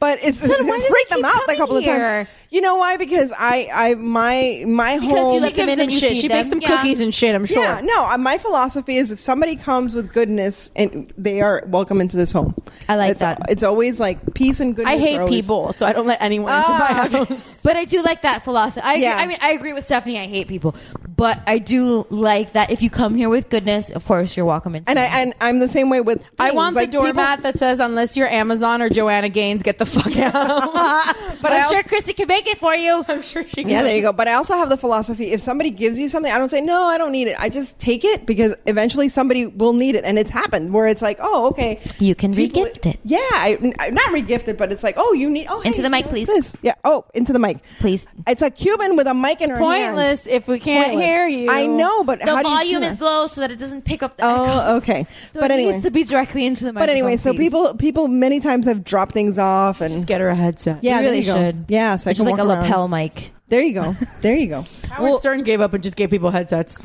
S11: But it's
S10: So then why do they
S11: freaked them
S10: keep
S11: out a
S10: coming
S11: couple of
S10: here?
S11: times. You know why? Because I, I, my, my
S10: Because you
S11: whole
S10: let She them gives in and them you shit. feed She bakes them. them Yeah. cookies and shit, I'm sure.
S11: Yeah, no. uh, My philosophy is if somebody comes with goodness and they are welcome into this home. I like it's, that. It's always like peace and goodness.
S7: I hate
S11: are always-
S7: people, so I don't let anyone into my
S11: Ah,
S7: house.
S11: [laughs]
S7: [laughs]
S10: But I do like that philosophy. I, agree-
S7: Yeah.
S10: I mean, I agree with Stephanie. I hate people, but I do like that if you come here with goodness, of course you're welcome. Into
S11: And I and I'm the same way with.
S7: I
S11: things.
S7: want
S11: Like,
S7: the
S11: people-
S7: doormat that says, "Unless you're Amazon or Joanna Gaines, get the fuck
S11: [laughs]
S7: out."
S10: but I'm sure Christy can make it for you. I'm
S7: sure she
S11: Yeah, there you go. But I also have the philosophy if somebody gives you something, I don't say, no, I don't need it. I just take it because eventually somebody will need it. And it's happened where it's like, oh, okay.
S10: You can regift it.
S11: Yeah, I, I- not regift it, but it's like, oh, you need. Oh,
S10: Into the mic,
S11: please. This. Yeah, oh, into the mic. Please. It's a Cuban with a mic in her hand.
S7: Pointless if we can't
S11: Pointless.
S7: hear you.
S11: I know, but
S10: the
S11: how do you
S10: volume
S11: do
S10: is
S11: that?
S10: low so that it doesn't pick up the.
S11: Oh, okay.
S10: [laughs] So
S11: but
S10: it
S11: anyway,
S10: needs to be directly into the
S11: But
S10: microphone.
S11: anyway, so
S10: please.
S11: people people many times have dropped things off and
S7: get her a headset.
S11: Yeah,
S10: You
S11: there
S10: really
S11: go.
S10: should.
S11: Yeah, so I
S10: Just
S11: can
S10: like
S11: walk
S10: a
S11: around.
S10: lapel mic.
S11: There you go. There you go.
S7: Howard Stern gave up and just gave people headsets.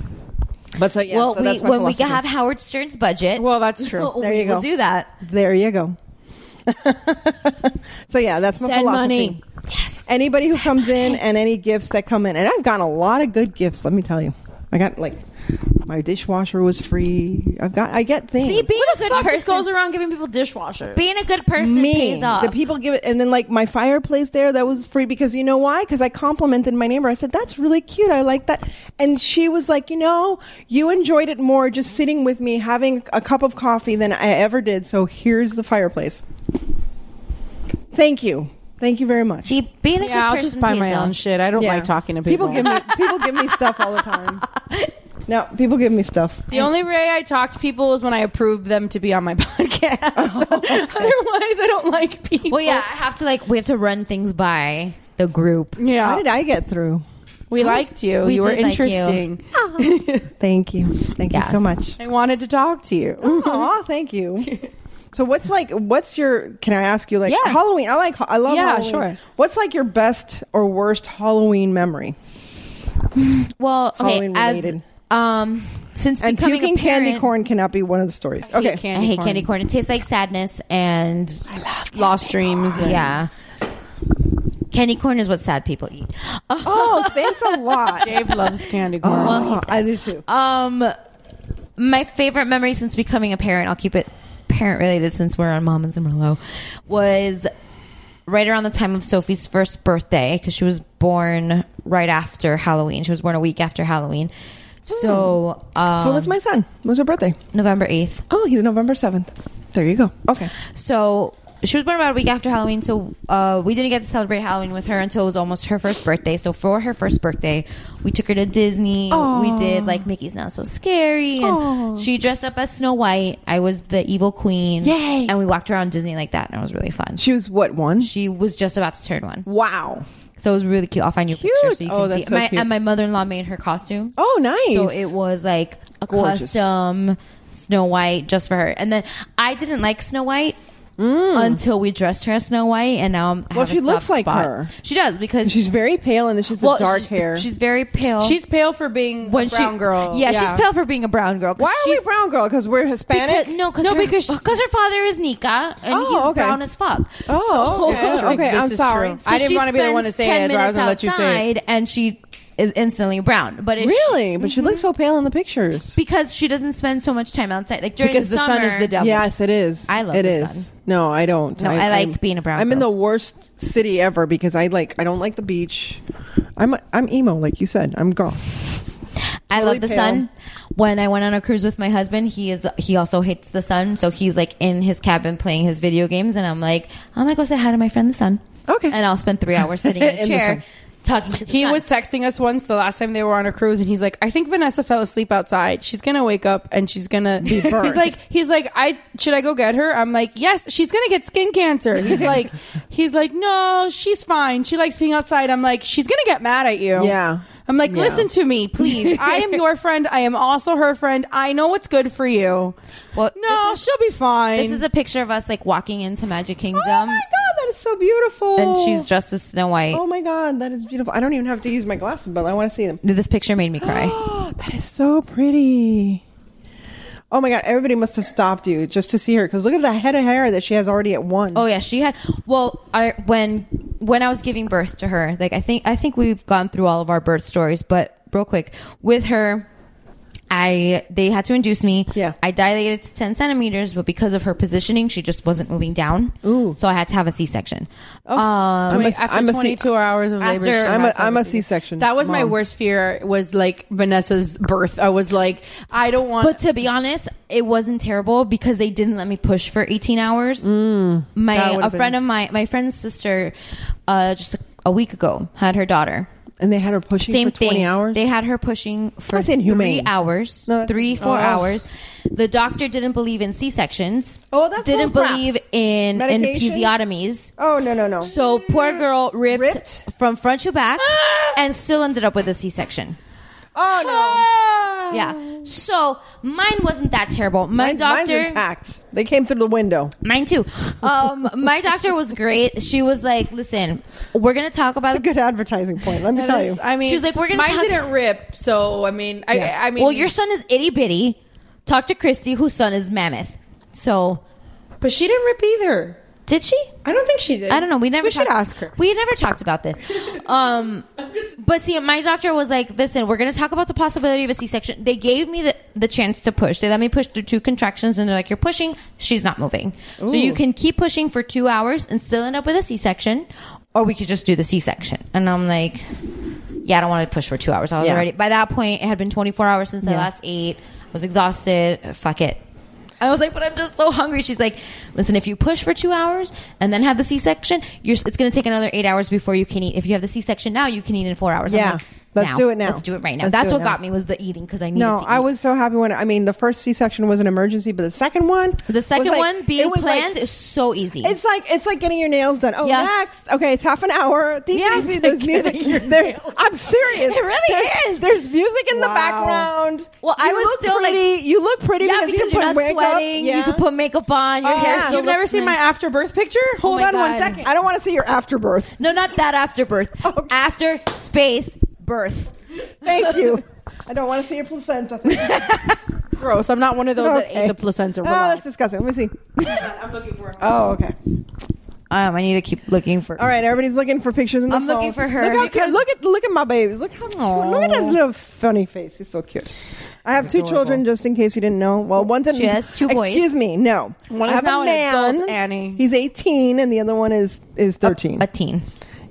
S11: But so yeah,
S10: well,
S11: so
S10: we,
S11: that's my
S10: when we
S11: philosophy.
S10: have Howard Stern's budget,
S7: well, that's true.
S11: There
S10: we
S11: you go.
S10: will do that.
S11: There you go. [laughs] so yeah, that's my
S10: Send
S11: philosophy.
S10: money.
S11: Yes. Anybody who comes in and any gifts that come in, and I've gotten a lot of good gifts. Let me tell you, I got like my dishwasher was free. I've got I get things.
S10: See, being
S7: Who
S10: a
S7: the
S10: good
S7: fuck
S10: person
S7: just goes around giving people dishwashers?
S10: Being a good person
S11: me,
S10: pays off.
S11: the people give it, and then like my fireplace there that was free because you know why? Because I complimented my neighbor. I said that's really cute. I like that, and she was like, you know, you enjoyed it more just sitting with me having a cup of coffee than I ever did. So here's the fireplace. Thank you, thank you very much.
S10: See, being a good
S7: yeah, I'll
S10: person
S7: just buy
S10: pays
S7: my
S10: off.
S7: own shit. I don't
S11: Yeah.
S7: like talking to people.
S11: give me people give me stuff all
S10: [laughs]
S11: the time. No, people give me stuff.
S7: the only way I talk to people is when I approve them to be on my [laughs]
S11: [laughs]
S7: podcast. Otherwise, I don't like people.
S10: Well, yeah, I have to like we have to run things by the group.
S7: Yeah.
S11: How did I get through?
S7: We liked you.
S10: We
S7: you were
S10: did like you.
S7: interesting.
S11: Thank you, thank
S10: Yes.
S11: you so much.
S7: I wanted to talk to you.
S11: Aw, thank you. [laughs] So what's like? What's your? Can I ask you like
S10: Yeah.
S11: Halloween? I like. I love.
S7: Yeah,
S11: Halloween.
S7: sure.
S11: What's like your best or worst Halloween memory?
S10: Well, okay,
S11: Halloween
S10: as,
S11: related.
S10: um, since
S11: And
S10: becoming a
S11: puking candy
S10: parent-
S11: corn cannot be one of the stories.
S7: hate
S11: Okay.
S10: I hate candy corn. It tastes like sadness and
S7: Lost dreams. and-
S10: yeah. Candy corn is what sad people eat. [laughs]
S11: Oh, thanks a lot.
S7: Dave loves candy corn.
S10: Well,
S11: Oh, I do too.
S10: Um, my favorite memory since becoming a parent, I'll keep it parent related since we're on Mom and Zimmerlo, was right around the time of Sophie's first birthday because she was born right after Halloween. She was born a week after Halloween. So, um,
S11: so what's my son? What's her birthday?
S10: November 8th.
S11: Oh, he's November seventh. There you go. Okay.
S10: So she was born about a week after Halloween. So uh, we didn't get to celebrate Halloween with her until it was almost her first birthday. So for her first birthday, we took her to Disney. We did like Mickey's Not So Scary, and she dressed up as Snow White. I was the evil queen.
S11: Yay.
S10: And we walked around Disney like that, and it was really fun.
S11: She was what one?
S10: She was just about to turn one,
S11: Wow.
S10: so it was really cute. I'll find you a
S11: Cute.
S10: picture so you
S11: Oh,
S10: can
S11: that's
S10: see.
S11: so
S10: my,
S11: cute.
S10: And my mother-in-law made her costume.
S11: Oh, nice.
S10: So it was like a
S11: Gorgeous.
S10: custom Snow White just for her. And then I didn't like Snow White. Until we dressed her as Snow White, and now um, I
S11: Well,
S10: have a
S11: she looks
S10: soft
S11: like
S10: spot.
S11: her.
S10: She does because
S11: She's very pale and then she's
S10: well,
S11: the dark
S10: she's-
S11: hair.
S10: She's very pale.
S7: She's pale for being a brown
S10: she,
S7: girl.
S10: Yeah, she's pale for being a brown girl. 'cause
S11: Why are we
S10: she's-
S11: brown girl? Because we're Hispanic.
S10: Because, no, because
S7: No,
S10: her,
S7: because she-
S10: because her father is Nika, and
S11: Oh,
S10: he's
S11: okay.
S10: brown as fuck.
S11: Oh,
S10: So- [laughs]
S11: okay. Okay,
S7: This
S11: I'm
S7: is
S11: sorry.
S7: true.
S10: So
S7: I didn't
S10: she
S7: want to be the one to
S10: spends
S7: say
S10: 10
S7: it, so I was
S10: minutes
S7: gonna let you say it.
S10: outside, And she is instantly brown. But if she- Mm-hmm.
S11: Really? But she looks so pale in the pictures.
S10: because she doesn't spend so much time outside. Like during
S7: Because
S10: the,
S7: the sun
S10: summer-
S7: is the devil.
S11: Yes, it is.
S10: I love
S11: it
S10: the
S11: is.
S10: sun.
S11: No, I don't.
S10: No, I like being a brown
S11: I'm in
S10: girl.
S11: the worst city ever because I like I don't like the beach. I'm I'm emo, like you said. I'm goth.
S10: I
S11: Really
S10: love the
S11: pale.
S10: sun. When I went on a cruise with my husband, he is he also hates the sun, so he's like in his cabin playing his video games, and I'm like, I'm gonna go say hi to my friend the sun.
S11: Okay.
S10: and I'll spend three hours
S11: [laughs]
S10: sitting in a
S11: In the
S10: chair
S11: sun.
S10: talking to the
S7: He
S10: sun.
S7: was texting us once the last time they were on a cruise, and he's like, "I think Vanessa fell asleep outside. She's gonna wake up and she's gonna be [laughs]
S11: burnt.
S7: He's like, "He's like, I should I go get her?" I'm like, "Yes, she's gonna get skin cancer."
S10: [laughs]
S7: He's like, "He's like, no, she's fine. She likes being outside." I'm like, "She's gonna get mad at you."
S11: Yeah.
S7: I'm like,
S11: Yeah.
S7: "Listen to me, please. I am [laughs] your friend. I am also her friend. I know what's good for you.
S10: Well,
S7: no,
S10: this is-
S7: she'll be fine."
S10: This is a picture of us like walking into Magic Kingdom,
S11: oh my god, that is so beautiful.
S10: and she's dressed as Snow White.
S11: Oh my god, that is beautiful. I don't even have to use my [gasps] glasses, but I want to see them.
S10: This picture made me cry.
S11: that is so pretty. Oh my god! Everybody must have stopped you just to see her because look at the head of hair that she has already at one.
S10: Oh yeah, she had. Well, I, when when I was giving birth to her, like I think I think we've gone through all of our birth stories, but real quick with her. I they had to induce me. Yeah. I dilated to ten centimeters, but because of her positioning, she just wasn't moving down. Ooh. So I had to have a C section.
S7: Oh. Um,
S11: I'm a-
S7: after
S11: I'm a C-
S7: 22 hours of labor,
S11: After-
S7: she
S11: I'm a-
S7: had to
S11: I'm
S7: have
S11: a C-section
S7: That was my
S11: mom.
S7: worst fear. Was like Vanessa's birth. I was like, I don't want.
S10: But to be honest, it wasn't terrible because they didn't let me push for 18 hours. Mm,
S7: That
S10: my
S7: would've
S10: a friend
S7: been-
S10: of my my friend's sister uh, just a, a week ago had her daughter.
S11: And they had her pushing
S10: Same
S11: for 20
S10: thing.
S11: hours.
S10: They had her pushing for
S11: That's inhumane.
S10: three hours,
S11: No, that's- Oh.
S10: three four
S11: Ugh.
S10: hours. The doctor didn't believe in C sections.
S11: Oh, that's
S10: didn't
S11: bull crap.
S10: believe in in
S11: Medication?
S10: episiotomies.
S11: Oh no no no!
S10: So poor girl ripped, from front to back
S11: Ah!
S10: and still ended up with a C section.
S11: Oh
S10: no! Yeah. So mine wasn't that terrible. Ah. My
S11: Mine- mine's
S10: doctor
S11: intact. They came through the window.
S10: Mine too. Um, my doctor was great. She was like, "Listen, we're gonna talk about
S11: It's a good advertising point. Let me tell you.
S7: I mean,
S10: She was like, "We're gonna
S7: Mine
S10: talk-
S7: didn't rip, so I mean, I, I mean,
S10: well, your son is itty bitty. Talk to Christy, whose son is Mammoth. So,
S7: but she didn't rip either.
S10: Did she?
S7: I don't think she did.
S10: I don't know. We never.
S7: We should
S10: talked-
S7: ask her.
S10: We never talked about this. Um, but see, my doctor was like, "Listen, we're gonna talk about the possibility of a C section." They gave me the the chance to push. They let me push through two contractions, and they're like, "You're pushing. She's not moving. So you
S8: Ooh.
S10: can keep pushing for two hours and still end up with a C section, or we could just do the C section." And I'm like, "Yeah, I don't want to push for two hours. I was
S8: Yeah.
S10: already by that point. It had been 24 hours since I
S8: Yeah.
S10: last ate. I was exhausted. Fuck it." I was like, but I'm just so hungry. She's like, listen, if you push for two hours and then have the C-section, you're, it's going to take another eight hours before you can eat. If you have the C-section now, you can eat in four hours. I'm
S11: Yeah.
S10: like,
S11: Let's do it now.
S10: Let's do it right now.
S11: Let's do
S10: That's
S11: it
S10: what
S11: now.
S10: got me was the eating because I needed
S11: No,
S10: to eat.
S11: I was so happy when I mean the first C section was an emergency, but the second one,
S10: the second
S11: was like-
S10: one
S11: it
S10: being
S11: was like-
S10: planned is so easy.
S11: It's like it's like getting your nails done. Oh,
S10: Yeah.
S11: next. Okay, it's half an hour. Ding,
S10: Yeah,
S11: ding, ding,
S10: it's like
S11: there's music. There, I'm serious.
S10: It really
S11: there's,
S10: is.
S11: There's music in the background.
S10: Well, I
S11: You
S10: was
S11: look
S10: still
S11: pretty.
S10: like,
S11: you look pretty
S10: yeah,
S11: because, you
S10: are
S11: can put
S10: not
S11: makeup.
S10: sweating.
S11: Yeah.
S10: You can put makeup on. Your
S11: Oh,
S10: hair.
S11: yeah.
S10: Still
S11: You've never
S10: looks
S11: seen
S10: nice.
S11: my
S7: after birth picture? Hold
S10: Oh my
S11: on one
S10: God.
S11: second. I don't want to see your afterbirth.
S10: No, not that after
S11: [laughs]
S10: birth. After space birth.
S7: [laughs]
S11: Thank you. I don't want to see your placenta.
S7: Gross. I'm not one of [laughs] those that ate the placenta.
S10: Ah,
S11: Oh,
S7: Relax.
S11: that's disgusting. Let me see. Oh, okay.
S10: Um, I need to keep looking for.
S11: All right, everybody's looking for pictures in the
S10: I'm looking
S11: phone.
S10: for her
S11: Look, how cute.
S10: because-
S11: look at look at my babies. Look how look at his little funny face. He's so cute. I have two children, just in case you didn't know. Well, one's an,
S10: She has two boys.
S11: Excuse me, no.
S7: One
S11: I
S7: is
S11: have
S7: now
S11: a
S7: an
S11: man.
S7: adult, Annie.
S11: He's 18, and the other one is is 13.
S10: A, teen.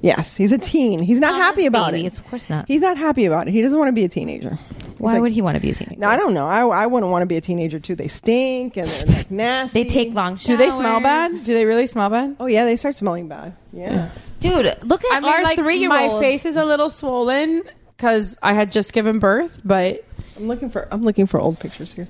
S11: Yes, he's a teen. He's not happy about
S10: babies,
S11: it.
S10: of course not.
S11: He's not happy about it. He doesn't want to be a teenager.
S10: Why would he want to be a teenager?
S11: No, I don't know. I, I wouldn't want to be a teenager too. They stink and they're like nasty.
S10: They take long.
S7: Do they smell bad? Do they really smell bad?
S11: Oh yeah, they start smelling bad. Yeah.
S10: Dude, look at
S7: I mean,
S10: our
S7: like,
S10: three-year-olds.
S7: My face is a little swollen because I had just given birth, but
S11: I'm looking for I'm looking for old pictures here.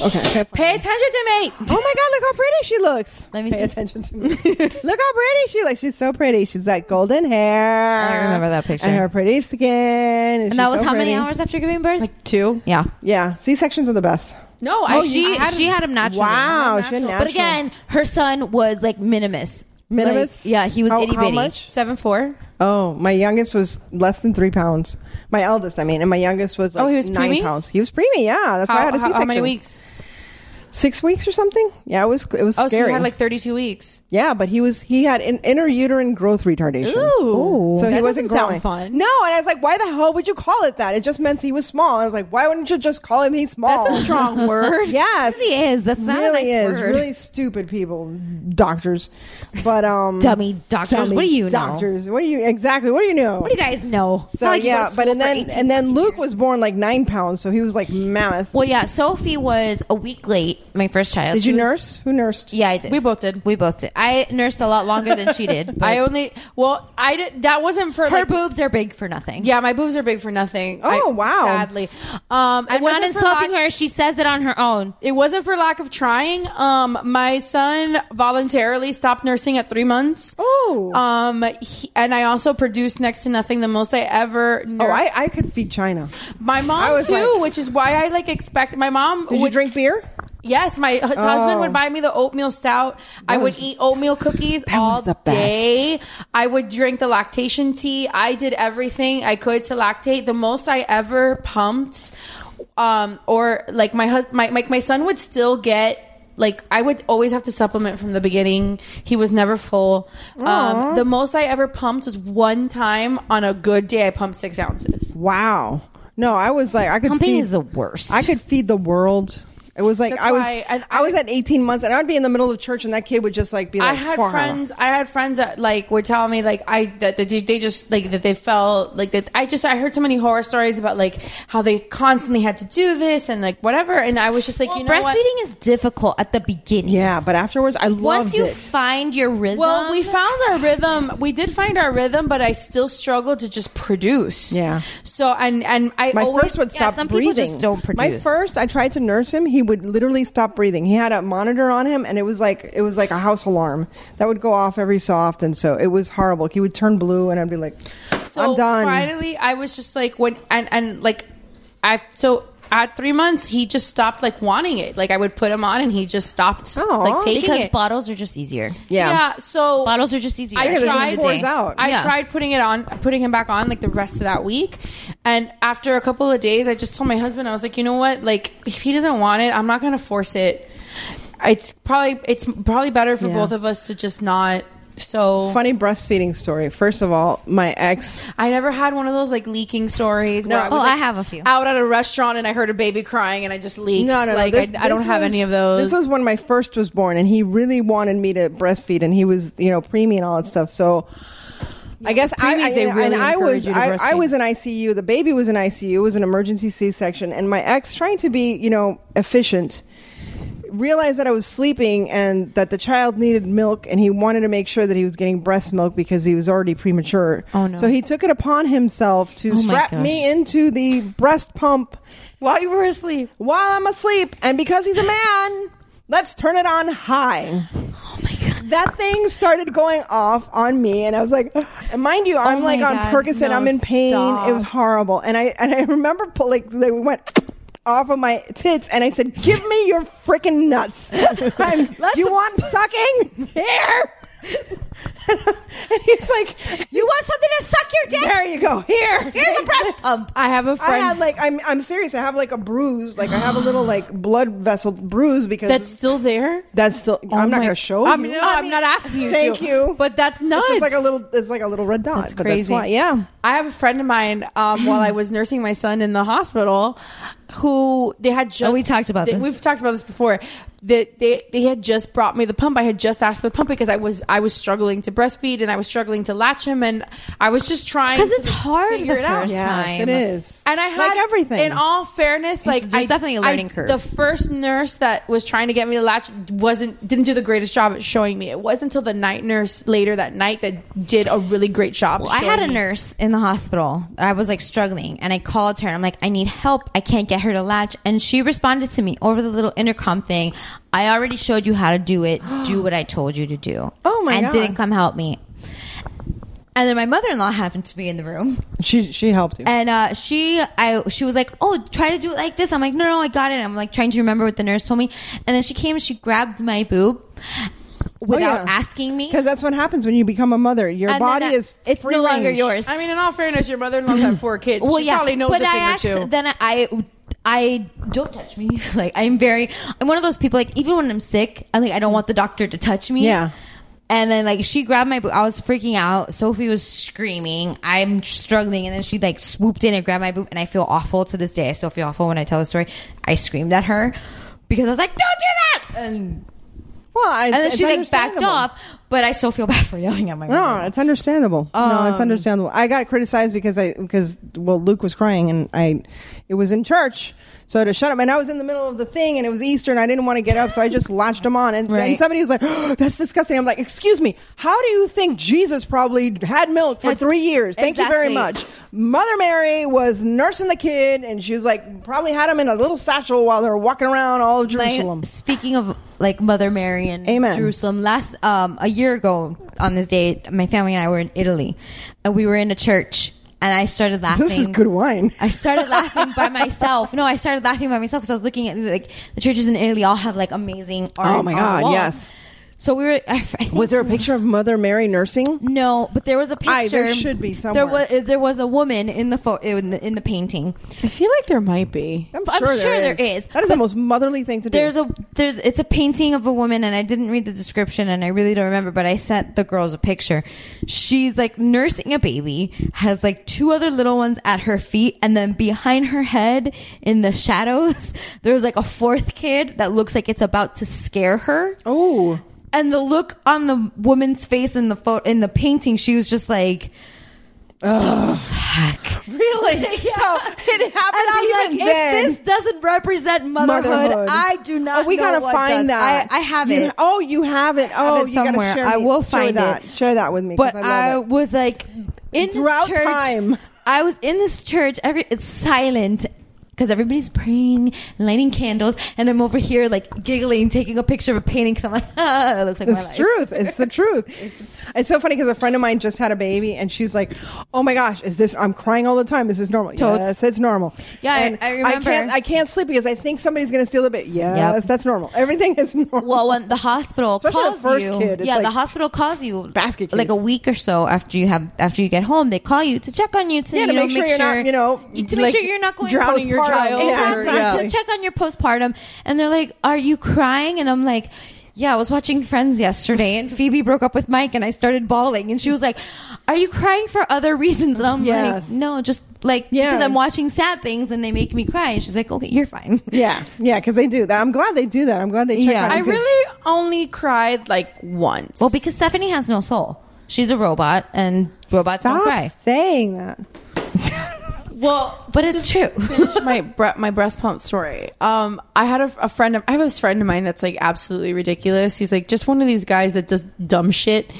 S11: Okay. okay.
S7: Pay attention to me.
S11: Oh my god, look how pretty she looks.
S10: Let
S11: me pay attention
S10: [laughs]
S11: to me. look how pretty she looks. She's so pretty. She's got golden hair.
S10: I remember that picture.
S11: And her pretty skin. And, she's
S10: And that was
S11: so
S10: how many
S11: pretty.
S10: hours after giving birth? Like
S7: two.
S10: Yeah.
S11: Yeah. C sections are the best.
S7: No,
S10: Oh, she she had him natural.
S11: Wow, she had natural.
S10: But again, her son was like minimus.
S11: Minimus?
S10: Like, yeah, he was
S11: How-
S10: itty
S11: how
S10: bitty.
S11: much?
S7: Seven four.
S11: Oh, my youngest was less than three pounds. My eldest, I mean, and my youngest was like
S7: Oh, he was
S11: nine
S7: preemie?
S11: pounds. He was preemie, yeah. That's why I had a C
S7: how,
S11: section.
S7: how many weeks?
S11: Six weeks or something? Yeah, it was it was
S7: Oh, so
S11: scary.
S7: you had like thirty two weeks.
S11: Yeah, but he was he had an interuterine growth retardation.
S7: Ooh. Ooh.
S11: so he
S7: That doesn't
S11: wasn't
S7: sound
S11: growing.
S7: fun.
S11: No, and I was like, why the hell would you call it that? It just meant he was small. I was like, why wouldn't you just call him he's small?
S7: That's a
S11: [laughs]
S7: strong word.
S11: yes,
S10: It really is. That's not a
S11: really
S10: nice
S11: is
S10: word.
S11: really stupid people, doctors, but um,
S10: Dummy doctors.
S11: dummy
S10: What do you know?
S11: Doctors, what do you exactly? What do you know?
S10: What do you guys know? It's
S11: So
S10: not like you go to
S11: yeah, but
S10: school
S11: and
S10: for
S11: then
S10: 18
S11: and then Luke was born like nine pounds, so he was like mammoth.
S10: Well, yeah, Sophie was a week late, my first child.
S11: Did you
S10: She was-
S11: nurse? Who nursed?
S10: Yeah, I did.
S7: We both did.
S10: We both did. I nursed a lot longer than she
S11: [laughs]
S10: did. But
S7: I only well, I did, that wasn't for
S10: her
S7: like,
S10: boobs are big for nothing.
S7: Yeah, my boobs are big for nothing. I-
S11: Oh, wow.
S7: Sadly, um, it
S10: I'm not
S7: wasn't for lack-
S10: insulting her. She says it on her own.
S7: It wasn't for lack of trying. Um, my son voluntarily stopped nursing at three months.
S11: Oh,
S7: Um, he, and I also produced next to nothing, the most I ever.
S11: oh,
S7: Nur-
S11: I, I could feed China.
S7: my
S11: I
S7: mom
S11: was
S7: too,
S11: like-
S7: which is why I like expect my mom.
S11: Did you
S7: would-
S11: drink beer?
S7: Yes, my hus-
S11: Oh.
S7: husband would buy me the oatmeal stout. I would
S11: was-
S7: eat oatmeal cookies all
S11: was the best.
S7: day. I would drink the lactation tea. I did everything I could to lactate. The most I ever pumped. um, or like my husband, my, my my son would still get. Like I would always have to supplement from the beginning. He was never full.
S11: Aw.
S7: Um, the most I ever pumped was one time on a good day. I pumped six ounces.
S11: Wow. No, I was like, I could.
S7: Pumping
S11: feed,
S7: is the worst.
S11: I could feed the world. It was like
S7: That's
S11: I was.
S7: why-
S11: I, was at 18 months, and I would be in the middle of church, and that kid would just like be like.
S7: I had
S11: "Fuck."
S7: friends. I had friends that like were telling me like I that, that they- they just like that they felt like that. I just I heard so many horror stories about like how they constantly had to do this and like whatever. And I was just like, you know, what?
S10: breastfeeding is difficult at the beginning.
S11: Yeah, but afterwards, I loved
S10: Once you
S11: it.
S10: find your rhythm,
S7: Well, we found our rhythm. We did find our rhythm, but I still struggled to just produce.
S11: Yeah.
S7: So and and I
S11: my
S7: always
S11: first would stop breathing. My first, I tried to nurse him. He would literally stop breathing. He had a monitor on him, and it was like it was like a house alarm that would go off every so often. So it was horrible. He would turn blue, and I'd be like,
S7: So
S11: "I'm done."
S7: Finally, I was just like when and and like I so at three months he just stopped like wanting it. Like I would put him on and he just stopped like taking
S10: because
S7: it.
S10: bottles are just easier.
S7: Yeah. so
S10: bottles are just easier.
S7: I
S10: at the end of the
S7: tried.
S10: day.
S7: I
S10: Yeah.
S7: tried putting it on, putting him back on like the rest of that week, and after a couple of days, I just told my husband, I was like, you know what, like if he doesn't want it, I'm not gonna force it. It's probably it's probably better for
S11: Yeah.
S7: both of us to just not. So
S11: Funny breastfeeding story. First of all, my ex.
S7: I never had one of those like leaking stories. Where
S11: No.
S7: I was,
S11: Oh,
S7: like,
S11: I have a few.
S7: Out at a restaurant and I heard a baby crying and I just leaked.
S11: No, no,
S7: like
S11: no. This-
S7: I, I don't
S11: this
S7: have
S11: was-
S7: any of those.
S11: This was when my first was born, and he really wanted me to breastfeed, and he was, you know, preemie and all that stuff. So. I guess I,
S7: preemies,
S11: I,
S7: they really
S11: and I
S7: encourage
S11: was
S7: you to
S11: I, I
S7: breastfeed.
S11: was in ICU. The baby was in ICU. It was an emergency C-section, and my ex, trying to be you know efficient, realized that I was sleeping and that the child needed milk, and he wanted to make sure that he was getting breast milk because he was already premature. Oh no! So he took it upon himself to
S10: Oh, my
S11: strap
S10: gosh.
S11: me into the breast pump
S7: while you were asleep.
S11: While I'm asleep, and because he's a man, let's turn it on high.
S10: Oh
S11: That thing started going off on me, and I was like, [sighs] and mind you, I'm
S10: Oh
S7: my
S11: like on
S7: God,
S11: Percocet.
S7: no,
S11: I'm in pain.
S7: stop.
S11: It was horrible, and I and I remember pull- like they went [sniffs] off of my tits, and I said, "Give me your
S10: [laughs]
S11: freaking nuts! I'm- you want sucking here?" [laughs] and he's like,
S10: "You want something to suck your dick?
S11: There you go. Here,
S10: Here's a
S11: [laughs]
S10: breast pump."
S7: [laughs] I have a
S11: I
S7: friend-
S11: had like I'm I'm serious. I have like a bruise. Like I have a little like blood vessel bruise because
S7: That's still there.
S11: That's still. I'm not going to show
S7: I
S11: you.
S7: mean, no, I am not asking you.
S11: Thank
S7: to,
S11: you.
S7: But that's nuts.
S11: It's just like a little. It's like a little red dot. but that's
S7: crazy.
S11: why. Yeah.
S7: I have a friend of mine um, while I was nursing my son in the hospital who they had just.
S10: Oh, we talked about
S7: they-
S10: this.
S7: We've talked about this before. That they, they had just brought me the pump. I had just asked for the pump because I was I was struggling to breastfeed and I was struggling to latch him and I was just trying
S10: 'Cause it's
S7: to
S10: hard
S7: figure
S10: the
S7: it out.
S10: first Yes, time.
S11: it is.
S7: And I had
S11: Like everything.
S7: In all fairness, like
S10: there's
S7: I,
S10: definitely a learning
S7: I-
S10: curve.
S7: The first nurse that was trying to get me to latch wasn't didn't do the greatest job at showing me. It wasn't until the night nurse later that night that did a really great job.
S10: Well, I had a nurse in the hospital. I was like struggling, and I called her. And I'm like, I need help. I can't get her to latch. And she responded to me over the little intercom thing. I already showed you how to do
S11: [gasps]
S10: it. Do what I told you to do.
S11: Oh, my
S10: And
S11: God.
S10: didn't come help me. And then my mother-in-law happened to be in the room,
S11: She she helped you.
S10: and uh, she I she was like, "Oh, try to do it like this." I'm like, "No, no, I got it." I'm like trying to remember what the nurse told me, and then she came. She grabbed my boob without asking me.
S11: Oh, because that's what happens when you become a mother. Your
S10: And then
S11: body
S10: I-
S11: is
S10: it's
S11: free
S10: no longer
S11: range.
S10: yours.
S7: I mean, in all fairness, your mother-in-law's had four kids. she probably knows
S10: but
S7: a
S10: I
S7: thing
S10: asked,
S7: or two.
S10: Then I, I don't touch me. [laughs] Like I'm very, I'm one of those people. Like even when I'm sick, I like I don't want the doctor to touch me.
S11: Yeah.
S10: And then like she grabbed my boob. I was freaking out. Sophie was screaming. I'm struggling, and then she like swooped in and grabbed my boob, and I feel awful to this day. I still feel awful when I tell the story. I screamed at her because I was like, "Don't do that!" And
S11: Well, I,
S10: and then
S11: it's
S10: she like backed
S11: understandable.
S10: off. But I still feel [laughs] bad for yelling at my
S11: No, it's understandable. no, it's
S10: Uh-huh. Um,
S11: understandable. I got criticized because I because well, Luke was crying and I, it was in church, so to shut up. And I was in the middle of the thing, and it was Easter, and I didn't want to get up, so I just latched him on. And then
S10: Right.
S11: somebody was like, "Oh, "That's disgusting." I'm like, "Excuse me, how do you think Jesus probably had milk for
S10: Ex-
S11: three years? Thank you very
S10: exactly.
S11: much." Mother Mary was nursing the kid, and she was like, probably had him in a little satchel while they were walking around all of
S10: My-
S11: Jerusalem.
S10: speaking of like Mother Mary and Jerusalem, last um, a year ago on this day, my family and I were in Italy, and we were in a church, and I started laughing.
S11: [laughs] This is good wine.
S10: I started laughing by myself. No, I started laughing by myself because I was looking at like the churches in Italy all have like amazing art.
S11: Oh my
S10: on the
S11: God,
S10: walls.
S11: yes.
S10: So we were. I,
S11: was there a picture of Mother Mary nursing?
S10: No, but there was a picture.
S11: Aye, there should be somewhere.
S10: There was there was a woman in the, fo- in the in the painting.
S7: I feel like there might be.
S11: I'm
S10: I'm
S11: sure,
S10: sure
S11: there,
S10: there
S11: is.
S10: is,
S11: That is the most motherly thing to do.
S10: There's a there's it's a painting of a woman, and I didn't read the description, and I really don't remember. But I sent the girls a picture. She's like nursing a baby, has like two other little ones at her feet, and then behind her head in the shadows, [laughs] there's like a fourth kid that looks like it's about to scare her.
S11: Oh,
S10: and the look on the woman's face in the photo in the painting, she was just like. [laughs]
S11: [laughs] really. [laughs] So it happened
S10: And I'm
S11: even
S10: like,
S11: then.
S10: if this doesn't represent motherhood, I do not.
S11: Oh, we
S10: know
S11: gotta
S10: what does.
S11: find that.
S10: I, I have
S11: You-
S10: it.
S11: oh, you have it.
S10: have
S11: Oh,
S10: it
S11: you gotta
S10: somewhere.
S11: share
S10: I
S11: me-
S10: will
S11: share
S10: find
S11: that.
S10: it.
S11: Share that with me. 'cause
S10: But
S11: I,
S10: I,
S11: love it.
S10: was like in
S11: Throughout
S10: this church,
S11: time.
S10: I was in this church. Every it's silent because everybody's praying, and lighting candles, and I'm over here like giggling, taking a picture of a painting because I'm like, [laughs] ah, it looks like my
S11: It's
S10: life.
S11: truth.
S10: [laughs]
S11: It's the truth. It's, it's so funny because a friend of mine just had a baby, and she's like, "Oh my gosh, is this? I'm crying all the time. Is this normal?
S10: Totes.
S11: Yes, it's normal.
S10: Yeah, I-
S11: And
S10: I remember.
S11: can't. I can't sleep because I think somebody's going to steal the baby. Yes,
S10: Yep.
S11: that's normal. Everything is [laughs] normal.
S10: Well, when the hospital
S11: Especially the
S10: calls
S11: first
S10: you,
S11: kid, it's
S10: yeah,
S11: like
S10: the hospital calls you
S11: basket
S10: like
S11: case.
S10: a week or so after you have after you get home. They call you to check on you to,
S11: Yeah,
S10: you
S11: to
S10: know,
S11: make sure you're not, you know,
S10: to make
S7: like,
S10: sure you're not going
S7: drowning
S10: postpartum.
S7: your child
S11: or-
S10: Exactly.
S11: yeah.
S10: To check on your postpartum, and they're like, "Are you crying?" And I'm like. Yeah, I was watching Friends yesterday, and Phoebe broke up with Mike, and I started bawling. And she was like, "Are you crying for other reasons?" And I'm
S11: Yes.
S10: like, "No, just like
S11: Yeah.
S10: because I'm watching sad things, and they make me cry." And she's like, "Okay, you're fine."
S11: yeah, yeah, because they do that. I'm glad they do that. I'm glad they check
S10: Yeah.
S11: on.
S7: I
S11: it 'cause-
S7: really only cried like once.
S10: Well, because Stephanie has no soul. She's a robot, and robots
S11: stop
S10: don't cry.
S11: saying that.
S7: well,
S10: But it's true.
S7: finish my bre- my breast pump story. Um, I had a, a friend of I have this friend of mine that's like absolutely ridiculous. He's like just one of these guys that does dumb shit.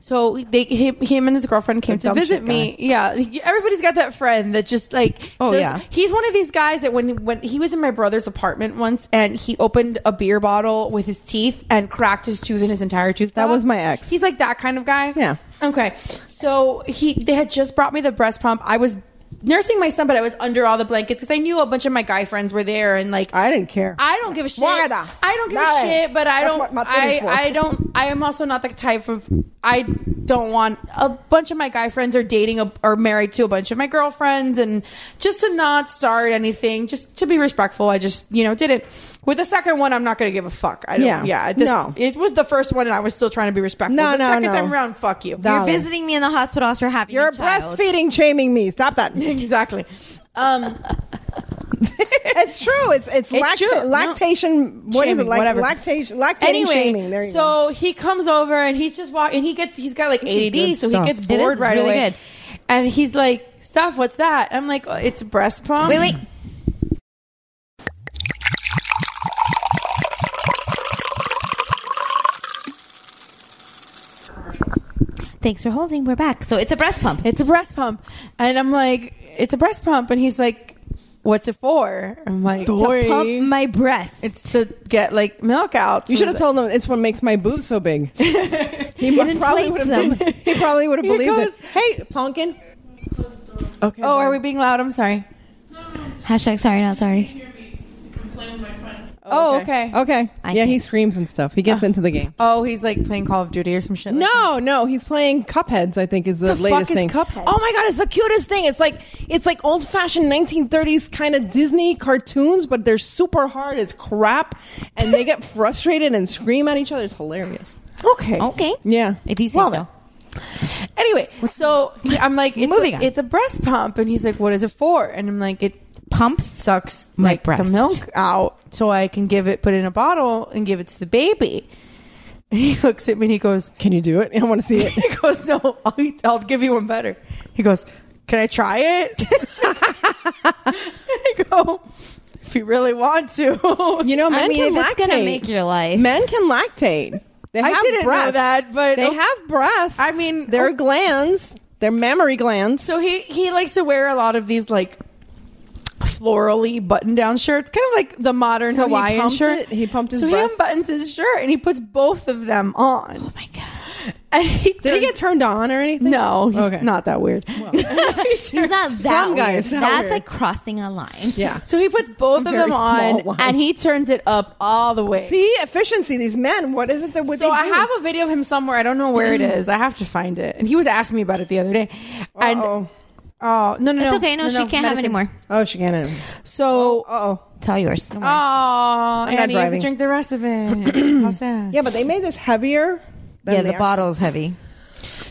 S7: So they him, him and his girlfriend came
S11: The
S7: to
S11: dumb
S7: visit
S11: shit
S7: me. Yeah, everybody's got that friend that just like
S10: Oh,
S7: does-
S10: yeah.
S7: He's one of these guys that when when he was in my brother's apartment once and he opened a beer bottle with his teeth and cracked his tooth and his entire tooth.
S11: That
S7: out.
S11: was my ex.
S7: He's like that kind of guy.
S11: Yeah.
S7: Okay. So he they had just brought me the breast pump. I was nursing my son, but I was under all the blankets because I knew a bunch of my guy friends were there and like
S11: I didn't care.
S7: I don't give a shit.
S11: Why the-
S7: I don't give
S11: Why?
S7: a shit, but I
S11: That's
S7: don't
S11: what my titties
S7: I,
S11: for.
S7: I don't I am also not the type of I don't want a bunch of my guy friends are dating a, or married to a bunch of my girlfriends and just to not start anything, just to be respectful, I just, you know, did it. With the second one, I'm not going to give a fuck. I don't,
S11: Yeah.
S7: yeah, this-
S11: No.
S7: It was the first one, and I was still trying to be respectful.
S11: No,
S7: the
S11: no,
S7: second
S11: no.
S7: time around, fuck you.
S11: Dollar.
S10: You're visiting me in the hospital after having
S11: You're
S10: a child.
S11: breastfeeding, shaming me.
S7: [laughs]
S11: Stop that.
S7: [laughs] exactly. Um,
S11: It's true. It's
S7: It's
S11: it's, lacta-
S7: true. No.
S11: lactation. What is
S7: Shaming,
S11: it? Like,
S7: whatever.
S11: Lactation. Lactating
S7: anyway,
S11: shaming. There you go.
S7: so he comes over and he's just walking. And he gets he's got like
S11: is good
S7: ADD, so
S11: stuff.
S7: he gets
S10: It
S7: bored
S10: is
S7: right
S10: really
S7: away.
S10: good.
S7: And he's like, "Steph, what's that?" I'm like, "Oh, "It's a breast pump."
S10: Wait, wait. Thanks for holding. We're back. So it's a breast pump.
S7: It's a breast pump, and I'm like, "It's a breast pump," and he's like, "What's it for?" I'm like,
S10: to pump my breast.
S7: It's to get like milk out.
S11: You
S7: so
S11: should have
S7: that-
S11: told him it's what makes my boobs
S7: [laughs]
S11: so big. he mu-
S10: inflates
S11: probably would have
S10: them.
S11: been- He probably would have
S7: He
S11: believed
S7: goes-
S11: it. Hey, pumpkin. Okay.
S7: Oh, are we being loud? I'm sorry.
S10: Hashtag sorry, not sorry.
S7: Oh, okay.
S11: Okay.
S10: I
S11: yeah, he
S10: can't.
S11: screams and stuff. He gets into the game.
S7: Oh, he's like playing Call of Duty or some shit. like that.
S11: No, no, he's playing Cupheads. I think is the,
S7: The fuck
S11: latest
S7: is
S11: thing.
S7: Cuphead?
S11: Oh my god, it's the cutest thing. It's like it's like old fashioned 1930s kind of Disney cartoons, but they're super hard as crap, and they
S7: [laughs]
S11: get frustrated and scream at each other. It's hilarious.
S7: Okay.
S10: Okay.
S11: Yeah.
S10: If you say
S11: Love
S10: so.
S11: it.
S7: Anyway, so I'm like, it's
S10: Moving
S7: a,
S10: on.
S7: It's a breast pump, and he's like, "What is it for?" And I'm like, "It
S10: Pumps.
S7: sucks
S10: My
S7: like the
S10: breast.
S7: milk out, so I can give it, put it in a bottle, and give it to the baby." [laughs] And he looks at me and he goes, [laughs]
S11: Can you do it? I want to see it.
S7: "He goes, no, I'll, I'll give you one better." He goes, "Can I try it?" [laughs] I go, "If you really want to."
S11: [laughs] You know, men
S10: I mean,
S11: can
S10: if
S11: lactate.
S10: it's gonna make your life.
S11: Men can lactate. They
S7: I
S11: have
S7: didn't know
S11: breasts.
S7: that, but-
S11: they have breasts.
S7: I mean,
S11: they're
S7: oh.
S11: glands. They're mammary glands.
S7: So he he likes to wear a lot of these like florally button down shirts, kind of like the modern
S11: So he
S7: Hawaiian
S11: pumped
S7: shirt.
S11: it? He pumped his
S7: so
S11: breast?
S7: he unbuttons his shirt and he puts both of them on.
S10: Oh my god.
S7: And he
S11: Did he get turned on or anything?
S7: No, he's not that weird. [laughs]
S10: He's not that
S11: Some guys,
S10: weird.
S11: that
S10: That's
S11: weird.
S10: like crossing a line.
S11: Yeah.
S7: So he puts both of
S11: Very
S7: them on
S11: small one.
S7: and he turns it up all the way.
S11: See efficiency. These men. What is it that what
S7: so
S11: they
S7: I
S11: do? Mm.
S7: have a video of him somewhere. I don't know where it is. I have to find it. And he was asking me about it the other day. And
S11: Uh-oh.
S7: oh no no
S10: It's
S7: no.
S10: okay. No, she can't have
S7: medicine.
S10: any more.
S11: Oh, she can't.
S7: So oh,
S11: Oh,
S10: Tell yours. Don't worry.
S7: and I have to
S11: driving.
S7: drink the rest of
S11: [clears throat]
S7: it. How sad.
S11: yeah, but they made this heavier. Than
S10: yeah,
S11: they
S10: the
S11: are.
S10: bottle's heavy.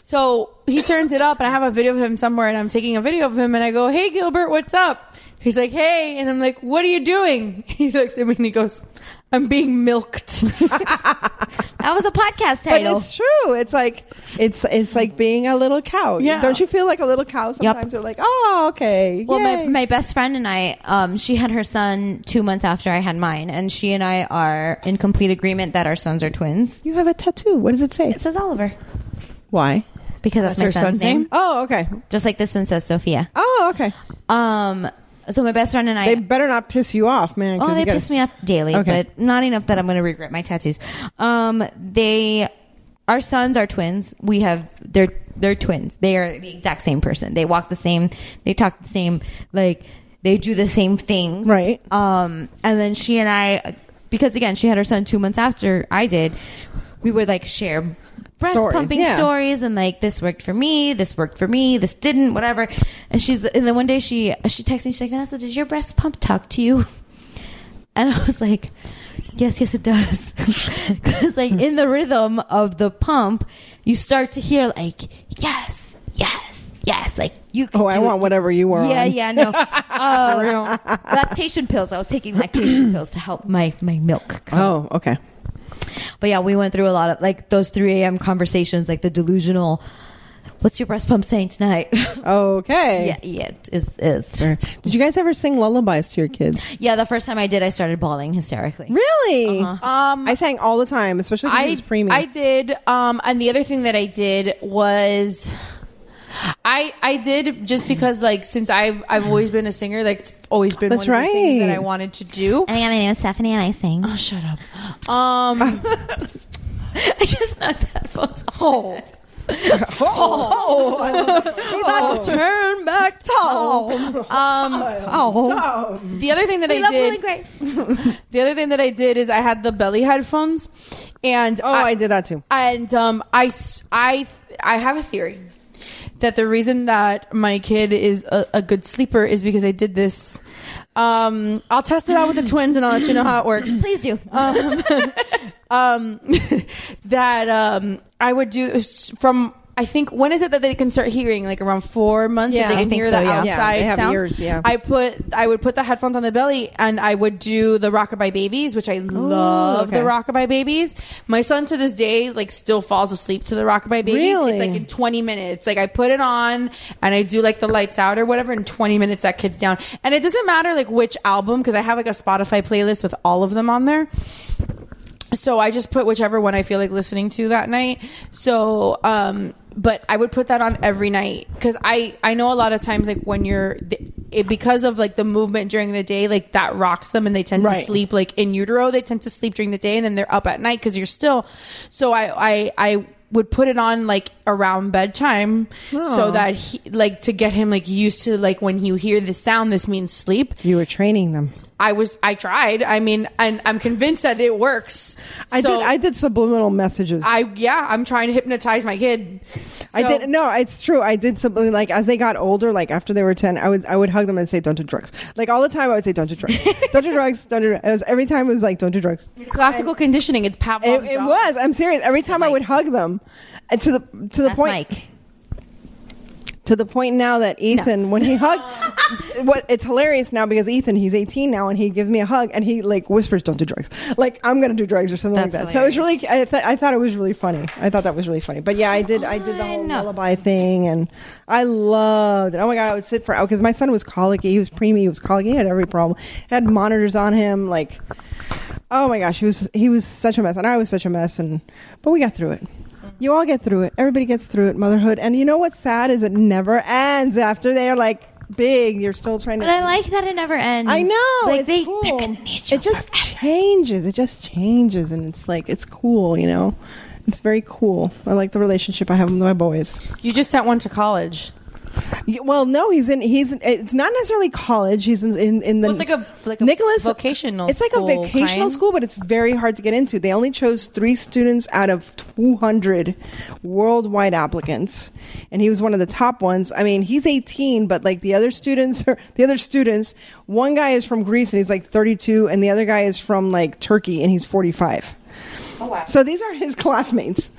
S7: So he turns it up, and I have a video of him somewhere, and I'm taking a video of him, and I go, "Hey, Gilbert, what's up?" He's like, "Hey," and I'm like, "What are you doing?" [laughs] He looks at me and he goes, "I'm being
S11: [laughs]
S7: milked."
S10: That was a podcast
S11: But
S10: title.
S11: it's true. It's like it's it's like being a little cow.
S7: Yeah.
S11: Don't you feel like a little cow sometimes? You're like, oh, okay.
S10: Well, my,
S11: yay."
S10: my best friend and I, um, she had her son two months after I had mine, and she and I are in complete agreement that our sons are twins.
S11: you have a tattoo. What does it say?
S10: It says Oliver
S11: Why?
S10: because that's, my
S7: her
S10: son's,
S7: son's
S10: name.
S7: name?
S11: Oh, okay.
S10: Just like this one says Sophia.
S11: Oh, okay.
S10: Um, so my best friend and I,
S11: They better not piss you off, man. 'cause
S10: Oh,
S11: you
S10: they
S11: gotta-
S10: piss me off daily,
S11: Okay.
S10: but not enough that I'm going to regret my tattoos. Um, they, our sons are twins. We have they're they're twins. They are the exact same person. They walk the same. They talk the same. Like they do the same things.
S11: Right.
S10: Um, and then she and I, because again, she had her son two months after I did. We would like share breast
S11: Stories,
S10: pumping
S11: yeah.
S10: stories stories and like this worked for me, this worked for me, this didn't, whatever. And she's and then one day she she texts me, she's like, Vanessa, does your breast pump talk to you? [laughs] And I was like, Yes, yes, it does. [laughs] Because like in the rhythm of the pump, you start to hear like yes, yes, yes, like you. Can
S11: Oh, I
S10: do
S11: want
S10: it.
S11: whatever you were
S10: Yeah,
S11: on.
S10: yeah,
S11: [laughs]
S10: no. Uh, lactation pills. I was taking
S11: [clears throat]
S10: lactation pills to help my my milk come
S11: Oh, okay.
S10: but yeah, we went through a lot of like those 3 a.m. conversations, like the delusional. What's your breast pump saying tonight? [laughs]
S11: Okay.
S10: yeah, yeah, is is
S11: Did you guys ever sing lullabies to your kids?
S10: yeah. The first time I did, I started bawling hysterically.
S11: Really?
S7: um,
S11: Uh-huh. I sang all the time, especially because it
S7: I
S11: was preemie.
S7: I did. Um, and the other thing that I did was. I I did just because like since I've I've always been a singer like it's always been
S11: That's
S7: one of the things that
S11: right.
S7: I wanted to do.
S10: And Oh, yeah, my name is Stephanie, and I sing.
S7: Oh, shut up. Um,
S10: [laughs] I just knocked [laughs] that phone. Oh, Oh.
S11: oh, I love that.
S10: turn back
S11: Oh,
S10: home.
S7: the other thing that
S10: We
S7: I
S10: love Will
S7: did
S10: and Grace.
S7: The other thing that I did is I had the belly headphones, and
S11: Oh, I did that too.
S7: And um, I s- I I have a theory that the reason that my kid is a, a good sleeper is because I did this. Um, I'll test it out with the twins, and I'll let you know how it works.
S10: Please do.
S7: that um, I would do from. I think when is it that they can start hearing? Like around four months, that
S11: Yeah,
S7: they
S11: I
S7: can
S10: think
S7: hear
S10: so,
S7: the
S10: yeah.
S11: Yeah,
S7: outside
S11: they have
S7: sounds.
S11: ears, yeah.
S7: I put I would put the headphones on the belly, and I would do the Rockabye Babies, which I love.
S11: Oh, okay.
S7: The Rockabye Babies. My son to this day like still falls asleep to the Rockabye Babies.
S11: Really?
S7: It's like in twenty minutes. Like I put it on and I do like the lights out or whatever. In twenty minutes, that kid's down, and it doesn't matter like which album because I have like a Spotify playlist with all of them on there so I just put whichever one I feel like listening to that night. So, um, but I would put that on every night because I I know a lot of times like when you're it, because of like the movement during the day like that rocks them and they tend
S11: Right.
S7: to sleep like in utero they tend to sleep during the day and then they're up at night because you're still. So I I I would put it on like around bedtime so that he like to get him like used to like when you hear the sound this means sleep
S11: You were training them.
S7: i was i tried i mean and i'm convinced that it works
S11: I
S7: So-
S11: did. I did subliminal messages.
S7: I yeah, I'm trying to hypnotize my kid.
S11: I
S7: So-
S11: did no, it's true. I did something like as they got older, like after they were ten, I was I would hug them and say, "Don't do drugs." Like all the time, I would say, "Don't do drugs, don't do drugs, don't do." Drugs. It was every time it was like, "Don't do drugs."
S7: Classical conditioning. It's Pavlov's
S11: It, it
S7: dog.
S11: was. I'm serious. Every time I would hug them, and to the to the
S10: That's
S11: point
S10: Mike.
S11: to the point now that Ethan, when he hugged, what it's hilarious now because Ethan, he's 18 now, and he gives me a hug and he like whispers, "Don't do drugs." Like I'm gonna do drugs or something like that.
S10: That's
S11: So it was really, I, th- I thought it was really funny. I thought that was really funny. But yeah, I did, I did the whole
S10: Fun.
S11: lullaby thing, and I loved it. Oh my god, I would sit for out because my son was colicky. He was preemie. He was colicky. He had every problem. had monitors on him. Like, oh my gosh, he was he was such a mess, and I was such a mess. And but we got through it. You all get through it. Everybody gets through it. Motherhood. And you know what's sad is it never ends after they're like big. You're still trying to.
S10: But I like that it never ends.
S11: I know.
S10: Like
S11: it's
S10: they,
S11: cool.
S10: they're gonna need you.
S11: It just changes. It just changes, and it's like it's cool. You know, it's very cool. I like the relationship I have with my boys.
S7: You just sent one to college.
S11: Y- Well, no, he's in. He's. It's not necessarily college. He's in in, in the.
S7: Well, it's like a- like a
S11: Nicholas
S7: vocational
S11: It's like
S7: school
S11: a vocational
S7: kind.
S11: school, but it's very hard to get into. They only chose three students out of two hundred worldwide applicants, and he was one of the top ones. I mean, he's eighteen, but like the other students, are, the other students, one guy is from Greece and he's like thirty-two, and the other guy is from like Turkey and he's forty-five. Oh, wow. So these are his [laughs] classmates.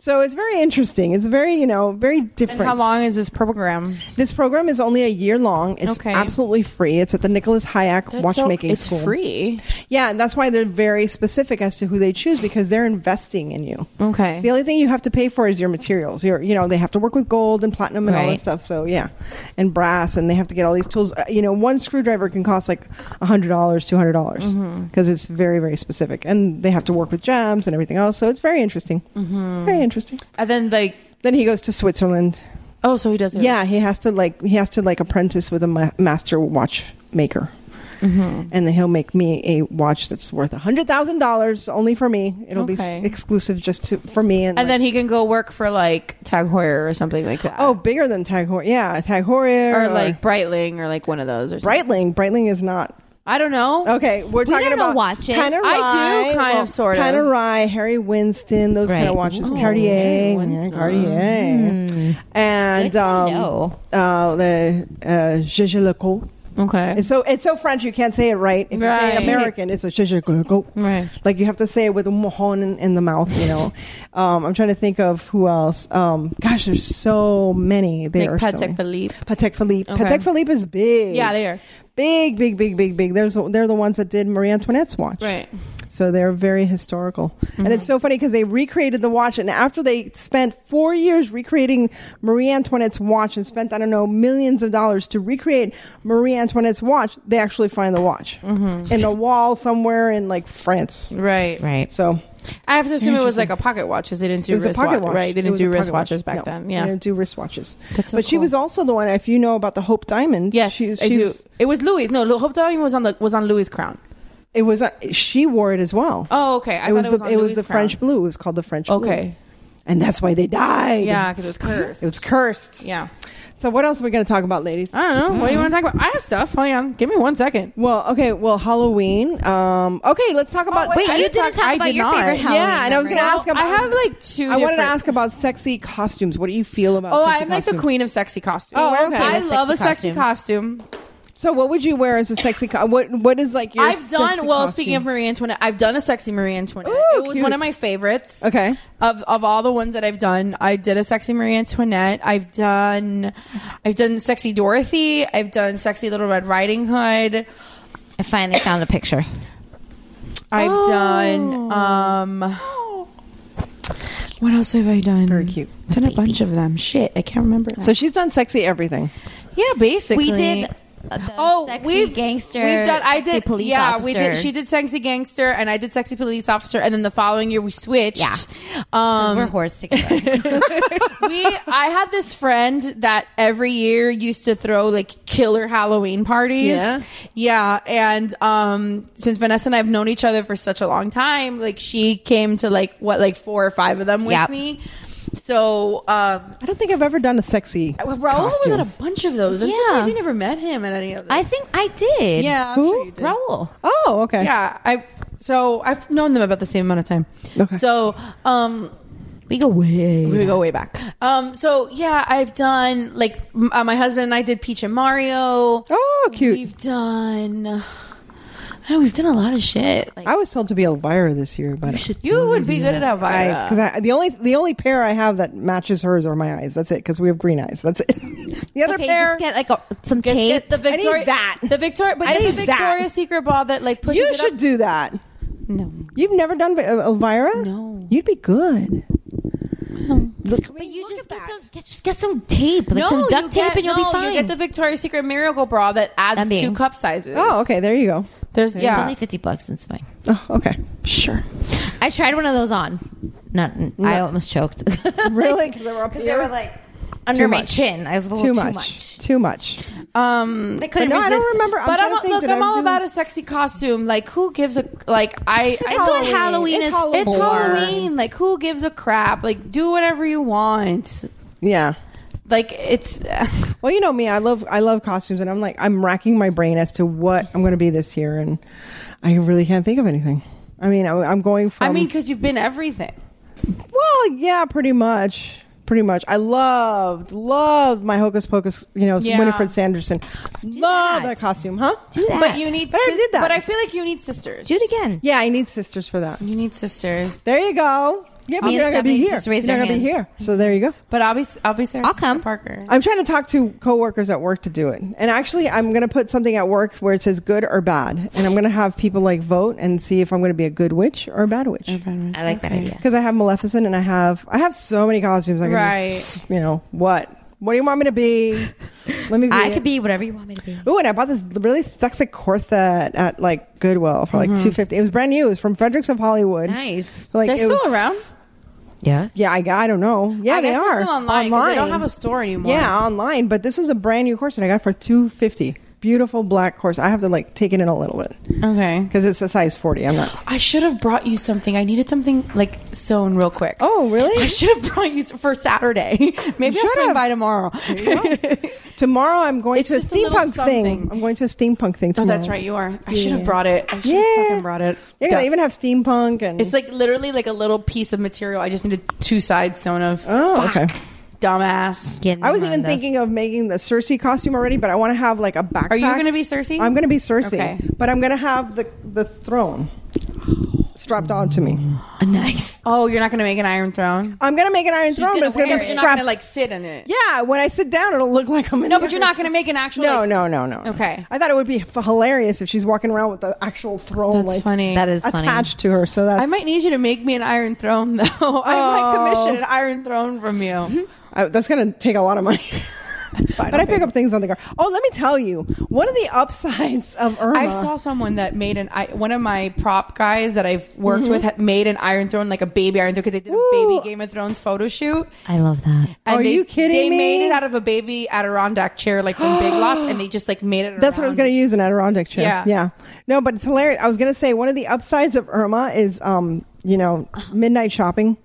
S11: So it's very interesting. It's very, you know, very different.
S7: how long is this program?
S11: This program is only a year long. It's
S7: Okay.
S11: absolutely free. It's at the Nicholas
S7: That's
S11: Hayek
S7: so-
S11: Watchmaking
S7: it's
S11: School.
S7: free.
S11: Yeah, and that's why they're very specific as to who they choose because they're investing in you.
S7: Okay.
S11: The only thing you have to pay for is your materials. Your, you know, they have to work with gold and platinum and all
S7: Right.
S11: that stuff. So yeah, and brass, and they have to get all these tools. Uh, you know, one screwdriver can cost like hundred dollars, two hundred dollars,
S7: Mhm.
S11: because it's very, very specific, and they have to work with gems and everything else. So it's very interesting.
S7: Mm-hmm.
S11: Very interesting.
S7: And then like
S11: Then he goes to Switzerland.
S7: Oh, so he does. it.
S11: Yeah, he has to like he has to like apprentice with a ma- master watchmaker.
S7: Mm-hmm.
S11: And then he'll make me a watch that's worth a hundred thousand dollars only for me. It'll be
S7: Okay.
S11: s- exclusive just to for me. And,
S7: And then he can go work for like Tag Heuer or something like that.
S11: oh, bigger than Tag Heuer, yeah, Tag Heuer
S7: or, like Breitling or like one of those or something.
S11: Breitling. Breitling is not.
S7: I don't know.
S11: Okay, we're
S7: We
S11: talking
S7: don't know
S11: about
S7: watches.
S11: Panerai,
S7: I do, kind of, sort of.
S11: Panerai, Harry Winston, those kind
S7: Right. Oh,
S11: of watches,
S7: Ooh,
S11: Cartier, yeah, Cartier,
S7: Hmm.
S11: and um, uh, the uh, Gigi Lecoq.
S7: Okay,
S11: it's so it's so French you can't say it right. If you say it
S7: Right.
S11: American, it's a Gigi Lecoq.
S7: Right.
S11: Like you have to say it with a mohon in, in the mouth.
S7: [laughs]
S11: You know, um, I'm trying to think of who else. Um, gosh, there's so many. There
S7: like
S11: are so
S7: Patek
S11: many.
S7: Philippe.
S11: Patek Philippe.
S7: Okay.
S11: Patek Philippe is big.
S7: Yeah, they are.
S11: Big, big, big, big, big. There's, they're the ones that did Marie Antoinette's watch.
S7: Right.
S11: So they're very historical. And
S7: Mm-hmm.
S11: it's so funny because they recreated the watch. And after they spent four years recreating Marie Antoinette's watch and spent, I don't know, millions of dollars to recreate Marie Antoinette's watch, they actually find the watch
S7: Mm-hmm.
S11: in a wall somewhere in like France.
S7: Right.
S10: Right.
S11: So
S7: I have to assume it was like a pocket watch because they didn't do
S11: it was a
S7: wristwatch.
S11: pocket watch.
S7: Right. They
S11: It
S7: didn't
S11: was
S7: do
S11: a pocket watch.
S7: wristwatches back
S11: No,
S7: then.
S11: They
S7: Yeah.
S11: didn't do wristwatches.
S7: That's so
S11: but she was also the one, if you know about the Hope Diamond.
S7: Yes,
S11: she,
S7: I
S11: she
S7: do.
S11: was-
S7: it was Louis. No, Lu- Hope Diving was on the was on Louis' crown.
S11: It was uh, she wore it as well.
S7: Oh, okay. I
S11: it
S7: thought
S11: was
S7: it
S11: the
S7: was on
S11: it was
S7: Louis'
S11: the
S7: crown.
S11: French blue. It was called the French blue.
S7: Okay.
S11: and that's why they died.
S7: Yeah, because [laughs] it was cursed.
S11: it was cursed.
S7: Yeah.
S11: So what else are we going to talk about, ladies?
S7: I don't know. What do you want to talk about? I have stuff. Hold on. Give me one second.
S11: Well, okay. Well, Halloween. Um, okay, let's
S7: Oh,
S11: talk about.
S10: wait, I you did didn't talk- talk I about did your not. favorite Halloween
S11: Yeah, and I was going to
S10: memory.
S11: ask about.
S7: I have like two.
S11: I wanted to
S7: different-
S11: ask about sexy costumes. What do you feel about?
S7: Oh,
S11: sexy
S7: I'm like the
S11: costumes?
S7: queen of sexy costumes.
S11: Oh, okay.
S7: I
S11: With
S7: love a
S11: sexy
S7: sexy costume.
S11: So, what would you wear as a sexy? Co- what What is like your?
S7: I've done
S11: sexy
S7: well.
S11: costume?
S7: Speaking of Marie Antoinette, I've done a sexy Marie Antoinette.
S11: Ooh,
S7: it was
S11: cute.
S7: one of my favorites.
S11: Okay.
S7: Of of all the ones that I've done, I did a sexy Marie Antoinette. I've done, I've done sexy Dorothy. I've done sexy Little Red Riding Hood.
S10: I finally found a picture.
S7: I've
S11: Oh.
S7: done. um What else have I done? Very
S11: cute.
S7: Done a bunch of them. Shit, I can't remember.
S11: so she's done sexy everything.
S7: yeah, basically
S10: We did. The
S7: Oh,
S10: sexy
S7: we've-
S10: gangster.
S7: We've done. I
S10: sexy
S7: did.
S10: Police
S7: yeah,
S10: officer.
S7: we did. She did sexy gangster, and I did sexy police officer. And then the following year, we switched.
S10: Yeah.
S7: um, [laughs]
S10: 'Cause we're whores together.
S7: we I had this friend that every year used to throw like killer Halloween parties.
S11: Yeah?
S7: Yeah, and um since Vanessa and I have known each other for such a long time, like she came to like what like four or five of them with
S10: Yep.
S7: me. So, um
S11: I don't think I've ever done a sexy.
S7: Raul was
S11: costume.
S7: at a bunch of those. I'm
S10: Yeah.
S7: surprised you never met him at any of them.
S10: I think I did.
S7: yeah, I'm
S11: Who?
S7: sure you did.
S10: Raul.
S11: Oh, okay.
S7: Yeah, I so I've known them about the same amount of time.
S11: Okay.
S7: So, um
S10: We go way.
S7: we go way back. Um, so yeah, I've done like m- uh, my husband and I did Peach and Mario.
S11: Oh, cute.
S7: We've done. Oh, we've done a lot of shit. Like
S11: I was told to be Elvira this year,
S7: [laughs]
S11: but
S7: you would be good at Elvira.
S11: eyes because the only the only pair I have that matches hers are my eyes. That's it because we have green eyes. That's it. [laughs] the other
S10: Okay, you
S11: pair.
S10: just get like a, some
S7: Get,
S10: tape.
S7: get the
S11: I need
S7: Victoria.
S11: that.
S7: The Victoria, but
S11: I
S7: get the
S11: need that.
S7: Victoria's Secret ball that like pushes.
S11: you
S7: it
S11: should
S7: up.
S11: do that.
S7: No,
S11: You've never done Vi- uh, Elvira?
S7: No.
S11: You'd be good. Look,
S10: but you just get some, get, just get some tape, like
S7: no,
S10: some
S7: you
S10: duct tape,
S7: get-
S10: and you'll
S7: no,
S10: be fine.
S7: You get the Victoria's Secret miracle bra that adds
S10: That being-
S7: two cup sizes.
S11: oh, okay. There you go.
S7: There's
S10: it's
S7: yeah.
S10: only fifty bucks. It's fine.
S11: Oh, okay. Sure.
S10: I tried one of those on. Not. I almost choked. [laughs]
S11: Really? Because they were up
S10: Because
S11: here.
S10: they were like under my
S11: much.
S10: chin. I was a little
S11: too
S10: too
S11: much.
S10: much.
S11: Too much.
S7: Um, they
S10: couldn't But no, I don't resist. remember. I'm
S7: but
S10: trying
S7: I'm
S10: to think.
S7: look,
S10: Did
S7: I'm
S10: I
S7: all
S10: do-
S7: about a sexy costume. Like, who gives a like? I
S10: It's
S7: I,
S10: what Halloween. Halloween It's is Halloween.
S7: It's
S10: for.
S7: Halloween. Like, who gives a crap? Like, do whatever you want.
S11: Yeah.
S7: Like it's
S11: well, you know me. I love I love costumes, and I'm like I'm racking my brain as to what I'm going to be this year, and I really can't think of anything. I mean, I, am going
S10: Um,
S11: from.
S7: I mean, because you've been everything.
S11: well, yeah, pretty much, pretty much. I loved loved my Hocus Pocus, you know,
S7: Yeah.
S11: Winifred Sanderson. Love that. costume, huh? Do
S7: But you need.
S11: But I
S7: sis-
S11: did that.
S7: But I feel like you need sisters.
S10: again.
S11: Yeah, I need sisters for that.
S7: You need sisters.
S11: There you go. Yeah, but
S7: Me
S11: you're not
S7: and
S11: going to be
S7: Stephanie
S11: here.
S7: just raised
S11: you're
S7: our
S11: not going to be
S7: hand.
S11: here. So there you go.
S7: But I'll be I'll be Sarah. I'll come. Parker.
S11: I'm trying to talk to coworkers at work to do it. And actually, I'm going to put something at work where it says good or bad. And I'm going to have people like vote and see if I'm going to be a good witch or a bad witch.
S10: I like that idea.
S11: Because I have Maleficent and I have I have so many costumes. I can just, you know, what? What do you want me to be?
S7: [laughs]
S11: Let me be.
S10: I could be whatever you want me to be.
S11: Ooh, and I bought this really sexy corset at like Goodwill for like
S10: Mhm.
S11: 250. It was brand new. It was from Fredericks of Hollywood.
S10: Nice.
S11: Like
S7: Mm-hmm. They're
S11: it
S7: still
S11: was-
S7: around?
S10: Yeah.
S11: Yeah, I, I don't know. Yeah,
S7: I
S11: they
S7: guess
S11: are
S7: they're still online 'cause they don't have a store anymore.
S11: Yeah, online. But this was a brand new corset I got for two fifty. Beautiful black corset. I have to like take it in a little bit.
S7: Okay.
S11: Because it's a size forty.
S7: [gasps]
S11: I'm not.
S7: I should have brought you something. I needed something like sewn real quick.
S11: Oh, really?
S7: I should have brought you s- for Saturday. [laughs] Maybe
S11: You
S7: I'll
S11: should
S7: swing
S11: have.
S7: by tomorrow. [laughs]
S11: Tomorrow I'm going
S7: It's
S11: to a
S7: just a little
S11: steampunk thing.
S7: something.
S11: I'm going to a steampunk thing
S7: Oh,
S11: tomorrow.
S7: that's right. You are. I should have brought it. I should have fucking brought it.
S11: Yeah, 'cause I even have steampunk and
S7: It's like literally like a little piece of material. I just needed two sides sewn of.
S11: Oh,
S7: Fuck.
S11: okay.
S7: Dumbass.
S11: I was even thinking of making the Cersei costume already, but I want to have like a backpack.
S7: Are you going to be Cersei?
S11: I'm going to be Cersei,
S7: Okay.
S11: but I'm going to have the the throne strapped onto me.
S10: [laughs] Nice.
S7: Oh, you're not going to make an Iron Throne.
S11: I'm going to make an Iron
S7: She's
S11: Throne,
S7: gonna
S11: but it's going to
S7: wear
S11: be
S7: it. You're not gonna,
S11: strapped.
S7: like sit in it.
S11: yeah, when I sit down, it'll look like I'm in.
S7: No,
S11: the
S7: but you're not going to make an actual.
S11: No,
S7: like-
S11: no, no, no.
S7: Okay.
S11: I thought it would be f- hilarious if she's walking around with the actual throne.
S7: That's
S11: like,
S7: funny. That is funny.
S11: attached to her. So that's
S7: I might need you to make me an Iron Throne [laughs] though.
S11: Oh.
S7: I might commission an Iron Throne from you.
S11: I, that's going to take a lot of money.
S7: [laughs] That's fine.
S11: But I pick up things on the car. Oh, let me tell you, one of the upsides of Irma.
S7: I saw someone that made an I, one of my prop guys that I've worked
S11: Mm-hmm.
S7: with had made an Iron Throne like a baby Iron Throne because they did a baby Game of Thrones photo shoot.
S10: I love that.
S7: And
S11: Are
S7: they,
S11: you kidding
S7: They
S11: me?
S7: made it out of a baby Adirondack chair like from Big Lots, and they just like made it.
S11: [gasps] That's what I was going to use an Adirondack chair.
S7: Yeah.
S11: Yeah. No, but it's hilarious. I was going to say one of the upsides of Irma is, um, you know,
S7: [laughs]
S11: midnight shopping.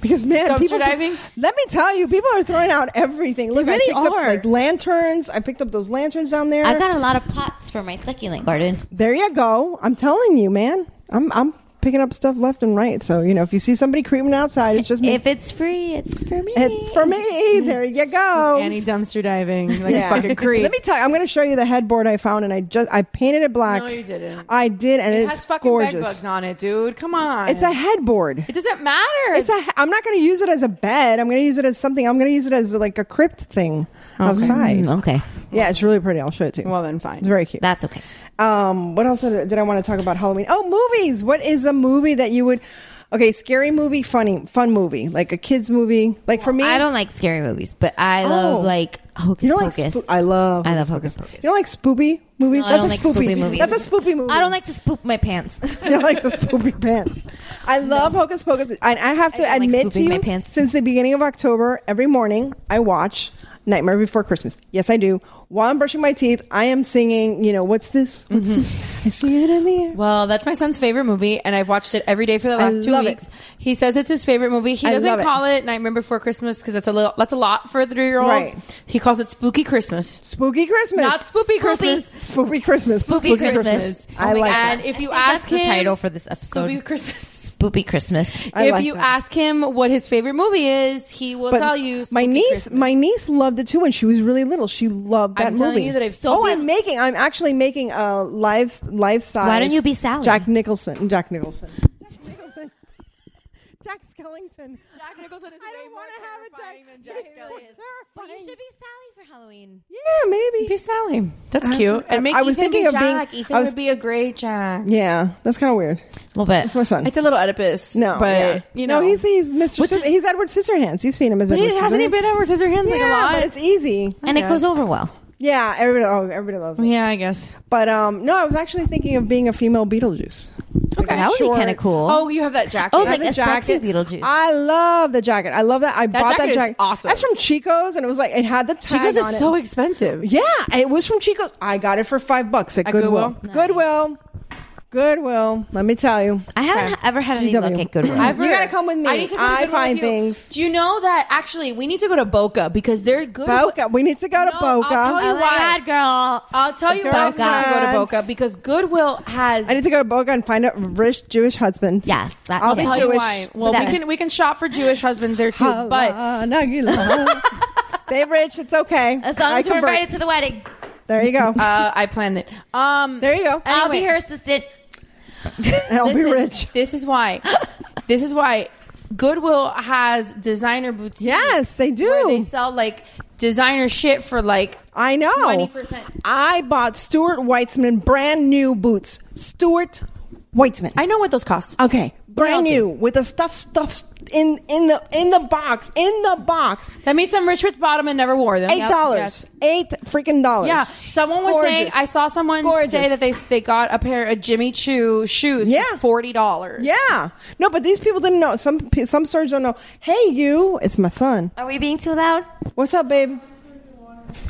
S11: Because man,
S7: Dumpster
S11: people
S7: diving?
S11: Let me tell you, people are throwing out everything. Look,
S10: really
S11: I picked
S10: are.
S11: up like lanterns. I picked up those lanterns down there.
S10: I got a lot of pots for my succulent garden.
S11: There you go. I'm telling you, man. I'm I'm picking up stuff left and right. So you know, if you see somebody creeping outside, it's just me.
S10: If it's free, it's for me.
S11: It's for me. There you go.
S7: Annie dumpster diving like
S11: Oh. Yeah.
S7: a fucking creep.
S11: [laughs] Let me tell you, I'm going to show you the headboard I found, and I just I painted it black.
S7: No, you didn't.
S11: I did, and
S7: it
S11: it's
S7: has fucking
S11: gorgeous.
S7: bed bugs on it, dude. Come on.
S11: It's a headboard.
S7: It doesn't matter.
S11: It's a. he- I'm not going to use it as a bed. I'm going to use it as something. I'm going to use it as like a crypt thing outside.
S10: Mm, okay.
S11: Yeah, it's really pretty. I'll show it to you.
S7: well then fine.
S11: it's very cute.
S10: That's okay.
S11: Um, what else did I want to talk about Halloween? Oh, movies. What is a movie that you would? Okay, scary movie, funny, fun movie, like a kids movie. Like for me,
S10: I don't like scary movies, but I
S11: Oh.
S10: love like Hocus
S11: You don't like
S10: Pocus.
S11: spoo- I love.
S10: I love Hocus Pocus.
S11: You don't like spoopy movies?
S10: No, I don't like spoopy movies.
S11: That's a spoopy movie.
S10: I
S11: [laughs]
S10: don't like to spoop my pants.
S11: I
S10: [laughs]
S11: don't like the spoopy pants. I love Hocus Pocus. I, I have to
S10: I don't like
S11: admit to
S10: spooping
S11: you,
S10: my pants.
S11: since the beginning of October, every morning I watch Nightmare Before Christmas. Yes, I do. While I'm brushing my teeth, I am singing. You know, what's this? What's
S10: Mm-hmm.
S11: this? I see it in the air.
S7: Well, that's my son's favorite movie, and I've watched it every day for the
S11: I
S7: last two
S11: love it.
S7: weeks. He says it's his favorite movie. He
S11: I love
S7: doesn't
S11: it.
S7: call it Nightmare Before Christmas because that's a little that's a lot for a three year old.
S11: Right.
S7: He calls it Spooky Christmas,
S11: Spooky Christmas.
S7: not Spoopy Christmas.
S11: Spooky Christmas.
S7: Spooky Christmas.
S10: Oh
S11: I like
S7: and
S11: that.
S7: if you
S10: I think that's
S7: ask
S10: the
S7: him,
S10: title for this episode.
S7: Spooky Christmas.
S10: Spoopy Christmas.
S11: I
S7: if
S11: like
S7: you
S11: that.
S7: ask him what his favorite movie is, he will tell you.
S11: my
S7: Spooky
S11: niece,
S7: Christmas.
S11: my niece loved it too when she was really little. She loved that
S7: I'm telling
S11: movie.
S7: you that I've
S11: oh,
S7: Sophia-
S11: I'm making. I'm actually making a life lifestyle.
S10: Why don't you be Sally?
S11: Jack Nicholson. Jack Nicholson. Jack Nicholson. [laughs] Jack Skellington.
S7: Jack Nicholson is
S11: I don't
S7: way
S11: wanna
S7: more
S11: have a
S7: terrifying
S11: Jack-
S7: than Jack
S11: It
S7: Skellington.
S11: is.
S10: But you should be Sally for Halloween.
S11: Yeah, maybe.
S7: Be Sally. That's
S11: I have
S7: cute.
S11: to-
S7: and make
S11: I was
S7: Ethan
S11: thinking
S7: be
S11: of being-
S7: Jack. Ethan
S11: I was-
S7: would be a great Jack.
S11: Yeah, that's kind of weird.
S10: A little bit.
S11: It's my son.
S7: It's a little Oedipus.
S11: no,
S7: but
S11: yeah.
S7: you know
S11: no, he's he's Mr. Sis- he's Edward Scissorhands. You've seen him as
S7: But
S11: Edward
S7: he hasn't he
S11: Scissorhands.
S7: been over scissor hands
S11: yeah,
S7: like a lot?
S11: but it's easy.
S10: and it goes over well.
S11: Yeah, everybody, oh, everybody loves it.
S7: Yeah, I guess.
S11: But um, no, I was actually thinking of being a female Beetlejuice.
S10: Okay, that would be kind of
S11: shorts.
S10: cool.
S7: Oh, you have that jacket.
S10: Oh,
S11: I
S10: like
S11: have
S10: a
S11: the jacket.
S10: sexy Beetlejuice.
S11: I love the jacket. I love that. I bought
S7: jacket
S11: that
S7: is
S11: jacket.
S7: awesome.
S11: That's from Chico's, and it was like it had the tag
S7: Chicos
S11: on
S7: is
S11: it.
S7: so expensive.
S11: yeah, it was from Chico's. I got it for five bucks at,
S7: At
S11: Goodwill.
S7: Goodwill?
S11: Goodwill. Goodwill. Let me tell you.
S10: I haven't ever had any
S11: GW.
S10: look at Goodwill.
S7: Ever.
S11: You gotta come with me.
S7: I need to go to
S11: I
S7: Goodwill
S11: find
S7: with you.
S11: things.
S7: Do you know that actually we need to go to Boca because they're good.
S11: Boca. We need to go to
S7: No, I'll
S11: Boca.
S7: tell you
S10: oh my
S7: why.
S10: god, girl!
S7: I'll tell you why we need to go to Boca
S11: Girlfriends.
S7: because Goodwill has.
S11: I need to go to Boca and find a rich Jewish husband.
S10: Yes, that's
S11: I'll
S10: it.
S11: be
S10: I'll
S7: tell you
S11: Jewish.
S7: why. Well,
S10: that-
S7: we can we can shop for Jewish husbands there too, but. [laughs]
S11: but they rich. It's okay.
S10: as long
S11: I
S10: as we're
S11: convert.
S10: invited to the wedding,
S11: There you
S7: [laughs]
S11: go.
S7: Uh, I planned it. Um,
S11: there you go.
S10: I'll be
S7: Anyway.
S10: her assistant.
S11: And I'll be
S7: Listen,
S11: rich.
S7: This is why. this is why Goodwill has designer boutiques.
S11: Yes, they do.
S7: Where they sell like designer shit for like
S11: I know.
S7: 20%.
S11: I bought Stuart Weitzman brand new boots. Stuart Weitzman.
S7: I know what those cost.
S11: okay, brand
S7: Royalty.
S11: new with the stuff stuff in in the in the box in the box.
S7: That means some rich with bottom and never wore them.
S11: Eight dollars.
S7: Oh, Yes.
S11: Eight freaking dollars.
S7: Yeah, someone was
S11: Gorgeous.
S7: saying I saw someone
S11: Gorgeous.
S7: say that they they got a pair of Jimmy Choo shoes
S11: Yeah.
S7: for forty dollars.
S11: Yeah, no, but these people didn't know. Some pe- some stores don't know. Hey, you, it's my son.
S10: Are we being too loud?
S11: What's up, babe?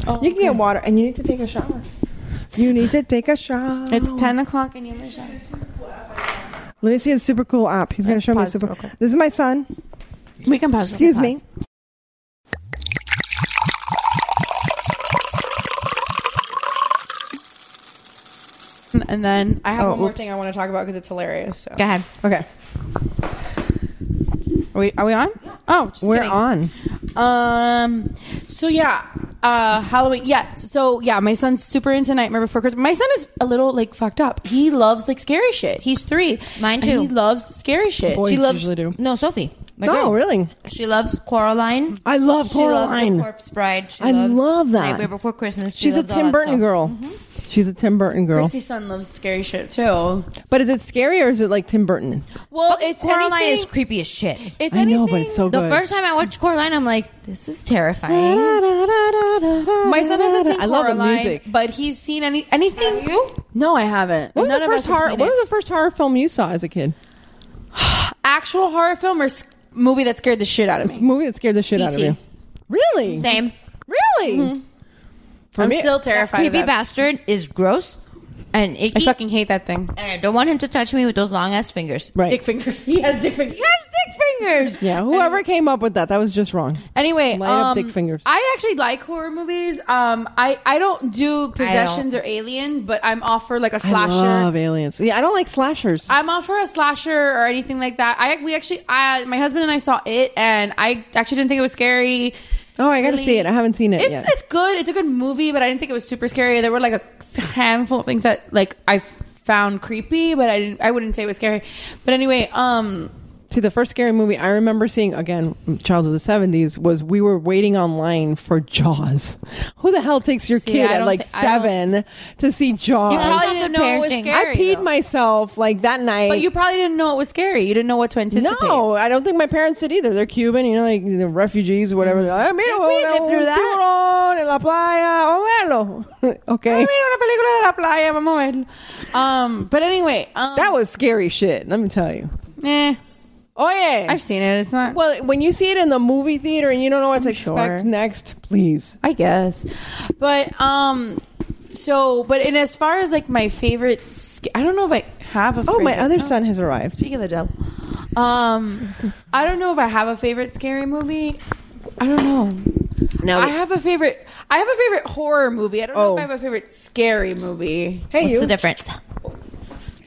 S7: Oh,
S11: you can get water, and you need to take a shower. You need to take a shower.
S7: It's ten o'clock and you have a shower.
S11: Let me see the super cool app. He's going to
S7: Let's
S11: show me
S7: pause
S11: super.
S7: real quick.
S11: This is my son.
S7: We can pause.
S11: Excuse me.
S7: And then I have
S10: Oh,
S7: one more
S10: oops.
S7: thing I want to talk about because it's hilarious. So.
S10: Go ahead.
S11: Okay,
S7: Are we, are we on? Oh, just
S11: we're
S7: kidding.
S11: on.
S7: Um. So yeah, uh, Halloween. Yeah. So yeah, my son's super into Nightmare Before Christmas. My son is a little like fucked up. He loves like scary shit. He's three.
S10: Mine,
S7: And
S10: too.
S7: he loves scary shit.
S11: Boys
S10: she loves.
S11: usually do.
S10: No, Sophie. My
S11: Oh,
S10: girl.
S11: really?
S10: She loves Coraline.
S11: I love
S10: She loves
S11: Coraline.
S10: the Corpse Bride. She
S11: I
S10: loves
S11: love that.
S10: Nightmare Before Christmas. She
S11: She's a
S10: loves all
S11: Tim
S10: that
S11: Burton
S10: stuff.
S11: girl.
S7: Mm-hmm.
S11: She's a Tim Burton girl.
S7: Christy's son loves scary shit too.
S11: But is it scary or is it like Tim Burton?
S7: Well, it's
S10: Coraline
S7: anything,
S10: is creepy as shit.
S7: It's
S11: I know, but it's so
S10: The
S11: good.
S10: first time I watched Coraline, I'm like, this is
S11: [laughs]
S10: terrifying.
S7: My son hasn't seen
S11: I love
S7: Coraline,
S11: the music.
S7: but he's seen any anything. you? No, I haven't.
S11: What was
S7: None
S11: the
S7: of us
S11: first
S7: have
S11: horror?
S7: seen
S11: What
S7: it. E
S11: was the first horror film you saw as a kid?
S7: actual horror film or s- movie that scared the shit out of me?
S11: Movie that scared the shit out of
S7: E.T..
S11: you. Really?
S10: Same.
S11: Really?
S7: Mm-hmm.
S11: For
S7: I'm
S11: me-
S7: still
S10: That
S7: terrified.
S10: creepy
S7: of that.
S10: bastard is gross and icky.
S7: I fucking hate that thing.
S10: and I don't want him to touch me with those long ass fingers.
S11: Right.
S7: Dick fingers. [laughs] He has dick fingers.
S10: He has dick fingers.
S11: Yeah, whoever came up with that, that was just wrong.
S7: Anyway,
S11: Light up
S7: um,
S11: dick fingers.
S7: I actually like horror movies. Um, I I don't do possessions or aliens, but I'm all for like a
S11: I love
S7: slasher.
S11: aliens. Yeah, I don't like slashers.
S7: I'm all for a slasher or anything like that. I we actually, I my husband and I saw it, and I actually didn't think it was scary.
S11: Oh, I gotta see it. I haven't seen it
S7: It's
S11: yet.
S7: it's good. It's a good movie, but I didn't think it was super scary. There were like a handful of things that like I found creepy, but I didn't. I wouldn't say it was scary. But anyway, um,
S11: See, the first scary movie I remember seeing, again, child of the 70s, was we were waiting online for Jaws. Who the hell takes your
S7: See,
S11: kid
S7: I
S11: at
S7: don't
S11: like
S7: thi- I don't-
S11: seven to see Jaws?
S7: you probably didn't know it was
S10: parenting.
S7: scary.
S11: I peed
S7: though.
S11: myself like that night.
S7: But you probably didn't know it was scary. You didn't know what to anticipate.
S11: no, I don't think my parents did either. They're Cuban, you know, like the refugees or
S7: Mm.
S11: whatever. They're like, "Ah, "Mira,
S10: We lived
S11: un
S10: through that."
S11: tiburón en la playa, vamos a verlo."
S7: Ay,
S11: [laughs] okay.
S7: mira, una película de la playa, vamos a verlo. Um, but anyway, um,
S11: That was scary shit, let me tell you.
S7: eh,
S11: Oh, yeah.
S7: I've seen it. It's not.
S11: Well, when you see it in the movie theater and you don't know what to
S7: sure.
S11: expect next, please.
S7: I guess, but um, so but and as far as like my favorite, sc- I don't know if I have a.
S11: Oh, my
S7: favorite-
S11: other
S7: no.
S11: son has arrived.
S7: Speak of the devil. Um, I don't know if I have a favorite scary movie. I don't know.
S11: Now
S7: I have a favorite. I have a favorite horror movie. I don't know
S11: Oh.
S7: if I have a favorite scary movie.
S11: Hey,
S10: What's
S11: you.
S10: the difference?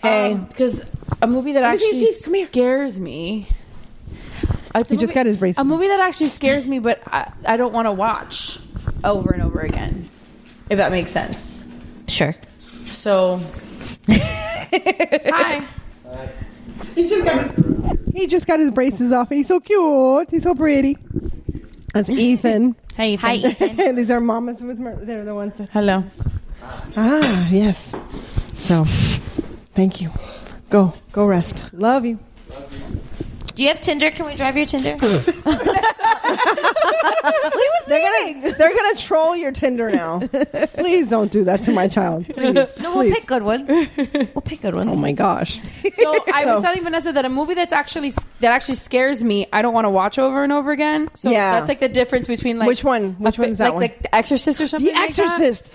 S11: Hey.
S7: because Um, a movie that
S11: Let me see your
S7: actually
S11: teeth. Come here.
S7: scares me. It's a
S11: He just got his braces.
S7: A movie that actually scares me, but I, I don't want to watch over and over again. If that makes sense.
S10: Sure.
S11: [laughs]
S7: So, hi.
S11: He just got his, he just got his braces off, and he's so cute. He's so pretty. [laughs] That's Ethan.
S7: Hey,
S10: Hi, Ethan.
S11: [laughs] These are mamas with mer- they're the ones that
S7: Hello.
S11: ah yes. So, thank you. Go go rest. Love you.
S10: Do you have Tinder? Can we drive your
S11: [laughs]
S10: Tinder?
S11: they're [laughs] gonna they're gonna troll your Tinder [laughs] now. Please don't do that to my child. Please. [laughs]
S10: no, we'll pick good ones. We'll pick good ones.
S11: Oh my gosh.
S7: So I was telling Vanessa that a movie that's actually that actually scares me, I don't want to watch over and over again. So
S11: Yeah.
S7: that's like the difference between like
S11: Which one? Which
S7: a fi-
S11: one's that
S7: like,
S11: one?
S7: Like The Exorcist or something.
S11: The
S7: like that?
S11: Exorcist.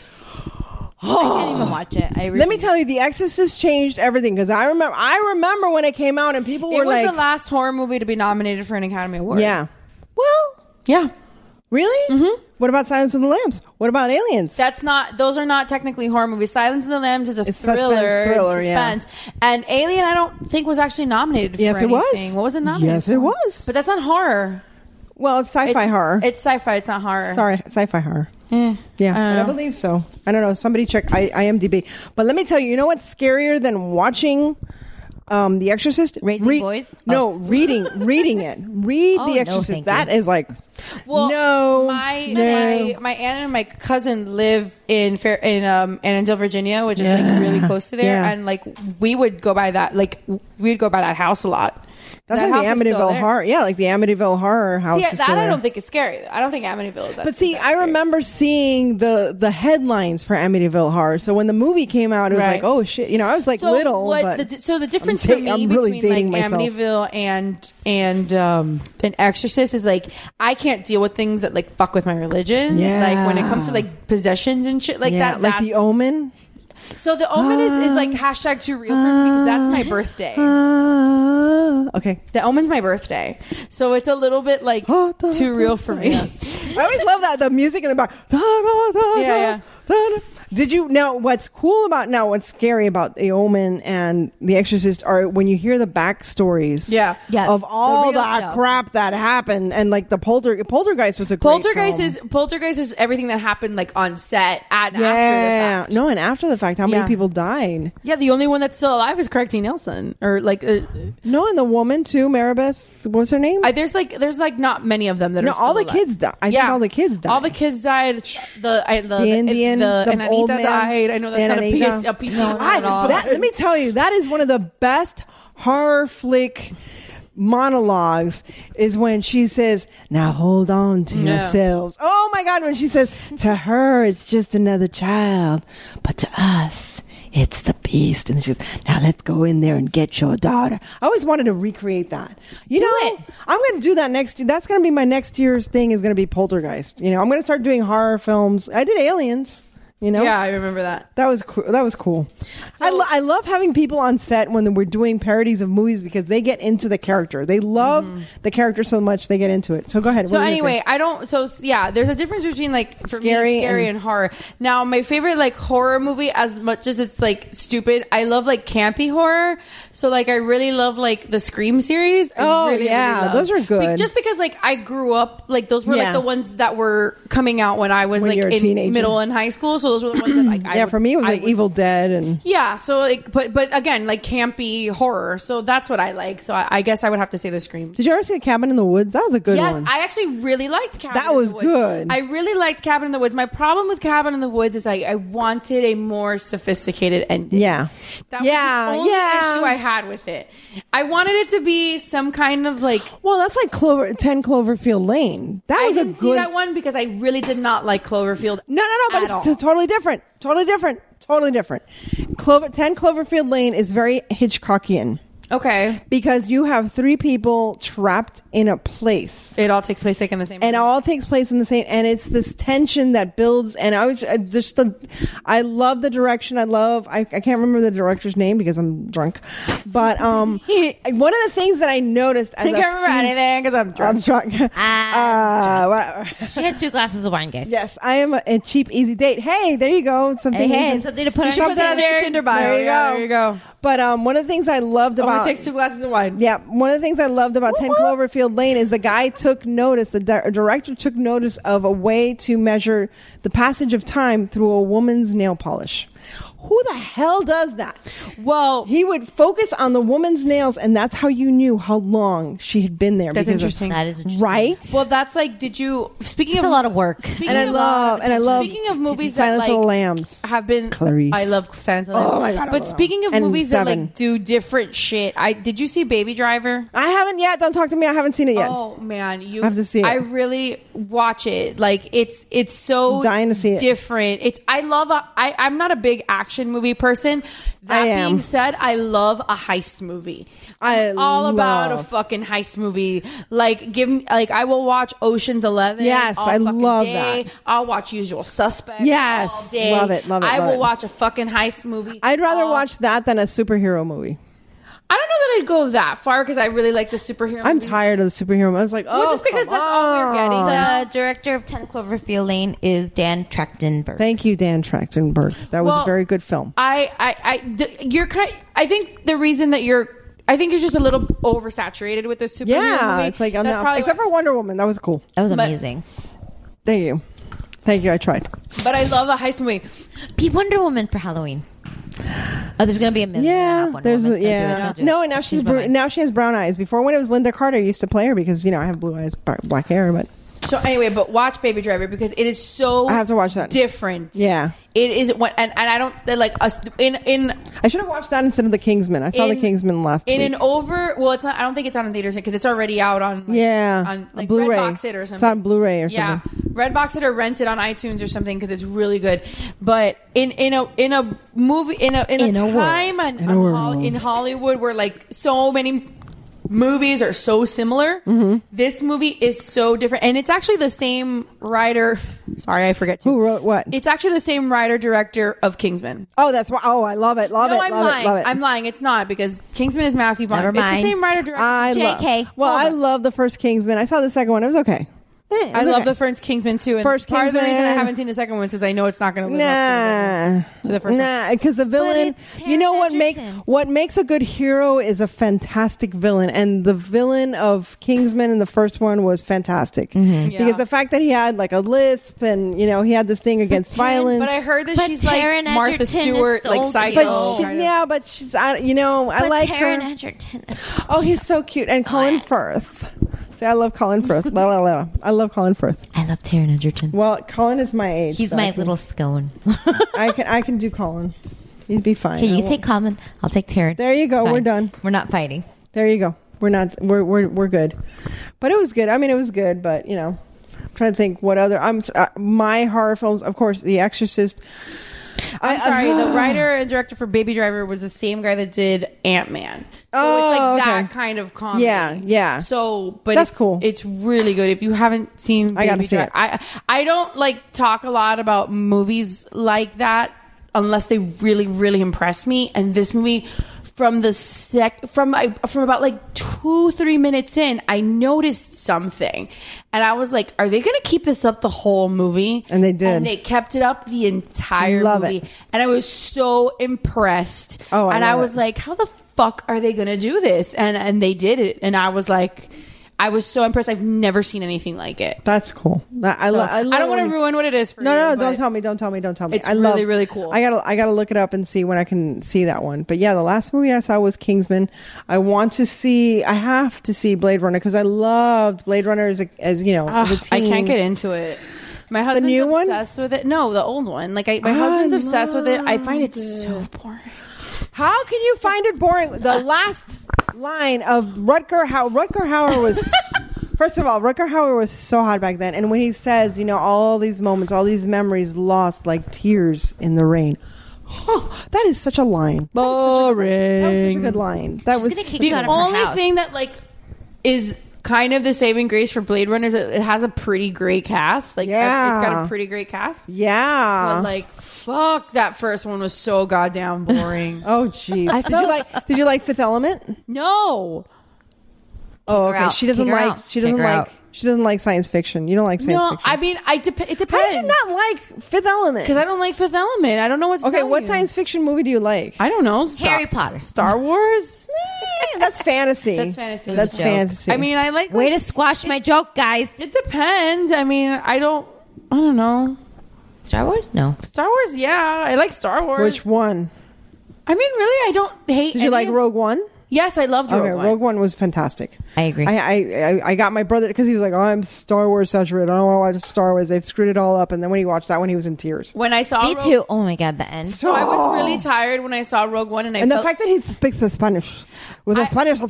S10: I can't even watch it. I
S11: Let me tell you, The Exorcist changed everything because I remember I remember when it came out and people
S7: It
S11: were
S7: was
S11: like,
S7: the last horror movie to be nominated for an Academy Award.
S11: "Yeah, well,
S7: yeah,
S11: really? Mm-hmm. What about Silence of the Lambs? What about Aliens?
S7: That's not; those are not technically horror movies. Silence of the Lambs is a
S11: It's suspense,
S7: thriller, it's
S11: thriller, yeah.
S7: suspense. And Alien, I don't think was actually nominated.
S11: yes,
S7: for
S11: it
S7: anything.
S11: was.
S7: What was it nominated?
S11: Yes, it
S7: for?
S11: was.
S7: But that's not horror.
S11: Well, it's sci-fi
S7: It's-
S11: horror.
S7: It's sci-fi. It's not horror.
S11: Sorry, sci-fi horror.
S7: Eh.
S11: Yeah,
S7: I don't
S11: but I
S7: know.
S11: believe so. I don't know. Somebody check I, IMDb. But let me tell you, you know what's scarier than watching um, The Exorcist?
S10: Raising boys?
S11: No,
S10: Oh.
S11: reading,
S7: [laughs]
S11: reading it. Read
S10: Oh,
S11: The
S10: no,
S11: Exorcist.
S10: thank
S11: That
S10: you.
S11: is like,
S7: Well,
S11: no,
S7: my,
S11: no.
S7: my my aunt and my cousin live in Fair, in um, Annandale, Virginia, which is
S11: Yeah.
S7: like really close to there,
S11: Yeah.
S7: and like we would go by that, like we'd go by that house a lot.
S11: That's
S7: That house
S11: like
S7: is
S11: the
S7: still
S11: Amityville
S7: there.
S11: horror. Yeah, like the Amityville horror house.
S7: See,
S11: is
S7: that
S11: still
S7: I
S11: there.
S7: don't think is scary. I don't think Amityville is. That,
S11: But see,
S7: that
S11: I
S7: scary.
S11: remember seeing the the headlines for Amityville Horror. So when the movie came out, it was
S7: Right.
S11: like, oh shit, you know, I was like
S7: so
S11: little.
S7: What
S11: but
S7: the, di- so the difference
S11: ta-
S7: for me
S11: I'm really
S7: between
S11: dating
S7: like
S11: myself.
S7: Amityville and and um, an Exorcist is like I can't deal with things that like fuck with my religion.
S11: Yeah.
S7: Like when it comes to like possessions and shit like
S11: yeah,
S7: that.
S11: like
S7: that's-
S11: the Ah. Omen.
S7: So the omen is, is like hashtag too real for me because that's my birthday.
S11: Ah, okay.
S7: The omen's my birthday. So it's a little bit like
S11: Oh, da-
S7: too
S11: da-
S7: real for me. [laughs]
S11: yeah. I always love that the music in the back. Da, da, da,
S7: Yeah,
S11: da,
S7: yeah.
S11: da, da. Did you now? What's cool about now? What's scary about The Omen and The Exorcist are when you hear the backstories.
S7: Yeah.
S10: Yeah,
S11: Of
S10: the real
S11: all that
S10: stuff.
S11: crap that happened, and like the polter poltergeist was a great
S7: Poltergeist
S11: film.
S7: is poltergeist is everything that happened like on set at after the
S11: yeah,
S7: fact.
S11: no, and after the fact, how
S7: Yeah.
S11: many people died?
S7: Yeah, the only one that's still alive is Craig T. Nelson. Or like uh,
S11: No, and the woman too, Maribeth. What was her name?
S7: I, there's like there's like not many of them that
S11: No,
S7: are still
S11: all the
S7: alive.
S11: kids di- I think all the kids died.
S7: All the kids died. The I, the,
S11: the Indian,
S7: the,
S11: the,
S7: and
S11: old
S7: Anita
S11: man,
S7: died. I know that's
S11: and
S7: not
S11: Anita.
S7: a piece. A piece
S10: No, not
S7: I-
S10: at all.
S11: That- let me tell you, that is one of the best horror flick monologues is when she says now hold on to yourselves oh my god when she says to her it's just another child but to us it's the beast and she says now let's go in there and get your daughter i always wanted to recreate that you
S10: Do
S11: know
S10: it.
S11: i'm gonna do that next year that's gonna be my next year's thing is gonna be poltergeist you know i'm gonna start doing horror films i did aliens you know
S7: Yeah, I remember that.
S11: that was cool. That was cool. I, lo- I love having people on set when we're doing parodies of movies because they get into the character. They love the character so much they get into it. So go ahead.
S7: Mm-hmm. So
S11: What were you gonna
S7: anyway, I don't. So s- yeah, there's a difference between like for
S11: Scary
S7: me, scary
S11: and-
S7: and, horror. Now, my favorite like horror movie, as much as it's like stupid, I love like campy horror. So like, I really love like the Scream series. I
S11: Oh,
S7: really,
S11: yeah,
S7: love.
S11: those are
S7: Be-
S11: good.
S7: just because like I grew up, like those were
S11: Yeah.
S7: like the ones that were coming out when I was
S11: When
S7: like
S11: you were a
S7: in
S11: teenager.
S7: middle and high school. So those were the ones that like
S11: [clears throat]
S7: I
S11: say? yeah,
S7: would-
S11: for me it was
S7: I
S11: like Evil Dead and
S7: Yeah, so like, but but again, like campy horror. So that's what I like. So I, I guess I would have to say the Scream.
S11: Did you ever see the Cabin in the Woods? That was a good
S7: yes,
S11: one.
S7: I actually really liked Cabin.
S11: That
S7: in
S11: was
S7: the Woods.
S11: good.
S7: I really liked Cabin in the Woods. My problem with Cabin in the Woods is I, I wanted a more sophisticated ending.
S11: yeah,
S7: That
S11: yeah,
S7: was the only
S11: yeah.
S7: issue I had with it. I wanted it to be some kind of like
S11: well, that's like Clover Ten Cloverfield Lane. That
S7: I
S11: was a
S7: didn't
S11: good.
S7: see that one because I really did not like Cloverfield.
S11: No, no, no,
S7: at
S11: but it's
S7: all.
S11: t- totally different. Totally different. Totally different. Clover Ten Cloverfield Lane is very Hitchcockian.
S7: okay.
S11: because you have three people trapped in a place
S7: It all takes place like in the same.
S11: and it all takes place in the same and it's this tension that builds and i was I just the i love the direction i love I, I can't remember the director's name because i'm drunk but
S7: [laughs]
S11: um one of the things that i noticed as
S7: I can't
S11: a Um,
S7: remember
S11: fem-
S7: anything because I'm drunk.
S11: i'm drunk
S7: Ah.
S11: uh, whatever.
S10: She had two glasses of wine, guys.
S11: yes i am a, a cheap easy date hey there you go something
S10: Hey, hey,
S11: you can-
S10: something to put
S11: you
S10: on
S11: should
S10: your
S11: that
S10: Tinder.
S11: your tinder bio there you,
S7: Yeah,
S11: go.
S7: there you go.
S11: but um one of the things i loved
S7: Only
S11: about
S7: takes two glasses of wine.
S11: yeah, one of the things I loved about 10 Cloverfield Lane is the guy took notice, the di- director took notice of a way to measure the passage of time through a woman's nail polish. Who the hell does that?
S7: Well,
S11: he would focus on the woman's nails, and that's how you knew how long she had been there.
S7: That's
S11: because of-
S7: interesting. That
S10: is
S11: right.
S7: Well, that's like, did you? Speaking
S10: It's
S7: of
S10: a lot of work.
S7: speaking
S11: And I
S7: of- uh,
S11: love- and I love
S7: Speaking of movies that
S11: Silence
S7: like
S11: of the Lambs.
S7: have been.
S11: Clarice.
S7: I love Silence of the Lambs.
S11: Oh my God, I
S7: but
S11: love
S7: speaking of
S11: them. And
S7: movies that
S11: Seven.
S7: like do different shit, I did you see Baby Driver?
S11: I haven't yet. Don't talk to me. I haven't seen it yet.
S7: Oh man, you
S11: I have to see it.
S7: I really watch it. Like it's it's so
S11: I'm dying to see it.
S7: different. It's I love a, I I'm not a big action movie person. That
S11: I am.
S7: being said, I love a heist movie.
S11: I
S7: all about a
S11: love-
S7: fucking heist movie. Like give me like I will watch Ocean's 11.
S11: Yes,
S7: all
S11: I
S7: fucking
S11: love
S7: day.
S11: that.
S7: I'll watch Usual Suspects.
S11: Yes,
S7: all day.
S11: love it, love it,
S7: I
S11: love
S7: will
S11: it.
S7: watch a fucking heist movie.
S11: I'd rather
S7: all-
S11: watch that than a superhero movie.
S7: I don't know that I'd go that far because I really like the superhero
S11: I'm
S7: movies.
S11: tired of the superhero. I was like, oh,
S7: Well, just because
S11: come
S7: that's all we're getting.
S11: on.
S10: The director of 10 Cloverfield Lane is Dan Trachtenberg.
S11: Thank you, Dan Trachtenberg. That was
S7: Well,
S11: a very good film.
S7: I, I, I, the, you're kind. I think the reason that you're, I think you're just a little oversaturated with the superhero
S11: Yeah,
S7: movie.
S11: it's like
S7: That's
S11: enough.
S7: probably
S11: Except for Wonder Woman, that was cool.
S10: That was
S7: But-
S10: amazing.
S11: Thank you, thank you. I tried.
S7: But I love a heist movie.
S10: Be Wonder Woman for Halloween. Oh, there's gonna be a million. and a
S11: Yeah,
S10: half Wonder
S11: there's a,
S10: Womans. Don't do it,
S11: yeah.
S10: don't do it.
S11: no, and now she's
S10: Change my
S11: br-
S10: mind.
S11: now she has brown eyes. Before when it was Linda Carter, I used to play her because you know I have blue eyes, bar- black hair, but
S7: So anyway, but watch Baby Driver because it is so.
S11: I have to watch that.
S7: Different.
S11: Yeah.
S7: It is what, and, and I don't they're like us in in
S11: I should have watched that instead of the Kingsman. I saw
S7: in,
S11: the Kingsman last
S7: in
S11: week.
S7: an over. Well, it's not. I don't think it's out in theaters because it's already out on. Like,
S11: yeah,
S7: On
S11: a
S7: like
S11: Blu-ray.
S7: Redbox it or something.
S11: It's on Blu-ray or
S7: Yeah,
S11: something.
S7: Redbox it or rent it on iTunes or something because it's really good. But in in a in a movie in a in,
S10: In a
S7: a,
S10: world.
S7: time on,
S11: In a
S7: on Hol-
S11: world.
S7: in Hollywood where like so many movies are so similar,
S11: Mm-hmm.
S7: this movie is so different, and it's actually the same writer. Sorry, I forget to.
S11: Who wrote what?
S7: It's actually the same writer director of Kingsman.
S11: oh, that's why. Oh, I love it. Love
S7: no,
S11: it.
S7: I'm
S11: love
S7: lying.
S11: it. Love it.
S7: I'm lying. it's not because Kingsman is Matthew Vaughn.
S10: Never
S7: It's
S10: mind.
S7: the same writer director.
S11: I love-
S10: JK.
S11: well,
S10: Hold
S11: I
S10: on.
S11: love the first Kingsman. I saw the second one. It was okay. Eh, it
S7: I
S11: was
S7: love
S11: okay.
S7: the first Kingsman too. And
S11: First
S7: part of the reason I
S11: Kingsman.
S7: haven't seen the second one is because I know it's not going to live up
S11: Nah,
S7: to the first
S11: nah, because the villain.
S10: it's Taron
S11: You know what makes
S10: Egerton.
S11: what makes a good hero is a fantastic villain, and the villain of Kingsman in the first one was fantastic
S7: Yeah.
S11: because the fact that he had like a lisp and you know he had this thing against violence.
S7: But I heard that
S10: But
S7: she's
S10: Taron
S7: like Martha
S10: Egerton is
S7: Stewart,
S10: so
S7: like
S10: cute.
S7: psycho.
S11: But
S10: Oh,
S11: she,
S7: kind of.
S11: yeah, but she's I, you know I
S10: But
S11: like
S10: Taron
S11: her.
S10: Egerton is-
S11: Oh, he's so cute, and Colin Firth. See, I love Colin Firth. La, la, la. I love Colin Firth.
S10: [gasps] I love Taron Egerton.
S11: Well, Colin is my age.
S10: He's
S11: so I
S10: my
S11: can-
S10: little scone. [laughs]
S11: I can I can do Colin. You'd be fine.
S10: Okay,
S11: I
S10: you
S11: won't-
S10: take Colin. I'll take Taron.
S11: There you
S10: It's
S11: go, we're
S10: fine.
S11: done.
S10: We're not fighting.
S11: There you go. We're not. We're we're we're good. But it was good. I mean, it was good. But you know, I'm trying to think what other. I'm uh, my horror films. Of course, The Exorcist.
S7: I'm sorry.
S10: [gasps]
S7: the writer and director for Baby Driver was the same guy that did Ant Man. So it's
S11: Oh,
S7: like that
S11: okay.
S7: kind of comedy.
S11: Yeah, yeah.
S7: So, but
S11: That's
S7: it's,
S11: cool.
S7: It's really good. If you haven't seen, Baby
S11: I gotta see
S7: Dri-
S11: it.
S7: I I don't like talk a lot about movies like that unless they really really impress me. And this movie. From the sec, from I, from about like two three minutes in, I noticed something, and I was like, "Are they going to keep this up the whole movie?"
S11: And they did.
S7: And they kept it up the entire
S11: Love
S7: movie,
S11: it.
S7: and I was so impressed.
S11: Oh, I
S7: and I
S11: love
S7: was
S11: it.
S7: like, how the fuck are they gonna do this? And and they did it, and I was like, I was so impressed. I've never seen anything like it.
S11: That's cool. I, I,
S7: So,
S11: lo-
S7: I,
S11: I, love
S7: don't want to
S11: when-
S7: ruin what it is for
S11: No,
S7: you,
S11: no,
S7: but-
S11: don't tell me, don't tell me, don't tell me.
S7: It's
S11: I love,
S7: really, really cool.
S11: I gotta, I gotta look it up and see when I can see that one. But yeah, the last movie I saw was Kingsman. I want to see, I have to see Blade Runner because I loved Blade Runner as, a, as you know,
S7: Ugh,
S11: as a
S7: I
S11: teen.
S7: can't get into it. My husband's
S11: new one? Ah,
S7: obsessed with it. No, the old one. Like I, my
S11: I
S7: husband's obsessed with it. I find it
S11: loved it.
S7: so boring.
S11: How can you find it boring?
S10: [laughs]
S11: The last line of Rutger Hauer. Rutger Hauer
S10: [laughs]
S11: was, first of all, Rutger Hauer was so hot back then. And when he says, you know, all these moments, all these memories lost like tears in the rain. Oh, that is such a line. That is such a- That was such a
S7: Boring.
S11: good line. That was
S10: gonna kick
S11: such
S10: you
S11: a-
S10: out of her
S7: only
S10: house.
S7: thing that like is kind of the saving grace for Blade Runner is that it has a pretty great cast. Like uh,
S11: Yeah.
S7: it's got a pretty great cast.
S11: Yeah.
S7: But like, fuck, that first one was so goddamn boring.
S11: [laughs] oh, geez.
S7: I
S11: Did you
S7: felt-
S11: like? Did you like Fifth Element?
S7: no,
S11: Oh,
S10: her
S11: okay.
S10: out.
S11: She doesn't
S10: Kick her
S11: like.
S10: out.
S11: She doesn't
S10: Kick her
S11: like.
S10: out.
S11: She doesn't like science fiction. You don't like science
S7: no.
S11: fiction.
S7: I mean, I dep- it depends.
S11: How did you not like Fifth Element?
S7: Because I don't like Fifth Element. I don't know what's
S11: okay, what science fiction movie do you like?
S7: I don't know. Star-
S10: Harry Potter.
S7: [laughs] Star Wars.
S11: Eh, That's fantasy.
S7: That's fantasy. It was a
S11: That's
S10: joke.
S11: fantasy.
S7: I mean, I like.
S10: Way to squash my joke, guys.
S7: It depends. I mean, I don't. I don't know.
S10: Star Wars? No.
S7: Star Wars, yeah, I like Star Wars.
S11: Which one?
S7: I mean, really, I don't hate.
S11: Did you like Rogue One?
S7: Yes, I loved Rogue
S11: okay,
S7: One.
S11: Rogue One was fantastic.
S10: I agree.
S11: I I, I, I got my brother because he was like, "Oh, I'm Star Wars saturated. I don't want to watch Star Wars. They've screwed it all up." And then when he watched that one, he was in tears.
S7: When I saw
S10: Me
S7: Rogue-
S10: too. Oh my god, the end.
S7: So I was
S11: [gasps]
S7: really tired when I saw Rogue One, and I
S11: and
S7: felt
S11: the fact that he speaks Spanish with a Spanish, I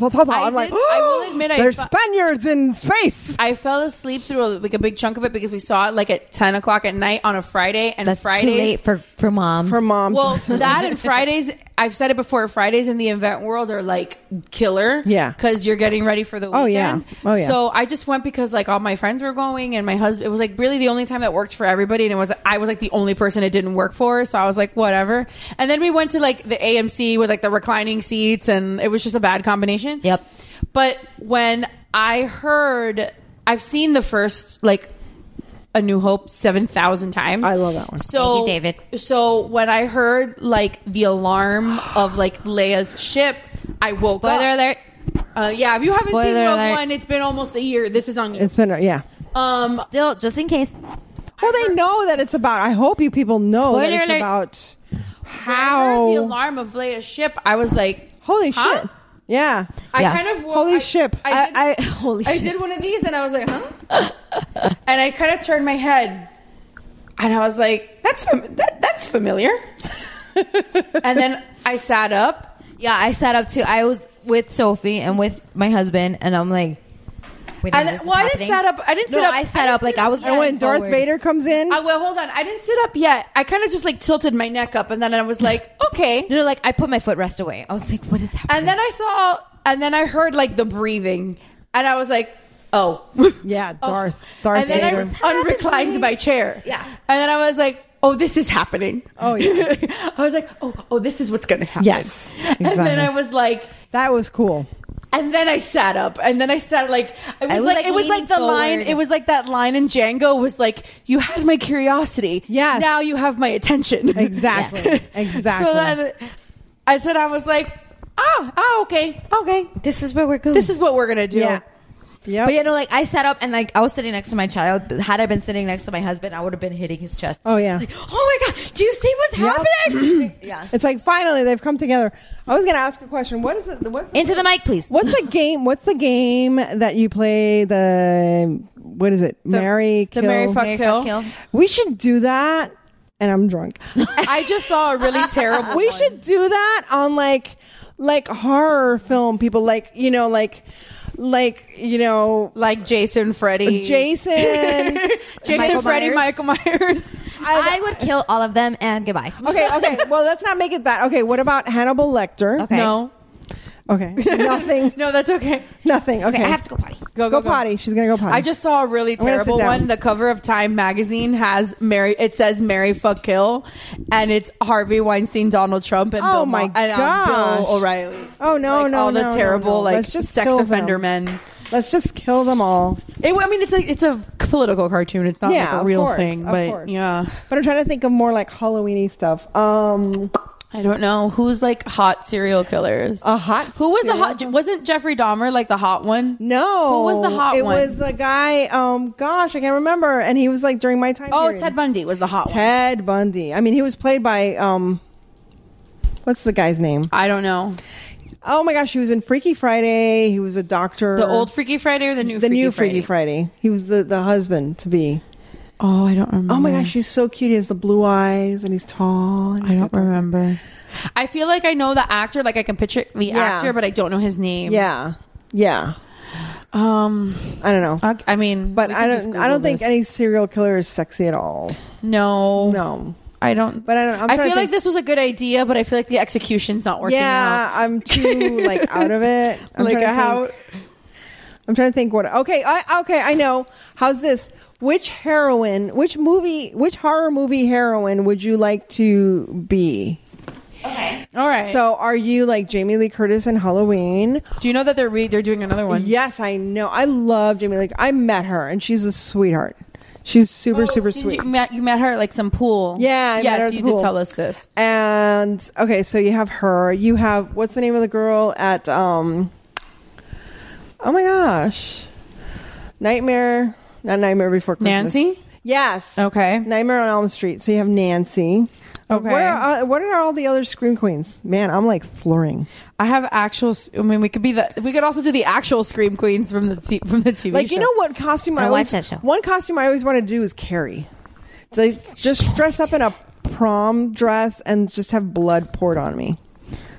S11: am like,
S7: did- I will admit I
S11: there's
S7: thought-
S11: Spaniards in space.
S7: I fell asleep through a, like a big chunk of it because we saw it like at ten o'clock at night on a Friday, and
S10: That's
S7: Fridays
S10: too late for for mom.
S11: For moms,
S7: Well, that and Fridays, I've said it before, Fridays in the event world are like killer.
S11: Yeah.
S7: Because you're getting ready for the weekend.
S11: Oh, yeah. Oh, yeah.
S7: So I just went because like all my friends were going and my husband, it was like really the only time that worked for everybody. And it was, I was like the only person it didn't work for. So I was like, whatever. And then we went to like the AMC with like the reclining seats and it was just a bad combination.
S10: Yep.
S7: But when I heard, I've seen the first like, a New Hope seven thousand times.
S11: I love that one.
S7: So
S10: Thank you, David.
S7: so when I heard like the alarm of like Leia's ship, I woke
S10: Spoiler
S7: up.
S10: alert.
S7: Uh, yeah, if you haven't seen
S10: Spoiler
S7: Rogue
S10: alert.
S7: One, it's been almost a year. This is on you.
S11: It's been yeah.
S7: um,
S10: Still, just in case.
S11: Well, they know that it's about. I hope you people know that
S10: Spoiler
S11: it's
S10: alert.
S11: about
S7: when I heard the
S11: how.
S7: alarm of Leia's ship. I was like,
S11: Holy
S7: Huh?
S11: shit! Yeah,
S7: I
S10: Yeah.
S7: kind of woke,
S11: Holy
S7: I,
S11: ship.
S7: I, did,
S10: [laughs]
S7: I,
S10: holy
S7: did one of these, and I was like, huh? and I kind of turned my head, and I was like, that's fam- that, that's familiar. and then I sat up.
S10: Yeah, I sat up too. I was with Sophie and with my husband, and I'm like, wait,
S7: And
S10: this
S7: then-
S10: is
S7: well, I didn't
S10: happening?
S7: sat up- I didn't
S10: No,
S7: sit up-
S10: I
S7: I
S10: sat
S7: didn't
S10: up like
S7: sit up
S10: I was.
S7: yet.
S11: and when
S10: leaning
S11: Darth
S10: forward.
S11: Vader comes in,
S7: I well, hold on. I didn't sit up yet. I kind of just like tilted my neck up, and then I was like, okay.
S10: No, no, like I put my footrest away. I was like, what is happening?
S7: And then I saw, and then I heard like the breathing, and I was like, oh,
S11: [laughs] yeah,
S7: Oh.
S11: Darth, Darth
S7: And then
S11: Vader.
S7: I unreclined my chair.
S10: Yeah.
S7: and then I was like. Oh, this is happening.
S11: Oh, yeah.
S7: [laughs] I was like, oh, oh, this is what's gonna happen.
S11: Yes,
S7: [laughs] And then
S11: exactly.
S7: I was like,
S11: that was cool.
S7: and then I sat up, and then I sat like it was,
S10: was,
S7: like,
S10: like,
S7: it was
S10: leaning
S7: like the line.
S10: forward.
S7: It was like that line in Django was like, you had my curiosity.
S11: Yes.
S7: Now you have my attention. [laughs]
S11: Exactly, exactly.
S7: So then I said, I was like, oh, oh, okay, okay.
S10: this is where we're going.
S7: This is what we're gonna do.
S11: yeah, yeah.
S10: But you know, like I sat up and like I was sitting next to my child. But had I been sitting next to my husband, I would have been hitting his chest.
S11: Oh, yeah.
S10: Like, oh my god, do you see what's
S11: Yep. [clears throat]
S10: happening? yeah.
S11: It's like finally they've come together. I was going to ask a question. What is it? What's the,
S10: Into the mic, please.
S11: [laughs] what's the game? What's the game that you play? The what is it? Mary
S7: the
S11: kill.
S7: Mary fuck
S10: Mary
S7: kill.
S10: fuck kill.
S11: We should do that. And I'm drunk.
S7: [laughs] I just saw a really terrible.
S11: [laughs] we
S7: one.
S11: should do that on like like horror film people like you know like like you know
S7: like Jason, Freddy, [laughs]
S11: [laughs] Jason.
S7: Jason,
S10: Michael
S7: Freddy,
S10: Myers.
S7: Michael Myers.
S10: I would kill all of them and goodbye.
S11: okay,
S10: [laughs]
S11: okay. Well, let's not make it that. Okay, what about Hannibal Lecter?
S10: Okay.
S7: No,
S11: [laughs] Okay. Nothing.
S7: no, that's okay.
S11: Nothing. Okay.
S10: Okay, I have to go potty.
S11: Go, go, potty. She's going to go potty.
S7: I just saw a really
S11: gonna sit
S7: terrible
S11: down.
S7: one. The cover of Time magazine has Mary. It says Mary fuck kill, and it's Harvey Weinstein, Donald Trump, and
S11: Oh
S7: Bill
S11: my
S7: Maher- and um,
S11: gosh.
S7: Bill O'Reilly.
S11: Oh, no,
S7: Like,
S11: no,
S7: all the
S11: no, no,
S7: terrible
S11: no.
S7: like
S11: Let's just
S7: sex
S11: kill them.
S7: offender men.
S11: Let's just kill them all.
S7: It, I mean, it's a it's a political cartoon. It's not like a
S11: of
S7: real
S11: course,
S7: thing,
S11: of
S7: but
S11: course.
S7: yeah,
S11: But I'm trying to think of more like Halloweeny stuff. Um,
S7: I don't know who's like hot serial killers.
S11: a hot.
S7: Who was the
S11: serial-
S7: hot? Wasn't Jeffrey Dahmer like the hot one?
S11: No.
S7: Who was the hot
S11: it
S7: one?
S11: It was the guy. Um, gosh, I can't remember. And he was like during my time.
S7: oh,
S11: period.
S7: Ted Bundy was the hot one.
S11: Ted Bundy. I mean, he was played by um, what's the guy's name?
S7: I don't know
S11: Oh my gosh, he was in Freaky Friday. He was a doctor.
S7: the old Freaky Friday or the new
S11: the
S7: Freaky
S11: new
S7: Friday?
S11: Freaky Friday. He was the the husband to be.
S7: Oh, I don't remember.
S11: Oh my gosh, he's so cute. He has the blue eyes and he's tall. and
S7: I
S11: he's
S7: don't
S11: got the-
S7: remember. I feel like I know the actor, like I can picture the
S11: Yeah.
S7: actor, but I don't know his name.
S11: Yeah, yeah.
S7: Um.
S11: I don't know.
S7: I, I mean,
S11: But
S7: we
S11: I
S7: can just
S11: don't. I
S7: Google
S11: don't think
S7: this.
S11: any serial killer is sexy at all.
S7: No.
S11: No.
S7: I don't.
S11: But I don't- I'm
S7: I
S11: trying to
S7: feel like
S11: think-
S7: this was a good idea, but I feel like the execution's not working
S11: yeah,
S7: out.
S11: I'm too like out
S7: [laughs]
S11: of it. I'm
S7: Like
S11: trying to
S7: how-
S11: think- I'm trying to think what. Okay, I, okay, I know. How's this? Which heroine? Which movie? Which horror movie heroine would you like to be?
S7: All right. So
S11: So, are you like Jamie Lee Curtis in Halloween?
S7: do you know that they're re- they're doing another one?
S11: Yes, I know. I love Jamie Lee. I met her, and she's a sweetheart. She's super,
S7: Oh,
S11: super
S7: didn't
S11: sweet.
S7: You met, you met her at like some pool.
S11: Yeah, I met
S7: yes,
S11: her at the
S7: you
S11: pool.
S7: did tell us this.
S11: And okay, so you have her. You have what's the name of the girl at um Oh my gosh. Nightmare not Nightmare Before Christmas.
S7: Nancy?
S11: Yes.
S7: Okay.
S11: Nightmare on Elm Street. So you have Nancy.
S7: Okay.
S11: What are, uh, what are all the other scream queens? Man, I'm like flooring.
S7: I have actual. s- I mean, we could be the. We could also do the actual scream queens from the t- from the TV.
S11: Like you
S7: show.
S11: know what costume I,
S7: I
S11: always
S7: watch that show.
S11: one costume I always want to do is Carrie. Just, just dress up in a prom dress and just have blood poured on me.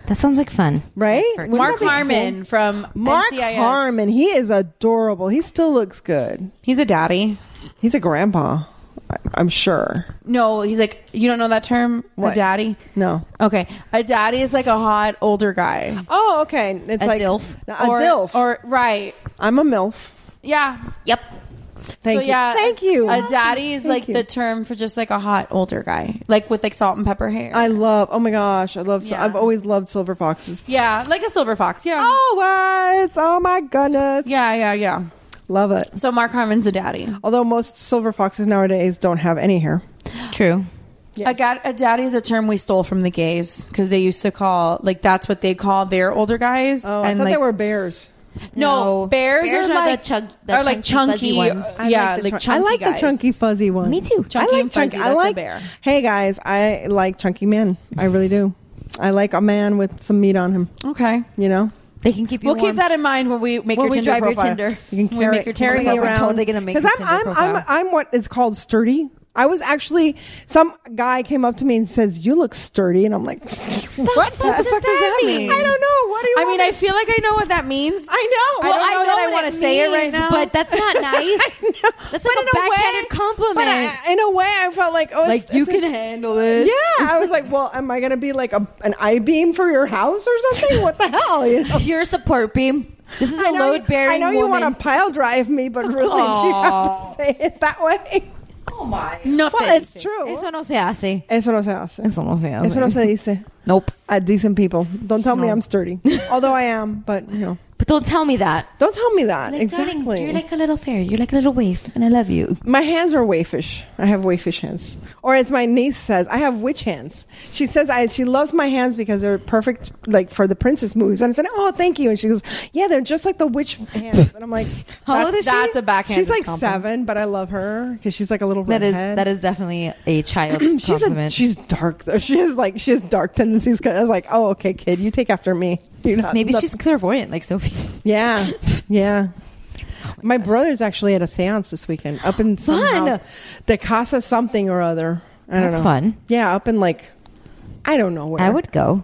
S10: That sounds like fun,
S11: right? Wouldn't
S7: Mark
S11: that be cool?
S7: Harmon from
S11: Mark
S7: NCIS.
S11: Harmon, he is adorable. He still looks good.
S7: He's a daddy.
S11: He's a grandpa. I- I'm sure.
S7: No, he's like you don't know that term.
S11: What?
S7: A daddy.
S11: No.
S7: Okay, a daddy is like a hot older guy.
S11: Oh, okay. It's
S10: A
S11: like
S10: dilf.
S11: No, a
S7: or,
S11: dilf.
S7: Or right.
S11: I'm a milf.
S7: Yeah.
S10: Yep.
S11: Thank
S7: so
S11: you.
S7: yeah.
S11: Thank you.
S7: A daddy is
S11: Thank
S7: like
S11: you.
S7: the term for just like a hot older guy, like with like salt and pepper hair.
S11: I love. Oh my gosh, I love.
S7: Yeah.
S11: I've always loved silver foxes.
S7: yeah, like a silver fox. Yeah.
S11: Oh. Always. Oh my goodness.
S7: Yeah, yeah, yeah.
S11: Love it.
S7: So Mark Harmon's a daddy.
S11: Although most silver foxes nowadays don't have any hair.
S10: True.
S7: A, ga- a daddy is a term we stole from the gays because they used to call like that's what they call their older guys.
S11: Oh, I thought they were bears.
S7: no,
S10: No.
S7: bears,
S10: Bears are
S7: are,
S10: the
S7: like
S10: chunk- the
S7: are like
S10: chunky,
S7: chunky.
S10: fuzzy ones.
S11: I
S7: yeah,
S11: the
S7: like
S11: chun-
S7: chunky
S11: I like
S7: guys.
S11: the chunky fuzzy one.
S10: Me too.
S7: Chunky
S11: I like
S7: and fuzzy,
S11: chunky. I
S7: that's a
S11: like
S7: bear.
S11: Hey guys, I like chunky men. I really do. I like a man with some meat on him.
S7: Okay,
S11: You know,
S10: They can keep you.
S7: we'll keep
S10: warm.
S7: that in mind when we make
S10: When
S7: your
S10: we
S7: Tinder
S10: drive your
S7: profile.
S10: Tinder.
S11: you
S7: When
S11: can
S7: we
S11: carry,
S7: make your
S11: carry
S7: Tinder
S11: me
S10: profile.
S11: around.
S10: We're totally gonna make your
S11: Because I'm,
S10: Tinder
S11: I'm, I'm,
S10: profile.
S11: I'm what is called sturdy. I was actually some guy came up to me and says, "You look sturdy," and I'm like, [laughs] "What the
S7: What the fuck does that mean?
S11: I don't know. What do you?
S7: I
S11: want
S7: mean,
S11: me
S7: I feel like I know what that means.
S11: I
S7: I
S11: know. Well,
S7: don't know,
S11: I know
S7: that I
S11: what
S7: want
S11: it
S7: to say it right
S10: means,
S7: now.
S10: But that's
S11: [laughs]
S10: not nice. [laughs] that's like
S11: But
S10: a backhanded compliment.
S11: But I, in a way, I felt like, oh,
S10: like
S11: it's,
S10: you
S11: it's
S10: can
S11: a-
S10: handle it.
S11: Yeah, I was like, well, am I gonna be like a an I beam for your house or something? What the hell? You know?
S10: Pure support beam. This is a
S11: I know you-
S10: load bearing.
S11: I know you want to pile drive me, but really, do you have to say it that way?
S10: Oh my.
S7: Nothing.
S11: Well, it's true.
S10: Eso no se hace.
S11: Eso no se hace.
S10: Eso no se hace.
S11: Eso no se dice.
S10: Nope.
S11: Uh, decent people. Don't tell me
S10: [laughs]
S11: I'm sturdy. Although I am, but you know.
S10: But don't tell me that.
S11: Don't tell me that.
S10: Like,
S11: exactly.
S10: darling, you're like a little fairy. You're like a little waif, and I love you.
S11: My hands are waifish. I have waifish hands. Or as my niece says, I have witch hands. She says I, she loves my hands because they're perfect like for the princess movies. And I said, Oh, thank you. And she goes, Yeah, they're just like the witch hands. And I'm like,
S10: [laughs] How old is she?
S7: That's a backhand.
S11: She's like
S7: compliment.
S11: seven, but I love her because she's like a little
S10: That is
S11: redhead. [clears throat]
S10: that is definitely a [clears throat] child's
S11: she's a,
S10: compliment.
S11: she's dark though. She is like she has dark tendencies. 'Cause I was like, Oh, okay, kid, you take after me. [laughs] You're not
S10: Maybe
S11: not-
S10: she's clairvoyant, like Sophie. [laughs]
S11: yeah, yeah. my brother's actually at a seance this weekend up in some
S10: Oh Fun.
S11: house, the Casa something or other. I don't
S10: That's
S11: know.
S10: fun.
S11: Yeah, up in like I don't know where.
S10: I would go.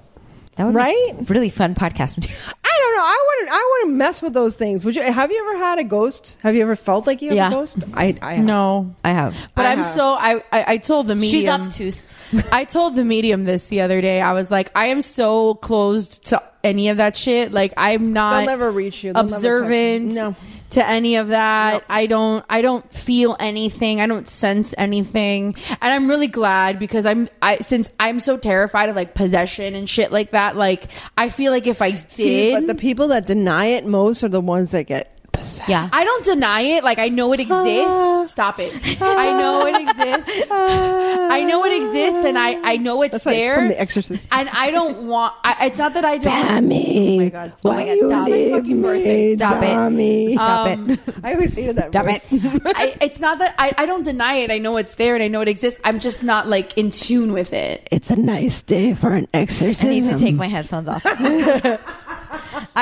S10: That would be
S11: Right?
S10: really fun podcast material.
S11: I don't know. I wouldn't. I wouldn't mess with those things. Would you? Have you ever had a ghost? Have you ever felt like you have
S10: Yeah.
S11: a ghost? I. I have.
S7: No,
S10: I have.
S7: but
S11: I
S7: I'm
S11: have.
S7: so I, I I told the medium
S10: She's obtuse.
S7: [laughs] I told the medium this the other day. I was like, I am so closed to any of that shit. Like, I'm not.
S11: They'll never reach you. They'll never touch you.
S7: observant.
S11: No.
S7: To any of that, I don't. I don't feel anything. I don't sense anything, and I'm really glad because I'm. I since I'm so terrified of like possession and shit like that. Like I feel like if I did,
S11: See, but the people that deny it most are the ones that get possessed.
S10: Yeah.
S7: I don't deny it. Like I know it exists. Stop it. I know it exists. I know it exists, and I I know it's
S11: That's like
S7: there.
S11: from The Exorcist.
S7: And I don't want. I, it's not that I don't.
S11: Dummy. Oh my
S7: God, stop.
S11: Why
S7: Oh my God,
S11: you
S7: stop. It's my
S11: leave
S7: fucking
S11: me,
S7: birthday.
S10: Stop it.
S11: dummy?
S10: Stop it.
S11: I always hated that.
S10: Stop
S11: voice.
S10: it.
S7: I, it's not that I, I don't deny it. I know it's there and I know it exists. I'm just not like in tune with it.
S11: It's a nice day for an
S10: I
S11: exorcism.
S10: need to take my headphones [laughs] off. I'm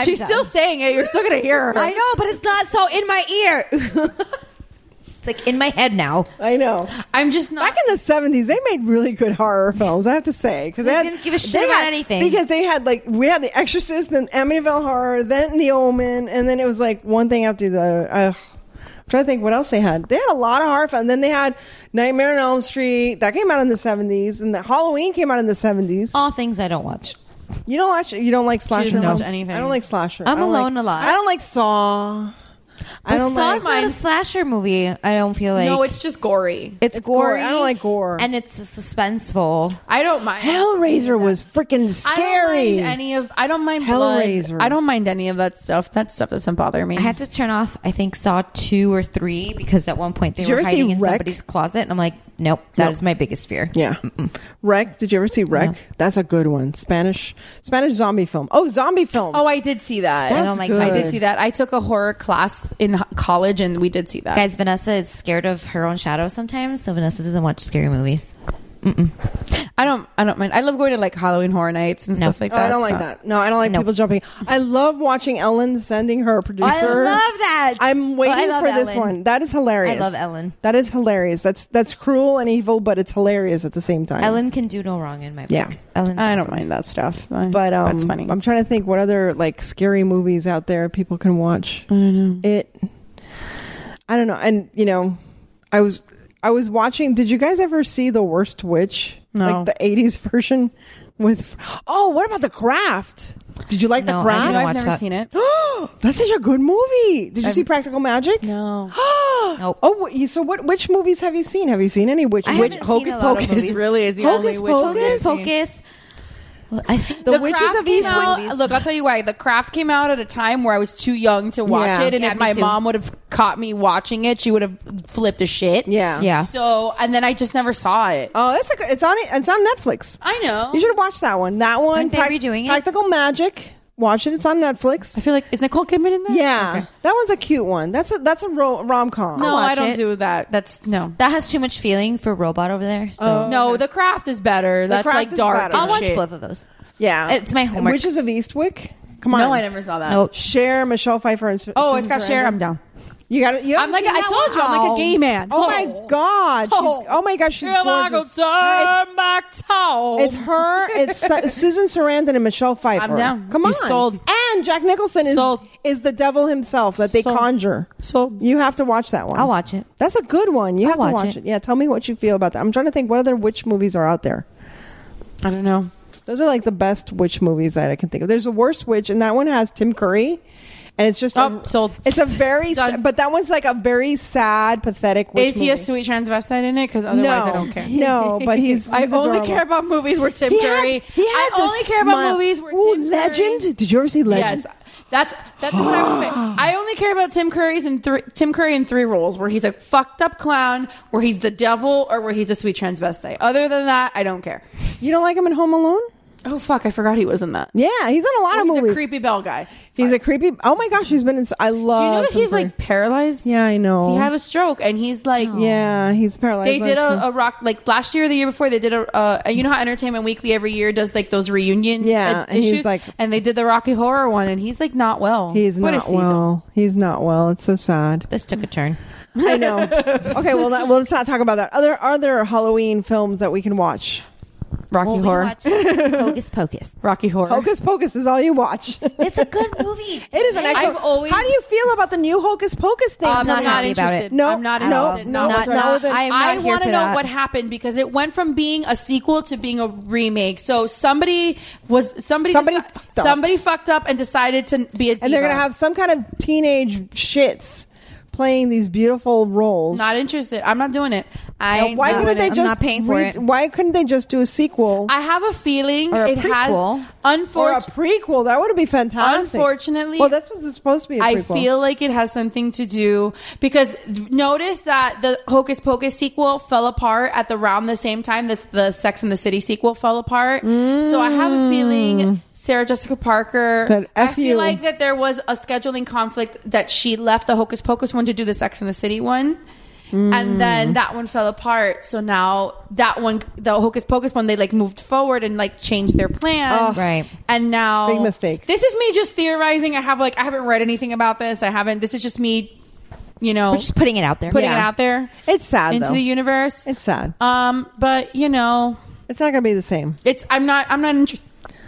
S7: She's
S10: done.
S7: still saying it. You're still gonna hear her.
S10: I know, but it's not so in my ear. [laughs] it's like in my head now.
S11: I know.
S7: I'm just not.
S11: Back in the seventies, they made really good horror films. I have to say because they,
S10: They
S11: had-
S10: didn't give a shit about
S11: had,
S10: anything.
S11: because they had like we had The Exorcist, then Amityville Horror, then The Omen, and then it was like one thing after the other. Ugh. I'm trying to think what else they had. They had a lot of horror films. Then they had Nightmare on Elm Street that came out in the seventies, and the Halloween came out in the seventies.
S10: All things I don't watch.
S11: You don't watch. You don't like slasher.
S7: doesn't watch
S11: films?
S7: anything.
S11: I don't like slasher.
S10: I'm
S11: I don't
S10: alone
S11: like-
S10: a lot.
S11: I don't like Saw. I
S10: But
S11: don't
S10: Saw's
S11: like.
S10: not a slasher movie. I don't feel like
S7: no, it's just gory.
S10: it's,
S11: it's gore.
S10: gory.
S11: I don't like gore.
S10: and it's suspenseful.
S7: I don't mind.
S11: Hellraiser was freaking
S7: I don't
S11: scary.
S7: mind any of. I don't mind blood.
S11: Hellraiser.
S7: I don't mind any of that stuff. That stuff doesn't bother me.
S10: I had to turn off. I think Saw two or three because at one point they
S11: Did you
S10: were
S11: ever see
S10: hiding in
S11: Wreck?
S10: somebody's closet, and I'm like, Nope. that is
S11: Nope.
S10: my biggest fear.
S11: Yeah. Wreck. Did you ever see Wreck? That's a good one. Spanish Spanish zombie film. Oh, zombie films.
S7: Oh, I did see that.
S11: That's
S7: I,
S11: good.
S7: I did see that. I took a horror class in h- college, and we did see that.
S10: Guys, Vanessa is scared of her own shadow sometimes, so Vanessa doesn't watch scary movies. Mm-mm.
S7: I don't. I don't mind. I love going to like Halloween horror nights and stuff like
S11: Oh,
S7: that.
S11: I don't
S7: so-
S11: like that. No, I don't like people jumping. I love watching Ellen sending her producer.
S10: love that.
S11: I'm
S10: Oh, I
S11: waiting
S10: love
S11: for this
S10: Ellen.
S11: one. That is hilarious.
S10: I love Ellen.
S11: That is hilarious. That's that's cruel and evil, but it's hilarious at the same time.
S10: Ellen can do no wrong in my book.
S11: Yeah.
S10: Ellen's
S7: I don't
S10: awesome.
S7: mind that stuff. I-
S11: But um,
S7: that's funny.
S11: I'm trying to think what other like scary movies out there people can watch. I don't know. It. I don't know, and you know, I was I was watching. Did you guys ever see the Worst Witch?
S7: No.
S11: Like the '80s version with. Oh, what about the Craft? Did you like
S10: No,
S11: the
S10: I
S11: Craft?
S10: didn't
S7: You know,
S10: watch
S7: Ah, I've never
S10: that.
S7: seen it.
S11: [gasps] That's such a good movie. Did you
S7: I've-
S11: see Practical Magic? [gasps]
S7: No.
S11: Oh, what- you- so what? Which movies have you seen? Have you seen any witch?
S10: I
S11: witch
S10: haven't seen
S7: Hocus
S10: a lot of
S7: Pocus
S10: movies.
S7: really is the
S11: Hocus
S7: only witch movie
S10: Hocus
S7: I've seen.
S10: Pocus. Well, I see
S11: The Witches
S7: Craft
S11: of
S7: came
S11: Eastwick
S7: out-
S10: movies.
S7: Look, I'll tell you why. The Craft came out at a time where I was too young to watch
S11: Yeah.
S7: it, and
S10: Yeah,
S7: if
S10: me
S7: my
S10: too.
S7: mom would have caught me watching it, she would have flipped a shit.
S11: yeah,
S10: Yeah.
S7: So, and then I just never saw it.
S11: Oh, it's a good, it's on it's on Netflix.
S7: I know.
S11: You should watch that one. That one.
S10: Aren't they
S11: Pract-
S10: redoing it?
S11: Practical Magic. Watch it. It's on Netflix.
S7: I feel like is Nicole Kidman in that?
S11: Yeah, that one's a cute one. That's a that's a ro- rom com.
S7: No,
S10: I'll watch
S7: I don't
S10: it.
S7: do that. That's no.
S10: that has too much feeling for robot over there. So
S11: Oh,
S7: No, the craft is better. That's
S11: Craft
S7: like
S11: is
S7: dark.
S11: better.
S7: and
S10: I'll watch
S7: shit.
S10: both of those.
S11: Yeah,
S10: It's my homework.
S11: Witches of Eastwick. Come on.
S7: No, I never saw that.
S10: Nope.
S11: Share Michelle Pfeiffer and. Su-
S7: Oh, it's
S11: Susan
S7: got Cher.
S11: Sarandon.
S7: I'm down.
S11: You got it. You
S7: I'm
S11: haven't
S7: like
S11: seen
S7: I
S11: that
S7: told you, I'm like a gay man.
S11: Oh, my god. She's, oh. my god. She's
S7: If I
S11: gorgeous.
S7: could
S11: It's-
S7: "Oh, turn my toe.
S11: It's her.
S7: [laughs]
S11: It's Su- Susan Sarandon and Michelle Pfeiffer.
S7: Oh. I'm down.
S11: Come on.
S7: You sold.
S11: And Jack Nicholson is
S7: Sold.
S11: is the devil himself that they
S7: Sold.
S11: conjure.
S7: Sold.
S11: You have to watch that one.
S10: I'll watch it.
S11: That's a good one. You
S10: I'll
S11: have to
S10: watch
S11: watch it.
S10: it.
S11: Yeah. Tell me what you feel about that. I'm trying to think what other witch movies are out there.
S7: I don't know.
S11: Those are like the best witch movies that I can think of. There's a worst witch, and that one has Tim Curry. And it's just
S7: Oh,
S11: a,
S7: sold.
S11: It's a very,
S7: Done.
S11: sa- but that one's like a very sad, pathetic.
S7: Is
S11: Witch
S7: he a
S11: movie.
S7: sweet transvestite in it? Because otherwise,
S11: No,
S7: I don't care.
S11: No,
S7: [laughs]
S11: but he's.
S7: I
S11: he's
S7: only
S11: adorable.
S7: care about movies where Tim
S11: He had-
S7: Curry.
S11: he had
S7: I
S11: the
S7: only care about
S11: smile.
S7: movies where
S11: Ooh,
S7: Tim Curry-
S11: Legend. Did you ever see Legend?
S7: Yes, that's that's what I was.
S11: [gasps]
S7: saying. I only care about Tim Curry's and three, Tim Curry in three roles where he's a fucked up clown, where he's the devil, or where he's a sweet transvestite. Other than that, I don't care.
S11: You don't like him in Home Alone?
S7: Oh fuck, I forgot he was in that.
S11: Yeah, he's in a lot
S7: Or
S11: of
S7: Oh, he's
S11: movies.
S7: a creepy bell guy.
S11: He's a creepy. Oh my gosh, he's been in. so- I love.
S7: Do you know that
S11: Tim
S7: he's
S11: Curry.
S7: like paralyzed?
S11: Uh, Yeah, I know. Oh.
S7: He had a stroke, and he's like,
S11: yeah, he's paralyzed.
S7: They did
S11: like,
S7: a,
S11: so-
S7: a rock like last year, or the year before. They did a uh, you know how Entertainment Weekly every year does like those reunion
S11: Yeah,
S7: uh,
S11: and he's
S7: issues?
S11: like-
S7: and they did the Rocky Horror one, and he's like not well.
S11: He's
S7: What
S11: not
S7: is he, though?
S11: well. He's not well. It's so sad.
S10: This took a turn.
S11: I know.
S7: [laughs]
S11: Okay, well, that, well, let's not talk about that. Other are there Halloween films that we can watch?
S7: Rocky
S10: Well, we
S7: Horror,
S10: watch it.
S11: [laughs]
S10: Hocus Pocus.
S7: Rocky Horror.
S11: Hocus Pocus is all you watch. [laughs] it
S10: It's a good
S11: [laughs]
S10: movie.
S11: is an excellent.
S7: I've always-
S11: How do you feel about the new Hocus Pocus thing?
S7: I'm
S10: not
S7: not,
S10: happy about
S7: interested.
S10: it.
S11: No,
S7: I'm not
S11: no,
S7: interested.
S11: no,
S7: not
S11: no,
S7: whatsoever.
S11: then- I
S10: am not
S7: I
S10: here
S7: want
S10: for
S7: to know
S10: that.
S7: what happened because it went from being a sequel to being a remake. So somebody was somebody
S11: Somebody fucked up.
S7: somebody fucked up and decided to be a diva.
S11: and they're gonna have some kind of teenage shits playing these beautiful roles.
S7: not interested. I'm not doing it. I ain't
S11: why
S7: doing
S11: couldn't
S7: it.
S11: they
S10: I'm
S11: just
S10: not paying for it.
S11: Why couldn't they just do a sequel
S7: I have a feeling
S10: Or a
S7: it
S10: prequel.
S7: has
S11: or a
S7: unfortunately.
S11: prequel? That would be fantastic.
S7: Unfortunately-
S11: well, that's what's supposed to be. A
S7: I
S11: prequel.
S7: feel like it has something to do because th- notice that the Hocus Pocus sequel fell apart at the around the same time that the Sex and the City sequel fell apart. So I have a feeling Sarah Jessica Parker.
S11: Mm. That
S7: I
S11: F
S7: feel
S11: you.
S7: like that there was a scheduling conflict that she left the Hocus Pocus one to do the Sex and the City one.
S11: Mm.
S7: And then that one fell apart. So now that one, the Hocus Pocus one, they like moved forward and like changed their plan.
S10: Oh. Right.
S7: And now
S11: Big mistake.
S7: Oh. This is me just theorizing. I have like I haven't read anything about this. I haven't. This is just me, you know,
S10: We're just putting it out there.
S7: putting it
S11: Yeah.
S7: out there
S11: it's sad
S7: into
S11: though.
S7: the universe.
S11: it's sad.
S7: um, but you know,
S11: it's not gonna be the same.
S7: it's I'm not I'm not inter-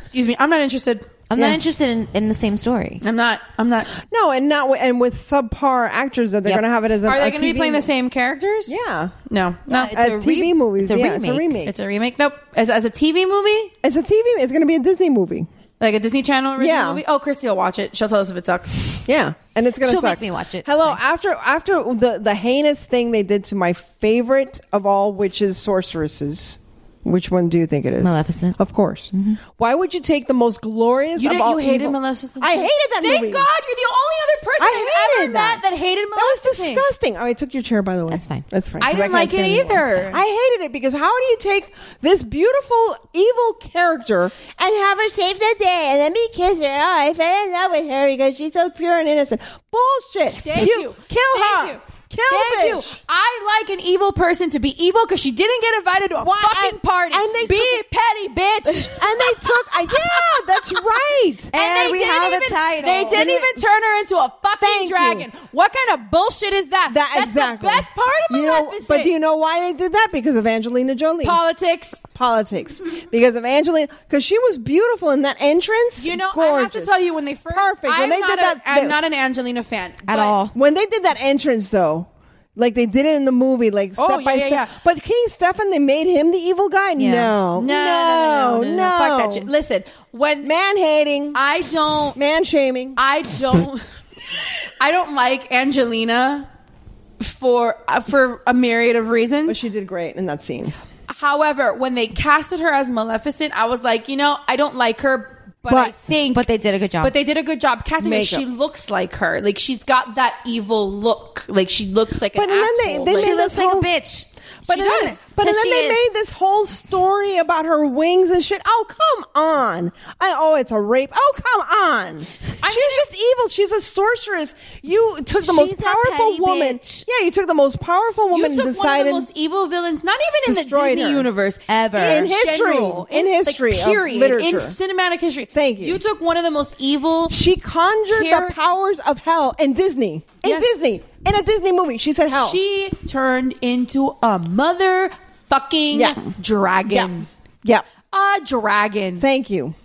S7: excuse me I'm not interested.
S10: I'm
S11: Yeah.
S10: not interested in, in the same story.
S7: I'm not I'm not.
S11: No, and not and with subpar actors that they're
S10: Yep.
S11: gonna have it as a
S7: Are
S11: a
S7: they going to be
S11: TV
S7: playing the same characters?
S11: Yeah.
S7: No. No.
S10: it's
S11: as
S10: a
S11: TV
S10: re- it's
S11: movies.
S10: a
S11: yeah, it's a
S10: remake.
S11: remake.
S7: It's a remake. Nope. As, as a TV movie,
S11: It's a TV. It's going to be a Disney movie.
S7: like a Disney Channel original
S11: Yeah.
S7: movie. Oh, Christy will watch it. She'll tell us if it sucks.
S11: Yeah, and it's going to
S10: She'll
S11: suck.
S10: make me watch it.
S11: Hello,
S10: Sorry.
S11: after after the the heinous thing they did to my favorite of all witches, sorceresses. Which one do you think it is?
S10: Maleficent.
S11: of course. Why would you take the most glorious
S7: You
S11: of
S7: didn't.
S11: all
S7: You hated
S11: evil-
S7: Maleficent.
S11: I hated that
S7: Thank
S11: movie.
S7: God you're the only other person
S11: I hated that.
S7: that hated
S11: That was disgusting. Oh, I took your chair, by the way. That's fine. That's fine.
S7: I
S11: 'Cause
S7: didn't
S11: can't
S7: like it
S11: stand
S7: either.
S11: I hated it because how do you take this beautiful evil character and have her save the day and let me kiss her? Oh, I fell in love with her because she's so pure and innocent. Bullshit.
S7: Thank you.
S11: Kill
S7: Thank
S11: her.
S7: you.
S11: Kill the
S7: Thank
S11: bitch.
S7: you. I like an evil person to be evil because she didn't get invited to a fucking party. And they be petty, bitch.
S11: and they took. Uh, yeah, that's right.
S7: And, they
S10: we
S7: didn't
S10: have a
S7: even,
S10: title.
S7: They didn't
S10: Yeah.
S7: even turn her into a fucking dragon. What kind of bullshit is that?
S11: That
S7: [laughs] That's
S11: exactly.
S7: the best part of my
S11: you know,
S7: life. Is
S11: but
S7: it.
S11: do you know why they did that? Because of Angelina Jolie.
S7: Politics.
S11: Politics. because of Angelina, because she was beautiful in that entrance.
S7: You know, I have to
S11: gorgeous.
S7: tell you when they first. Perfect.
S11: When
S7: I'm
S11: they
S7: not
S11: did
S7: a-
S11: that-
S7: I'm
S11: they-
S7: not an Angelina fan
S11: But
S7: but-
S11: When they did that entrance, though, like they did it in the movie, like step
S7: Oh, yeah,
S11: by
S7: yeah,
S11: step.
S7: yeah.
S11: But King Stefan, they made him the evil guy.
S7: Yeah. No,
S11: No,
S7: no, no, no, no, no. Fuck that shit.
S11: Listen,
S7: when
S11: man hating,
S7: I don't
S11: man shaming.
S7: I
S11: [laughs]
S7: don't. I don't like Angelina for uh, for a myriad of reasons. But
S11: she did great in that scene.
S7: However, when they casted her as Maleficent, I was like, you know, I don't like her, but, I think.
S10: But they did a good job.
S7: But they did a good job casting her.
S10: Makeup.
S7: She looks like her. Like she's got that evil look. Like she looks like an
S11: But and then they,
S7: asshole.
S11: they
S7: Like-
S11: made this whole,
S10: bitch.
S11: But
S7: She
S11: and then,
S7: does.
S11: but and
S7: Yes,
S11: then
S7: she
S11: they
S7: is.
S11: made this whole story about her wings and shit. Oh come on! I, oh, it's a rape. Oh come on! She's just evil. She's a sorceress. You took the most
S7: She's a
S11: powerful
S7: petty
S11: woman. Yeah, you took the most powerful
S7: you
S11: woman.
S7: took one
S11: and
S7: of the
S11: decided
S7: most evil villains, not even in the
S11: Destroyed
S7: Disney
S11: her.
S7: universe
S11: Ever. In history.
S7: general.
S11: In
S7: like,
S11: history of
S7: period, in
S11: literature.
S7: cinematic history.
S11: Thank you.
S7: You took one of the most evil.
S11: She conjured the powers of hell in Disney. In Disney. In a Disney movie. She said hell.
S7: She turned into a mother fucking dragon.
S11: Yeah.
S7: A dragon.
S11: Thank you.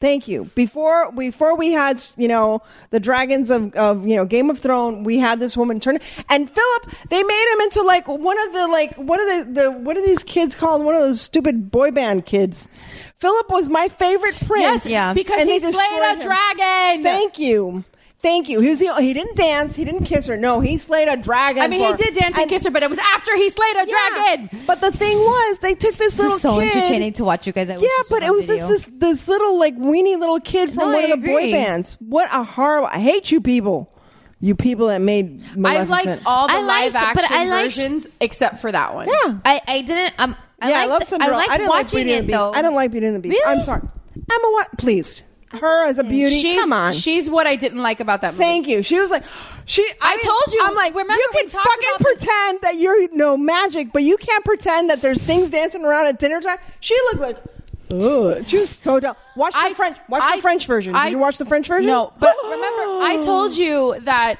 S11: Thank you. Before before we had you know the dragons of, of you know Game of Thrones, we had this woman turn and Philip. They made him into like one of the like one of the, the what are these kids called? One of those stupid boy band kids. Philip was my favorite prince.
S7: Yes, Yeah. because he slayed a
S11: they destroyed him.
S7: dragon.
S11: Thank you. Thank you. He, was the, he didn't dance. He didn't kiss her. No, he slayed a dragon.
S7: I mean, he
S11: for-
S7: did dance and, kiss her, but it was after he slayed a dragon.
S11: But the thing was, they took this
S10: This
S11: little
S10: is so
S11: kid-
S10: entertaining to watch you guys. I
S11: yeah, but it was this,
S10: video.
S11: this this little like weenie little kid from
S10: No,
S11: one
S10: I
S11: of the boy
S10: agree.
S11: bands. What a horrible! I hate you people. You people that made
S7: I
S11: Maleficent.
S7: liked all the
S10: I
S7: live
S10: liked- but
S7: action
S10: I liked-
S7: versions except for that one.
S11: Yeah,
S10: I, I didn't. Um, I
S11: yeah, I
S10: liked-
S11: love Cinderella.
S10: I liked
S11: didn't like
S10: watching
S11: Beauty and
S10: it,
S11: the Beast.
S10: though.
S11: I don't like Beauty and the Beast. I'm
S10: Really?
S11: sorry, Emma. What? Please, her as a beauty.
S7: She's,
S11: Come on.
S7: She's what I didn't like about that movie.
S11: Thank you. She was like, she. I,
S7: I
S11: mean,
S7: told you.
S11: I'm like,
S7: Remember
S11: you
S7: we
S11: can
S7: talked
S11: fucking
S7: about this-
S11: pretend that you're no magic, but you can't pretend that there's things dancing around at dinner time. She looked like, ugh. She was so dumb. Watch the French. Watch the French version. Did you watch the French version?
S7: No,
S11: [gasps]
S7: but remember, I told you that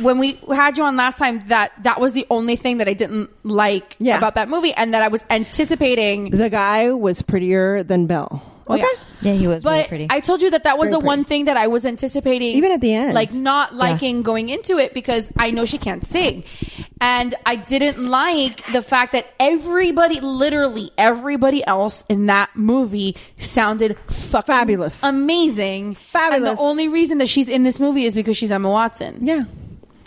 S7: when we had you on last time that that was the only thing that I didn't like about that movie, and that I was anticipating.
S11: the guy was prettier than Belle.
S7: Oh,
S11: Okay.
S10: Yeah, he was
S7: But
S10: really pretty.
S7: I told you that that was
S10: Very
S7: the one thing that I was anticipating, even at
S11: the end,
S7: like not
S10: Yeah.
S7: liking going into it because I know she can't sing, and I didn't like the fact that everybody, literally everybody else in that movie, sounded fucking fabulous, amazing, fabulous. And the only reason that she's in this movie is because she's Emma Watson.
S11: Yeah.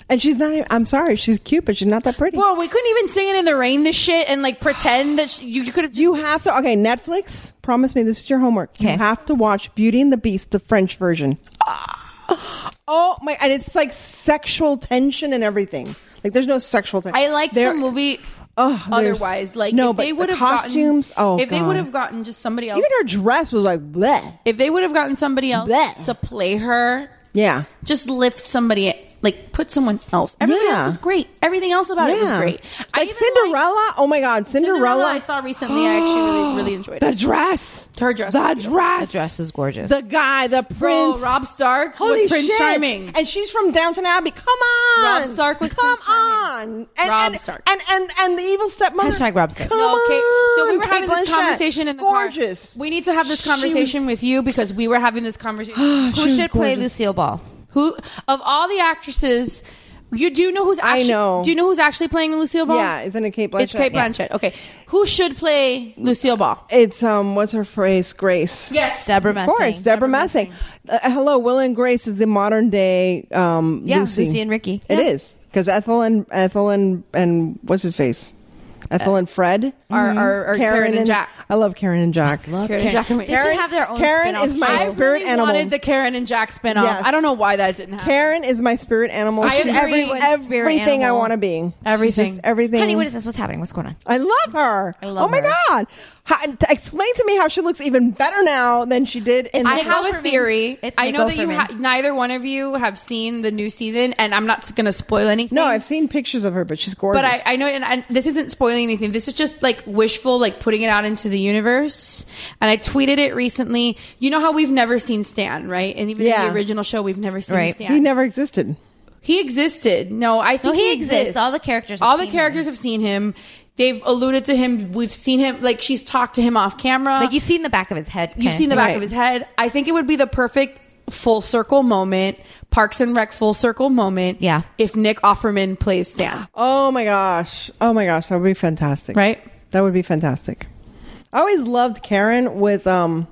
S11: And she's not. Even, I'm sorry. She's cute, but she's not that pretty.
S7: Well, we couldn't even sing it in the rain, this shit, and like pretend that she, you could have.
S11: You have to. Okay, Netflix. Promise me this is your homework. You have to watch Beauty and the Beast, the French version. Ah. Oh my! And it's like sexual tension and everything. Like there's no sexual tension.
S7: I liked
S11: There-
S7: the movie.
S11: Oh, there's-
S7: otherwise, like
S11: no,
S7: if
S11: but
S7: they
S11: the
S7: would have
S11: costumes.
S7: Gotten,
S11: oh,
S7: if they
S11: God.
S7: would have gotten just somebody else,
S11: even her dress was like bleh.
S7: if they would have gotten somebody else to play her,
S11: Yeah,
S7: just lift somebody, like put someone else. Everything
S11: Yeah.
S7: else was great. Everything else about it was
S11: Yeah.
S7: great.
S11: Like Cinderella. oh my God, Cinderella.
S7: Cinderella I saw recently. I actually really, really enjoyed
S11: the
S7: it.
S11: dress.
S7: Her dress.
S11: The
S7: was
S11: dress.
S7: beautiful.
S10: dress is gorgeous.
S11: The guy, the prince,
S7: Rob Stark
S11: Holy
S7: was Prince
S11: shit.
S7: Charming.
S11: and she's from Downton Abbey. Come on,
S7: Rob Stark was
S11: come
S7: Prince
S11: on, and,
S7: Rob
S11: and,
S7: Stark.
S11: and and and the evil stepmother.
S10: Hashtag Rob Stark.
S11: Come
S7: No, Kate- so we
S11: on,
S7: were having
S11: Kate
S7: this
S11: Blanchett.
S7: conversation in the
S11: gorgeous.
S7: car. We need to have this
S11: She was-
S7: conversation with you because we were having this conversation.
S11: [sighs]
S7: Who
S10: Who should play Lucille Ball?
S7: Who of all the actresses? You do know who's actually,
S11: know.
S7: Do you know who's actually playing Lucille Ball?
S11: Yeah, isn't it Kate Blanchett?
S7: It's Kate
S11: Yes.
S7: Blanchett. Okay, who should play Lucille Ball?
S11: It's um, what's her phrase? Grace.
S7: Yes. Deborah
S11: Of course,
S7: Messing.
S11: Deborah Messing. Uh, hello, Will and Grace is the modern day um,
S10: Yeah,
S11: Lucy.
S10: Lucy and Ricky.
S11: It
S10: Yeah.
S11: is because Ethel and Ethel and and what's his face? Ethel and Fred.
S7: Or- or- or Karen and Jack.
S11: I love Karen and Jack.
S7: Karen and Jack. are amazing.
S10: They should have their own
S11: Karen
S10: spin-off
S11: is my
S7: I
S11: spirit
S7: really
S11: animal.
S7: wanted the Karen and Jack spinoff.
S11: Yes.
S7: I don't know why that didn't happen.
S11: Karen is my spirit animal.
S7: I
S11: She's
S7: agree.
S11: every-
S7: Everyone's
S10: spirit
S11: everything I
S10: animal.
S11: want to be. She's
S7: Everything.
S11: just everything.
S10: Honey, what is this? What's happening? What's going on?
S11: I love her. I
S10: love
S11: oh my
S10: her.
S11: god! How, to explain to me how she looks even better now than she did. In
S7: I
S10: Nick
S7: have a
S10: Offerman.
S7: theory.
S10: It's
S7: I
S10: Nick
S7: know that you
S10: Offerman.
S7: ha- neither one of you have seen the new season, and I'm not going to spoil anything.
S11: no, I've seen pictures of her, but she's gorgeous.
S7: but I, I know, and, and this isn't spoiling anything. This is just like wishful, like putting it out into the universe. And I tweeted it recently. You know how we've never seen Stan, right? And even in
S11: Yeah.
S7: the original show, we've never seen
S10: Right.
S7: Stan.
S11: he never existed.
S7: He existed. No, I think
S10: No, he
S7: he
S10: exists.
S7: exists.
S10: All the characters have
S7: All the
S10: seen
S7: characters have seen him. They've alluded to him. We've seen him. Like she's talked to him off camera.
S10: Like you've seen the back of his head.
S7: You've seen the back of his head. I think it would be the perfect full circle moment, Parks and Rec full circle moment.
S10: Yeah.
S7: If Nick Offerman plays Stan,
S11: Oh my gosh! Oh my gosh! That would be fantastic.
S7: right?
S11: That would be fantastic. I always loved Karen with um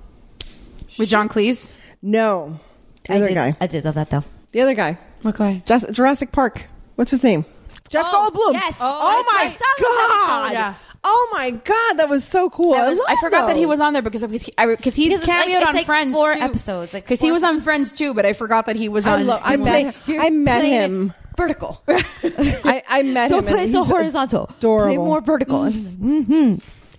S7: With John Cleese.
S11: no the
S10: I
S11: other
S10: did,
S11: guy
S10: I did love that though.
S11: the other guy
S7: Okay.
S11: Jus- Jurassic Park. What's his name? Jeff
S10: Oh,
S11: Goldblum.
S10: yes.
S11: Oh,
S10: Oh,
S11: my
S10: that's right. I saw
S11: god.
S10: this episode. Yeah.
S11: Oh my god, that was so cool.
S7: I,
S11: I,
S7: was-
S11: love
S7: I forgot that he
S11: those.
S7: was on there because because he, I, because he
S10: Because it's like-
S7: cameoed
S10: it's
S7: on
S10: like
S7: Friends
S10: four
S7: too.
S10: episodes, like
S7: because he
S10: four-
S7: was on Friends too, but I forgot that he was
S11: I
S7: on.
S11: love- I
S7: he was-
S11: met- I met
S10: playing it
S11: him.
S10: vertical.
S11: [laughs]
S7: [laughs]
S11: I, I met
S10: Don't
S11: him. and
S10: play so
S11: he's
S10: horizontal. Play
S11: adorable. Mm-hmm.
S10: more vertical.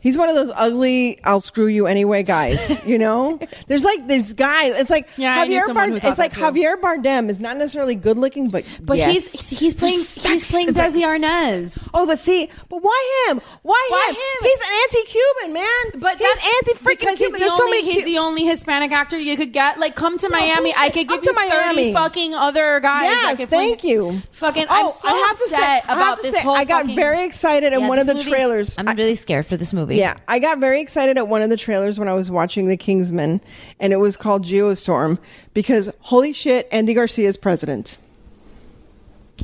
S11: He's one of those ugly, I'll screw you
S7: [laughs]
S11: anyway guys. You know, there's like there's guys. It's like
S7: Yeah, I knew
S11: Javier
S7: someone who
S11: Bardem.
S7: thought
S11: It's like
S7: that too.
S11: Javier Bardem is not necessarily good looking, but
S7: but
S11: yes.
S7: he's he's- he's playing he's playing Desi Arnaz.
S11: Oh, but see, but why him? Why,
S7: Why
S11: him?
S7: him?
S11: He's an anti-Cuban man.
S7: But
S11: he's
S7: that's
S11: anti-freaking
S7: because he's
S11: Cuban.
S7: the
S11: There's
S7: only,
S11: so many.
S7: he's
S11: Cu-
S7: the only Hispanic actor you could get. Like, come to
S11: No,
S7: Miami.
S11: bullshit.
S7: I could
S11: Come
S7: give you
S11: to
S7: thirty
S11: Miami.
S7: fucking other guys. I
S11: Yes,
S7: could
S11: thank
S7: fucking-
S11: you.
S7: Fucking,
S11: oh,
S7: I'm so
S11: I have
S7: upset
S11: to say,
S7: about
S11: I have to
S7: this
S11: say,
S7: whole.
S11: I got
S7: fucking-
S11: very excited at
S10: Yeah,
S11: one of
S10: this
S11: the
S10: movie-
S11: trailers.
S10: I'm
S11: I-
S10: really scared for this movie.
S11: yeah, I got very excited at one of the trailers when I was watching The Kingsman, and it was called Geostorm because holy shit, Andy Garcia is president.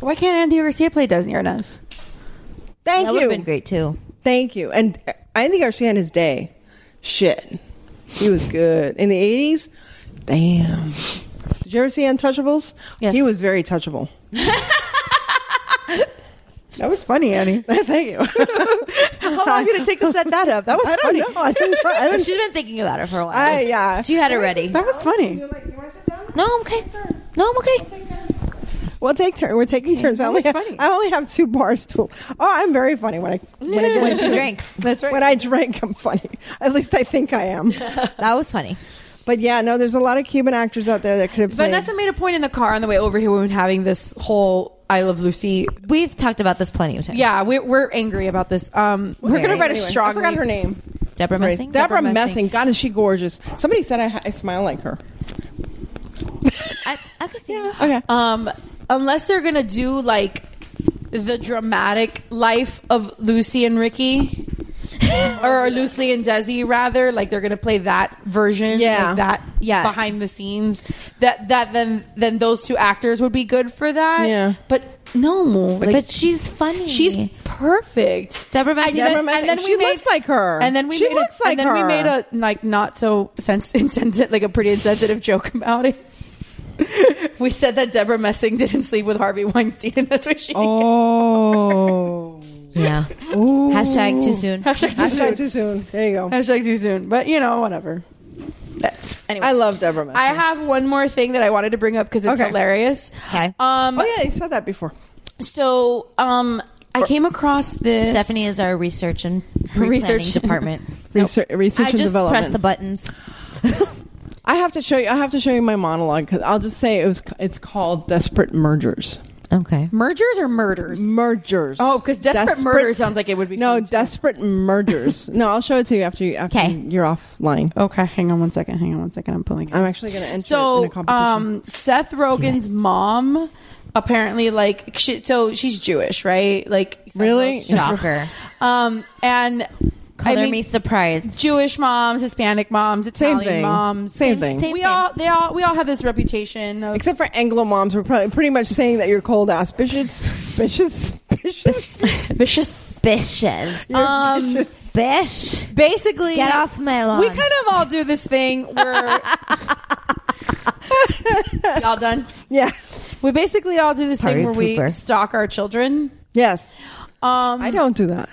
S7: Why can't Andy Garcia play Desi Arnaz?
S11: Thank
S10: that would
S11: you,
S10: have been great too.
S11: thank you, and uh, Andy Garcia in his day, shit, he was good in the '80s. Damn, did you ever see Untouchables?
S7: Yes.
S11: he was
S7: [laughs]
S11: very touchable.
S7: That was funny, Annie.
S11: [laughs] Thank you.
S7: How long did it take to set that up? That was
S11: I don't
S7: funny.
S11: know. I didn't. I
S7: [laughs]
S11: didn't
S10: She's been thinking about it for a while.
S11: I- yeah.
S10: She had it ready.
S7: That was funny.
S10: No, I'm okay. No, I'm okay.
S11: We'll take turn. We're taking turns. I only,
S7: that
S11: have,
S7: was funny.
S11: I only have two bars to. Oh, I'm very funny when I when I, get
S10: When
S7: [laughs]
S11: into
S10: she
S11: it.
S10: drinks.
S7: That's right.
S11: When I drink, I'm funny. At least I think
S7: [laughs]
S11: I am.
S10: That was funny.
S11: But yeah, no, there's a lot of Cuban actors out there that could have played.
S7: Vanessa made a point in the car on the way over here when we were having this whole I Love Lucy.
S10: We've talked about this plenty of times.
S7: Yeah, we're, we're angry about this. Um, we're going to
S10: Anyway,
S7: write a
S11: Anyway,
S7: strong.
S11: I forgot her name.
S10: Deborah Messing.
S11: Deborah,
S7: Deborah Messing.
S11: Messing. God, is she gorgeous? Somebody said I, ha- I smile like her.
S10: I, I could see.
S7: [laughs]
S11: Okay.
S7: um, unless they're gonna do like the dramatic life of Lucy and Ricky, or Lucy and Desi rather, like they're gonna play that version,
S11: Yeah.
S7: like that
S10: Yeah.
S7: behind the scenes. That that then then those two actors would be good for that.
S11: Yeah.
S7: but no, like,
S10: but she's funny.
S7: she's perfect.
S10: Deborah Messing.
S7: And then-
S11: Deborah Messing.
S7: and then we
S11: She
S7: made-
S11: looks like her.
S7: And then we
S11: She
S7: made a-
S11: looks
S7: and
S11: like
S7: then we
S11: her.
S7: made a like not so sens- [laughs] insensitive, like a pretty insensitive joke about it. [laughs] we said that Deborah Messing didn't sleep with Harvey Weinstein, [laughs] and that's what she.
S11: Oh.
S10: yeah. Hashtag too soon.
S7: Hashtag too
S11: I said
S7: soon.
S11: too soon. There you go.
S7: Hashtag too soon. But you know, whatever. That's- Anyway,
S11: I love Deborah Messing.
S7: I have one more thing that I wanted to bring up because it's
S11: Okay.
S7: hilarious.
S10: Okay.
S7: Um.
S11: Oh yeah, you said that before.
S7: So, um, I came across this.
S10: Stephanie is our research and research
S11: [laughs]
S7: Research.
S10: department.
S11: Research, research
S10: I
S11: and
S10: just
S11: development.
S10: press the buttons.
S11: I have to show you. I have to show you my monologue because I'll just say it was. It's called desperate mergers.
S10: Okay.
S7: mergers or murders.
S11: Mergers.
S7: Oh, 'cause desperate murder sounds like it would be
S11: No,
S7: fun, too.
S11: desperate
S7: [laughs]
S11: mergers. no, I'll show it to you after you after
S10: 'Kay.
S11: you're offline.
S7: okay, hang on one second. Hang on one second. I'm pulling. it.
S11: I'm actually going to enter it in a
S7: so
S11: competition.
S7: um Seth Rogen's mom apparently like she, so she's Jewish, right? Like Seth
S11: Really?
S7: Rogen-
S11: [laughs]
S10: Shocker.
S7: um and
S10: Color
S7: I mean,
S10: me surprised.
S7: Jewish moms, Hispanic moms,
S11: same
S7: Italian
S11: thing.
S7: moms.
S11: Same thing.
S10: same
S7: we
S10: thing.
S7: all they all we all have this reputation of
S11: Except for Anglo moms, we're probably pretty much saying that you're cold ass
S7: [laughs]
S11: bitches, bitches, bitches. [laughs]
S7: vicious
S10: Bishes.
S7: um
S10: Bish.
S7: basically
S10: Get off my lawn.
S7: we kind of all do this thing
S11: [laughs]
S7: where y'all done
S11: yeah.
S7: we basically all do this
S10: Party
S7: thing where we
S10: pooper.
S7: stalk our children
S11: Yes.
S7: um
S11: I don't do that.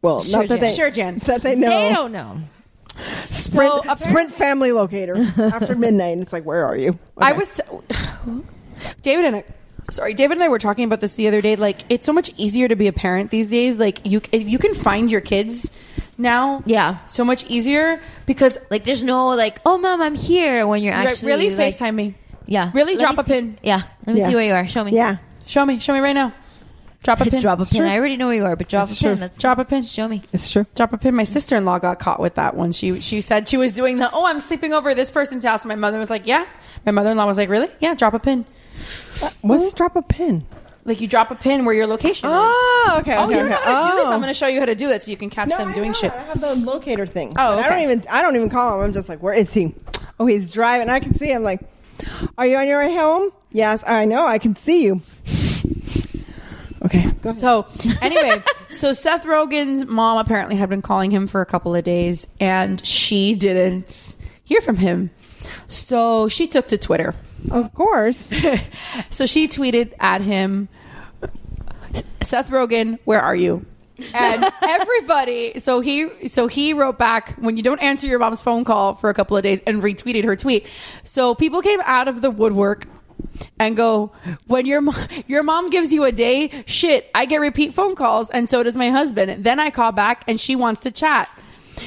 S11: Well,
S7: Sure,
S11: not that
S7: Jan.
S11: they
S7: Sure, Jan.
S11: [laughs] that they know.
S7: They don't know.
S11: Sprint,
S7: So, apparently-
S11: Sprint family locator after midnight. It's like, where are you?
S7: I was [sighs] David and I. Sorry, David and I were talking about this the other day. Like, it's so much easier to be a parent these days. Like, you you can find your kids now. Yeah, so much easier because
S10: like there's no like, oh mom, I'm here when you're
S7: Right,
S10: actually
S7: really
S10: like,
S7: FaceTime me.
S10: Yeah,
S7: Really,
S10: Let
S7: drop
S10: me
S7: a
S10: see-
S7: pin.
S10: Yeah, let me
S7: Yeah.
S10: see where you are. Show me.
S7: Yeah. show me, show me right now.
S10: [laughs]
S7: Drop a pin.
S10: Drop a
S7: It's
S10: pin.
S7: true.
S10: I already know where you are, but drop
S7: It's
S10: a pin.
S7: true.
S10: That's-
S7: Drop a pin.
S10: Show me.
S11: It's true.
S7: Drop a pin. My sister in law got caught with that one. She she said she was doing the oh I'm sleeping over at this person's house. And my mother was like yeah. My mother in law was like really yeah. Drop a pin.
S11: What's drop a pin?
S7: Like you drop a pin where your location
S11: Oh, okay.
S7: Oh,
S11: okay,
S7: you don't
S11: okay.
S7: know how to do this.
S11: Oh.
S7: I'm going to show you how to do that so you can catch them doing shit.
S11: I have the locator thing.
S7: Oh,
S11: And I don't
S7: okay.
S11: even I don't even call him. I'm just like, where is he? Oh, he's driving. I can see him. Like, are you on your way home? Yes, I know. I can see you. Okay.
S7: So anyway, so Seth Rogen's mom apparently had been calling him for a couple of days, and she didn't hear from him. So she took to Twitter.
S11: Of course.
S7: so she tweeted at him, Seth Rogen, where are you? and everybody so he so he wrote back when you don't answer your mom's phone call for a couple of days and retweeted her tweet so people came out of the woodwork and go when your mo- your mom gives you a day shit i get repeat phone calls and so does my husband then i call back and she wants to chat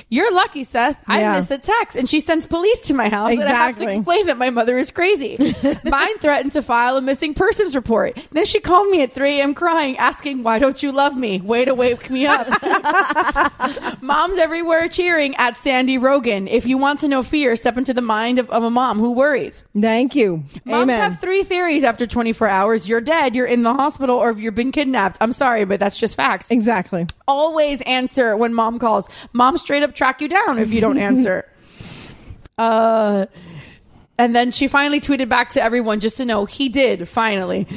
S7: you're lucky seth
S11: Yeah.
S7: i miss a text and she sends police to my house and i have to
S11: Exactly.
S7: explain that my mother is
S11: [laughs]
S7: crazy mine threatened to file a missing persons report then she called me at 3 a.m crying asking why don't you love me way to wake me
S11: [laughs]
S7: up Moms everywhere cheering at Sandy Rogan. If you want to know fear, step into the mind of, of a mom who worries.
S11: Thank you.
S7: Moms
S11: Amen.
S7: have three theories after 24 hours you're dead, you're in the hospital, or if you've been kidnapped. I'm sorry, but that's just facts.
S11: Exactly.
S7: Always answer when mom calls. Mom straight up track you down if you don't answer. uh, and then she finally tweeted back to everyone just to know he did finally.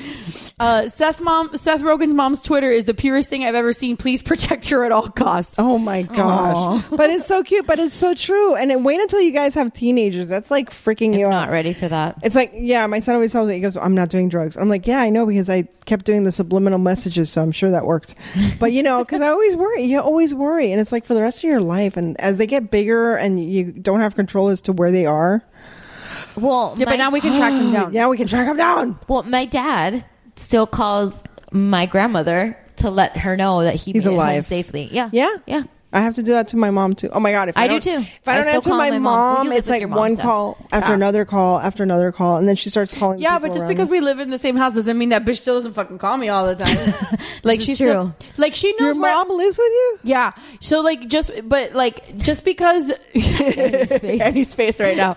S7: Uh, Seth mom, Seth Rogen's mom's Twitter is the purest thing I've ever seen. Please protect her at all costs.
S11: Oh my gosh. but it's so cute, but it's so true. And then wait until you guys have teenagers. That's like freaking you out.
S10: Not ready for that.
S11: It's like, yeah, my son always tells me, he goes, I'm not doing drugs. I'm like, yeah, I know because I kept doing the subliminal messages, so I'm sure
S10: [laughs]
S11: that worked. But you know, because I always worry, you always worry. And it's like for the rest of your life. And as they get bigger and you don't have control as to where they are,
S10: Well,
S7: Yeah, but
S10: my-
S7: now we can track them down.
S11: now we can track them down.
S10: Well, my dad still calls my grandmother to let her know that he
S11: He's
S10: made it home
S11: alive.
S10: safely. Yeah,
S11: Yeah.
S10: Yeah.
S11: I have to do that to my mom too. Oh my god! If I,
S10: I do
S11: don't-
S10: too.
S11: If I
S10: I
S11: don't
S10: still
S11: answer
S10: call
S11: my
S10: my
S11: mom,
S10: mom. Well, you live
S11: it's
S10: with
S11: like
S10: your mom
S11: one
S10: stuff.
S11: call after
S10: Yeah.
S11: another call after another call, and then she starts calling.
S7: Yeah,
S11: people
S7: but just
S11: around
S7: because
S11: her.
S7: we live in the same house doesn't mean that bitch still doesn't fucking call me all the time. like
S10: This is
S7: she's
S10: true.
S7: still- like she knows
S11: your
S7: where-
S11: mom lives with you,
S7: Yeah. So like just but like just because [laughs] Annie's face right now.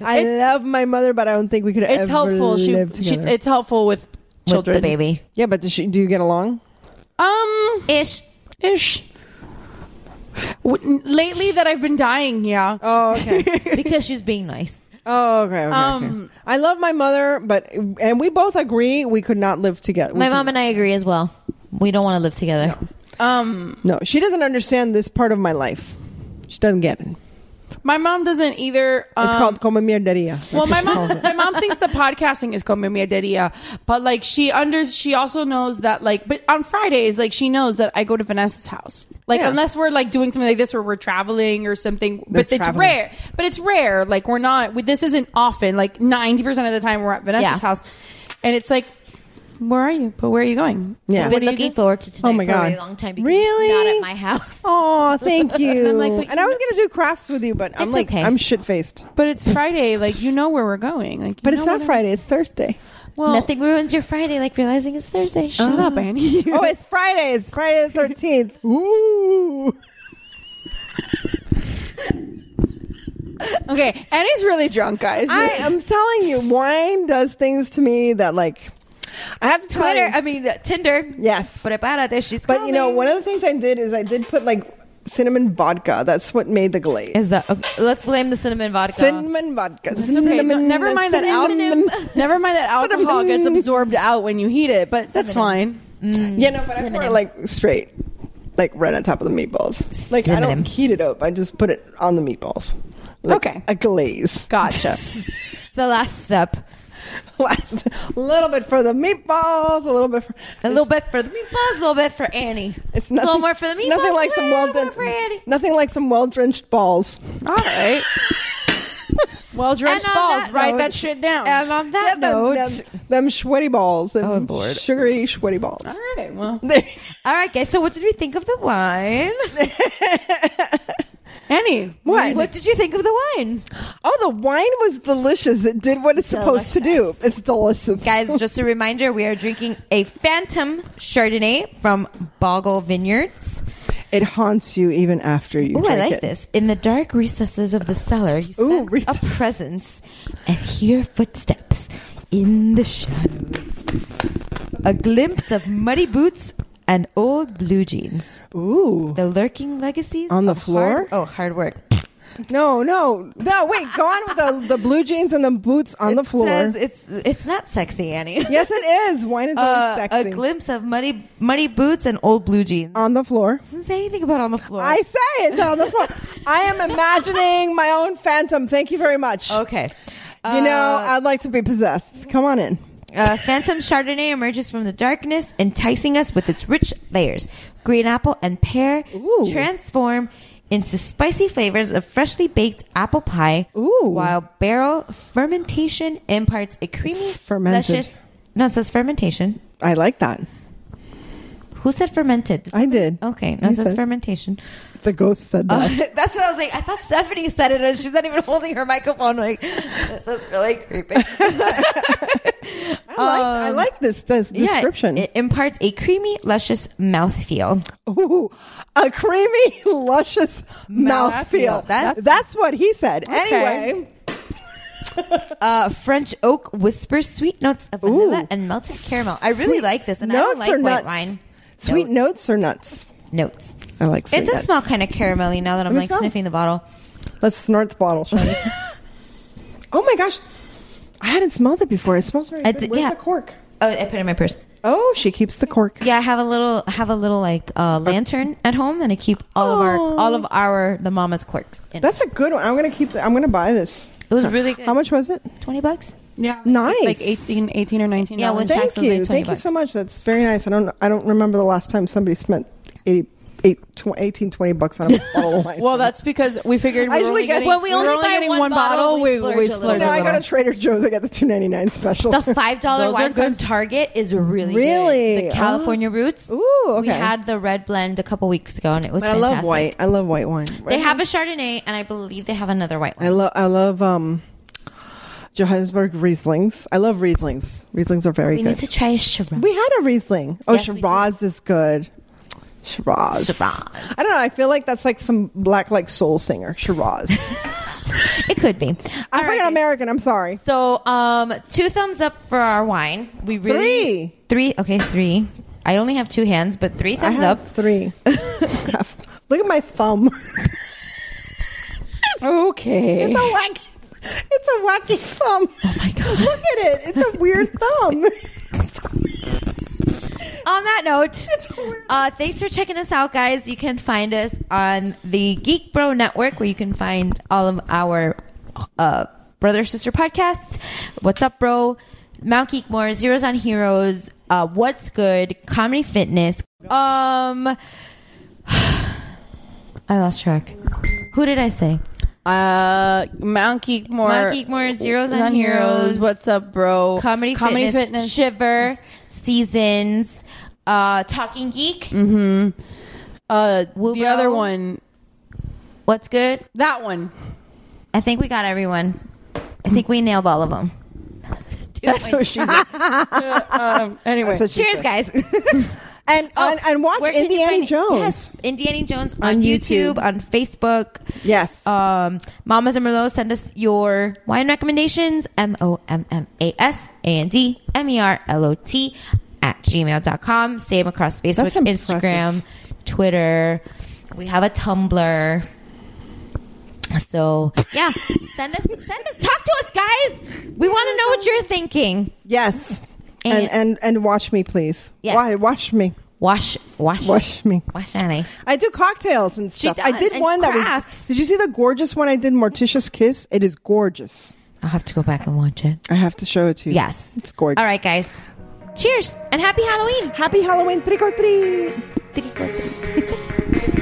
S11: I love my mother, but I don't think we could.
S7: It's
S11: ever
S7: helpful. She,
S11: live
S7: she
S11: together.
S7: it's helpful with children.
S10: With the baby.
S11: yeah, but does she, do you get along?
S7: Um
S10: Ish.
S7: ish. W- lately that I've been dying, yeah.
S11: Oh, okay.
S10: Because she's being nice.
S11: Oh, okay. okay, okay.
S7: Um,
S11: I love my mother, but and we both agree we could not live together.
S10: My mom and I agree as well. We don't want to live together.
S7: Um
S11: no, she doesn't understand this part of my life. She doesn't get it. It's
S7: my mom doesn't either um,
S11: called como mierderia.
S7: Well, my mom, my mom thinks that podcasting is como mierderia, but like she under she also knows that like, but on Fridays, like she knows that I go to Vanessa's house. Like
S11: Yeah.
S7: unless we're like doing something like this where we're traveling or something, but it's
S11: traveling.
S7: rare. But it's rare. Like we're not. We, this isn't often. Like ninety percent of the time we're at Vanessa's
S10: Yeah.
S7: house, and it's like, where are you? But where are you going?
S11: Yeah.
S10: I've
S11: What
S10: been
S11: do you
S10: looking forward to tonight
S11: Oh my
S10: for a
S11: God.
S10: really long time. Because
S11: Really?
S10: it's Not at my
S11: [laughs]
S10: house.
S11: Oh, thank you. and,
S7: I'm like, but
S11: I
S7: you-
S11: was gonna do crafts with you, but I'm
S10: It's
S11: like,
S10: okay.
S11: I'm shit faced.
S7: But it's Friday. Like you know where we're going. Like, you
S11: But it's
S7: know
S11: not
S7: where-
S11: Friday; it's Thursday. Oh.
S7: Well,
S10: Nothing ruins your Friday like realizing it's Thursday.
S7: Shut up,
S11: [laughs]
S7: Annie.
S11: [laughs] Oh, it's Friday. It's Friday the thirteenth. [laughs] Ooh.
S7: okay, Annie's really drunk, guys.
S11: [laughs] I am telling you, wine does things to me that like I have to tell
S10: Twitter,
S11: you-
S10: I mean uh, Tinder.
S11: Yes.
S10: But about she's
S11: But you know,
S10: coming.
S11: one of the things I did is I did put like cinnamon vodka. That's what made the glaze.
S10: is that? Okay, let's blame the cinnamon vodka.
S11: uh, Cinnamon vodka.
S7: It's okay. Don't- never mind that al-
S11: cinnamon.
S7: [laughs] Never mind that alcohol gets absorbed out when you heat it, but that's fine.
S11: Yeah, no, but I pour it
S10: Cinnamon.
S11: like straight, like right on top of the meatballs. Like I
S10: Cinnamon.
S11: don't heat it up. I just put it on the meatballs. Like
S7: Okay.
S11: a glaze.
S7: Gotcha.
S10: It's the last step.
S11: [laughs] Last a little bit for the meatballs, a little bit for
S10: a little bit for the meatballs, a little bit for Annie.
S11: It's
S10: A
S11: nothing,
S10: little more for the
S11: it's Nothing
S10: meatballs,
S11: like
S10: a
S11: some
S10: little
S11: well
S10: more for Annie.
S11: drenched. Nothing like some well drenched balls.
S7: [laughs] All right. well drenched
S10: And on
S7: balls.
S10: that
S7: Write
S10: note-
S7: that shit down.
S10: And on that note,
S11: them, them, them sweaty balls.
S10: Oh,
S11: Them Sugary sweaty balls. [laughs]
S7: All right. Well,
S10: all right, guys. So, what did we think of the
S11: [laughs]
S10: wine?
S7: Annie,
S11: What?
S10: What did you think of the wine,
S11: Oh, the wine was delicious. It did what it's supposed to do. It's delicious.
S10: guys? Just a reminder: we are drinking a Phantom Chardonnay from Boggle Vineyards.
S11: It haunts you even after you
S10: Ooh, I
S11: drink
S10: like
S11: it.
S10: this. In the dark recesses of the cellar, you
S11: Ooh,
S10: sense
S11: re-
S10: a presence and hear footsteps in the shadows. A glimpse of muddy boots and old blue jeans.
S11: Ooh.
S10: The lurking legacies
S11: On the
S10: of
S11: floor?
S10: Hard, oh, hard work.
S11: No, no. No, wait. Go on with the, the blue jeans and the boots on the floor.
S10: Says it's it's not sexy,
S11: [laughs]
S10: Annie.
S11: yes, it is. Wine is always
S10: Uh, a
S11: sexy.
S10: glimpse of muddy muddy boots and old blue jeans.
S11: on the floor.
S10: Doesn't say anything about on the floor.
S11: I say it's on the floor. I am imagining my own phantom. Thank you very much.
S10: okay.
S11: You know, I'd like to be possessed. Come on in.
S10: Uh, Phantom Chardonnay emerges from the darkness, enticing us with its rich layers. Green apple and pear transform into spicy flavors of freshly baked apple pie,
S11: Ooh.
S10: while barrel fermentation imparts a creamy,
S11: It's fermented.
S10: luscious. No, it says fermentation.
S11: I like that.
S10: Who said fermented?
S11: I did.
S10: Okay, no, it
S11: I
S10: says
S11: said- [laughs]
S10: fermentation. [laughs]
S11: The ghost said
S10: Uh,
S11: that.
S10: that's what I was like. I thought Stephanie said it, and she's not even holding her microphone. Like, this is really
S11: [laughs]
S10: creepy.
S11: I, like, I like this, this description.
S10: um, Yeah, it imparts a creamy, luscious mouthfeel.
S11: Ooh, a creamy, [laughs] luscious mouthfeel.
S10: That's-
S11: That's, what he said. Anyway,
S10: Uh, French oak whispers sweet notes of vanilla
S11: Ooh.
S10: and melted caramel. I really
S11: Sweet
S10: like this, and I don't
S11: notes or
S10: like white
S11: nuts?
S10: wine
S11: Sweet notes or nuts?
S10: notes.
S11: I like sweet
S10: It does
S11: nuts.
S10: smell kind of caramelly now that I'm
S11: me
S10: like
S11: smell.
S10: sniffing the bottle.
S11: [laughs] Let's snort the bottle, shall
S10: [laughs]
S11: we? oh my gosh. I hadn't smelled it before. It smells very
S10: I
S11: good.
S10: did-
S11: Where's
S10: yeah.
S11: the cork?
S10: Oh, I put it in my purse.
S11: Oh, she keeps the cork.
S10: Yeah, I have a little have a little like uh, lantern at home, and I keep all of our
S11: Oh.
S10: all of our the mama's quirks. In. it.
S11: That's a good one. I'm gonna keep. The, I'm gonna buy this.
S10: it was really good.
S11: How much was it?
S10: Twenty bucks.
S7: yeah,
S11: Nice.
S7: Like 18, 18 or nineteen.
S10: Yeah, with
S7: dollars.
S10: tax was
S11: Thank
S10: like
S11: you.
S10: 20
S11: Thank you so
S10: bucks.
S11: much. That's very nice. I don't. I don't remember the last time somebody spent 80, eight, tw- 18, 20 bucks
S10: [laughs]
S11: on a bottle of wine.
S7: Well, that's because we figured we
S11: I
S7: were
S11: usually
S7: only
S11: get-
S7: getting,
S11: When
S10: we
S7: were
S10: only buy
S7: getting
S10: one
S7: one
S10: bottle,
S7: bottle.
S10: we
S7: We
S10: splurge
S7: we
S10: a little
S7: splurged
S11: no,
S7: a
S11: I
S7: little.
S11: got a Trader Joe's. I got the two ninety nine special.
S10: The five dollar
S7: Those are
S10: wine from
S7: good.
S10: Target is really Oh.
S11: Really?
S10: good. the California Roots.
S11: Ooh,
S10: we
S11: okay.
S10: had the red blend a couple weeks ago, and it was.
S11: I love
S10: fantastic.
S11: white. I love white wine.
S10: They have a Chardonnay, and I believe they have another white
S11: I
S10: one.
S11: love. I love. Um, Johannesburg Rieslings. I love Rieslings. Rieslings are very
S10: We
S11: good.
S10: need to try a Shiraz.
S11: We had a Riesling. Oh,
S10: Yes, we
S11: Shiraz is good. Shiraz.
S10: Shiraz.
S11: I don't know. I feel like that's like some black like soul singer. Shiraz.
S10: [laughs] it could be.
S11: I
S10: All
S11: forget
S10: right.
S11: American. I'm sorry.
S10: So, um, two thumbs up for our wine. We really three. Okay, three. I only have two hands, but three
S11: I
S10: thumbs
S11: have
S10: up. [laughs]
S11: [laughs] three. Crap. Look at my thumb. [laughs]
S7: Okay.
S11: It's a wacky. It's a wacky thumb. Oh my god! [laughs] Look at it. It's a weird
S10: [laughs]
S11: thumb.
S10: On that note,
S11: It's weird.
S10: uh, thanks for checking us out, guys. You can find us on the Geek Bro Network, where you can find all of our uh, brother sister podcasts. What's up, bro? Mount Geekmore, Zeros on Heroes, uh, What's Good, Comedy Fitness. Um, [sighs] I lost track. Who did I say?
S7: Uh, Mount Geekmore.
S10: Mount Geekmore, Zeros on Heroes.
S7: What's up, bro?
S10: Comedy,
S7: Comedy
S10: Fitness,
S7: Fitness.
S10: Shiver, Seasons, uh, Talking Geek.
S7: Uh,
S10: Woo
S7: the
S10: Bro.
S7: other one.
S10: What's Good?
S7: That one.
S10: I think we got everyone. I think we nailed all of them.
S7: That's what she's. [laughs] um, anyway.
S11: That's what she
S10: Cheers,
S11: said.
S10: guys.
S11: And, and and watch
S10: Oh, Where can you
S11: Indiana
S10: find-
S11: Jones.
S10: Yes, Indiana Jones on,
S11: On
S10: YouTube,
S11: YouTube.
S10: on Facebook.
S11: Yes.
S10: Um, Mamas and Merlot, send us your wine recommendations. M O M M A S A N D M E R L O T at gmail.com. Same across Facebook,
S11: That's impressive.
S10: Instagram, Twitter. We have a Tumblr. So yeah, send us, send us, talk to us, guys. We want to know what you're thinking.
S11: yes. And,
S10: And-
S11: and and watch me, please.
S10: Yes.
S11: Why watch me?
S10: Wash, wash,
S11: Wash me.
S10: wash Annie.
S11: I do cocktails and
S10: She
S11: stuff.
S10: does,
S11: I did
S10: and
S11: one that
S10: crafts.
S11: was. Did you see the gorgeous one I did, Morticia's Kiss? It is gorgeous.
S10: I'll have to go back and watch it.
S11: I have to show it to you.
S10: Yes.
S11: It's gorgeous.
S10: All right, guys. Cheers and happy Halloween.
S11: Happy Halloween. Trick or treat.
S10: Trick or treat.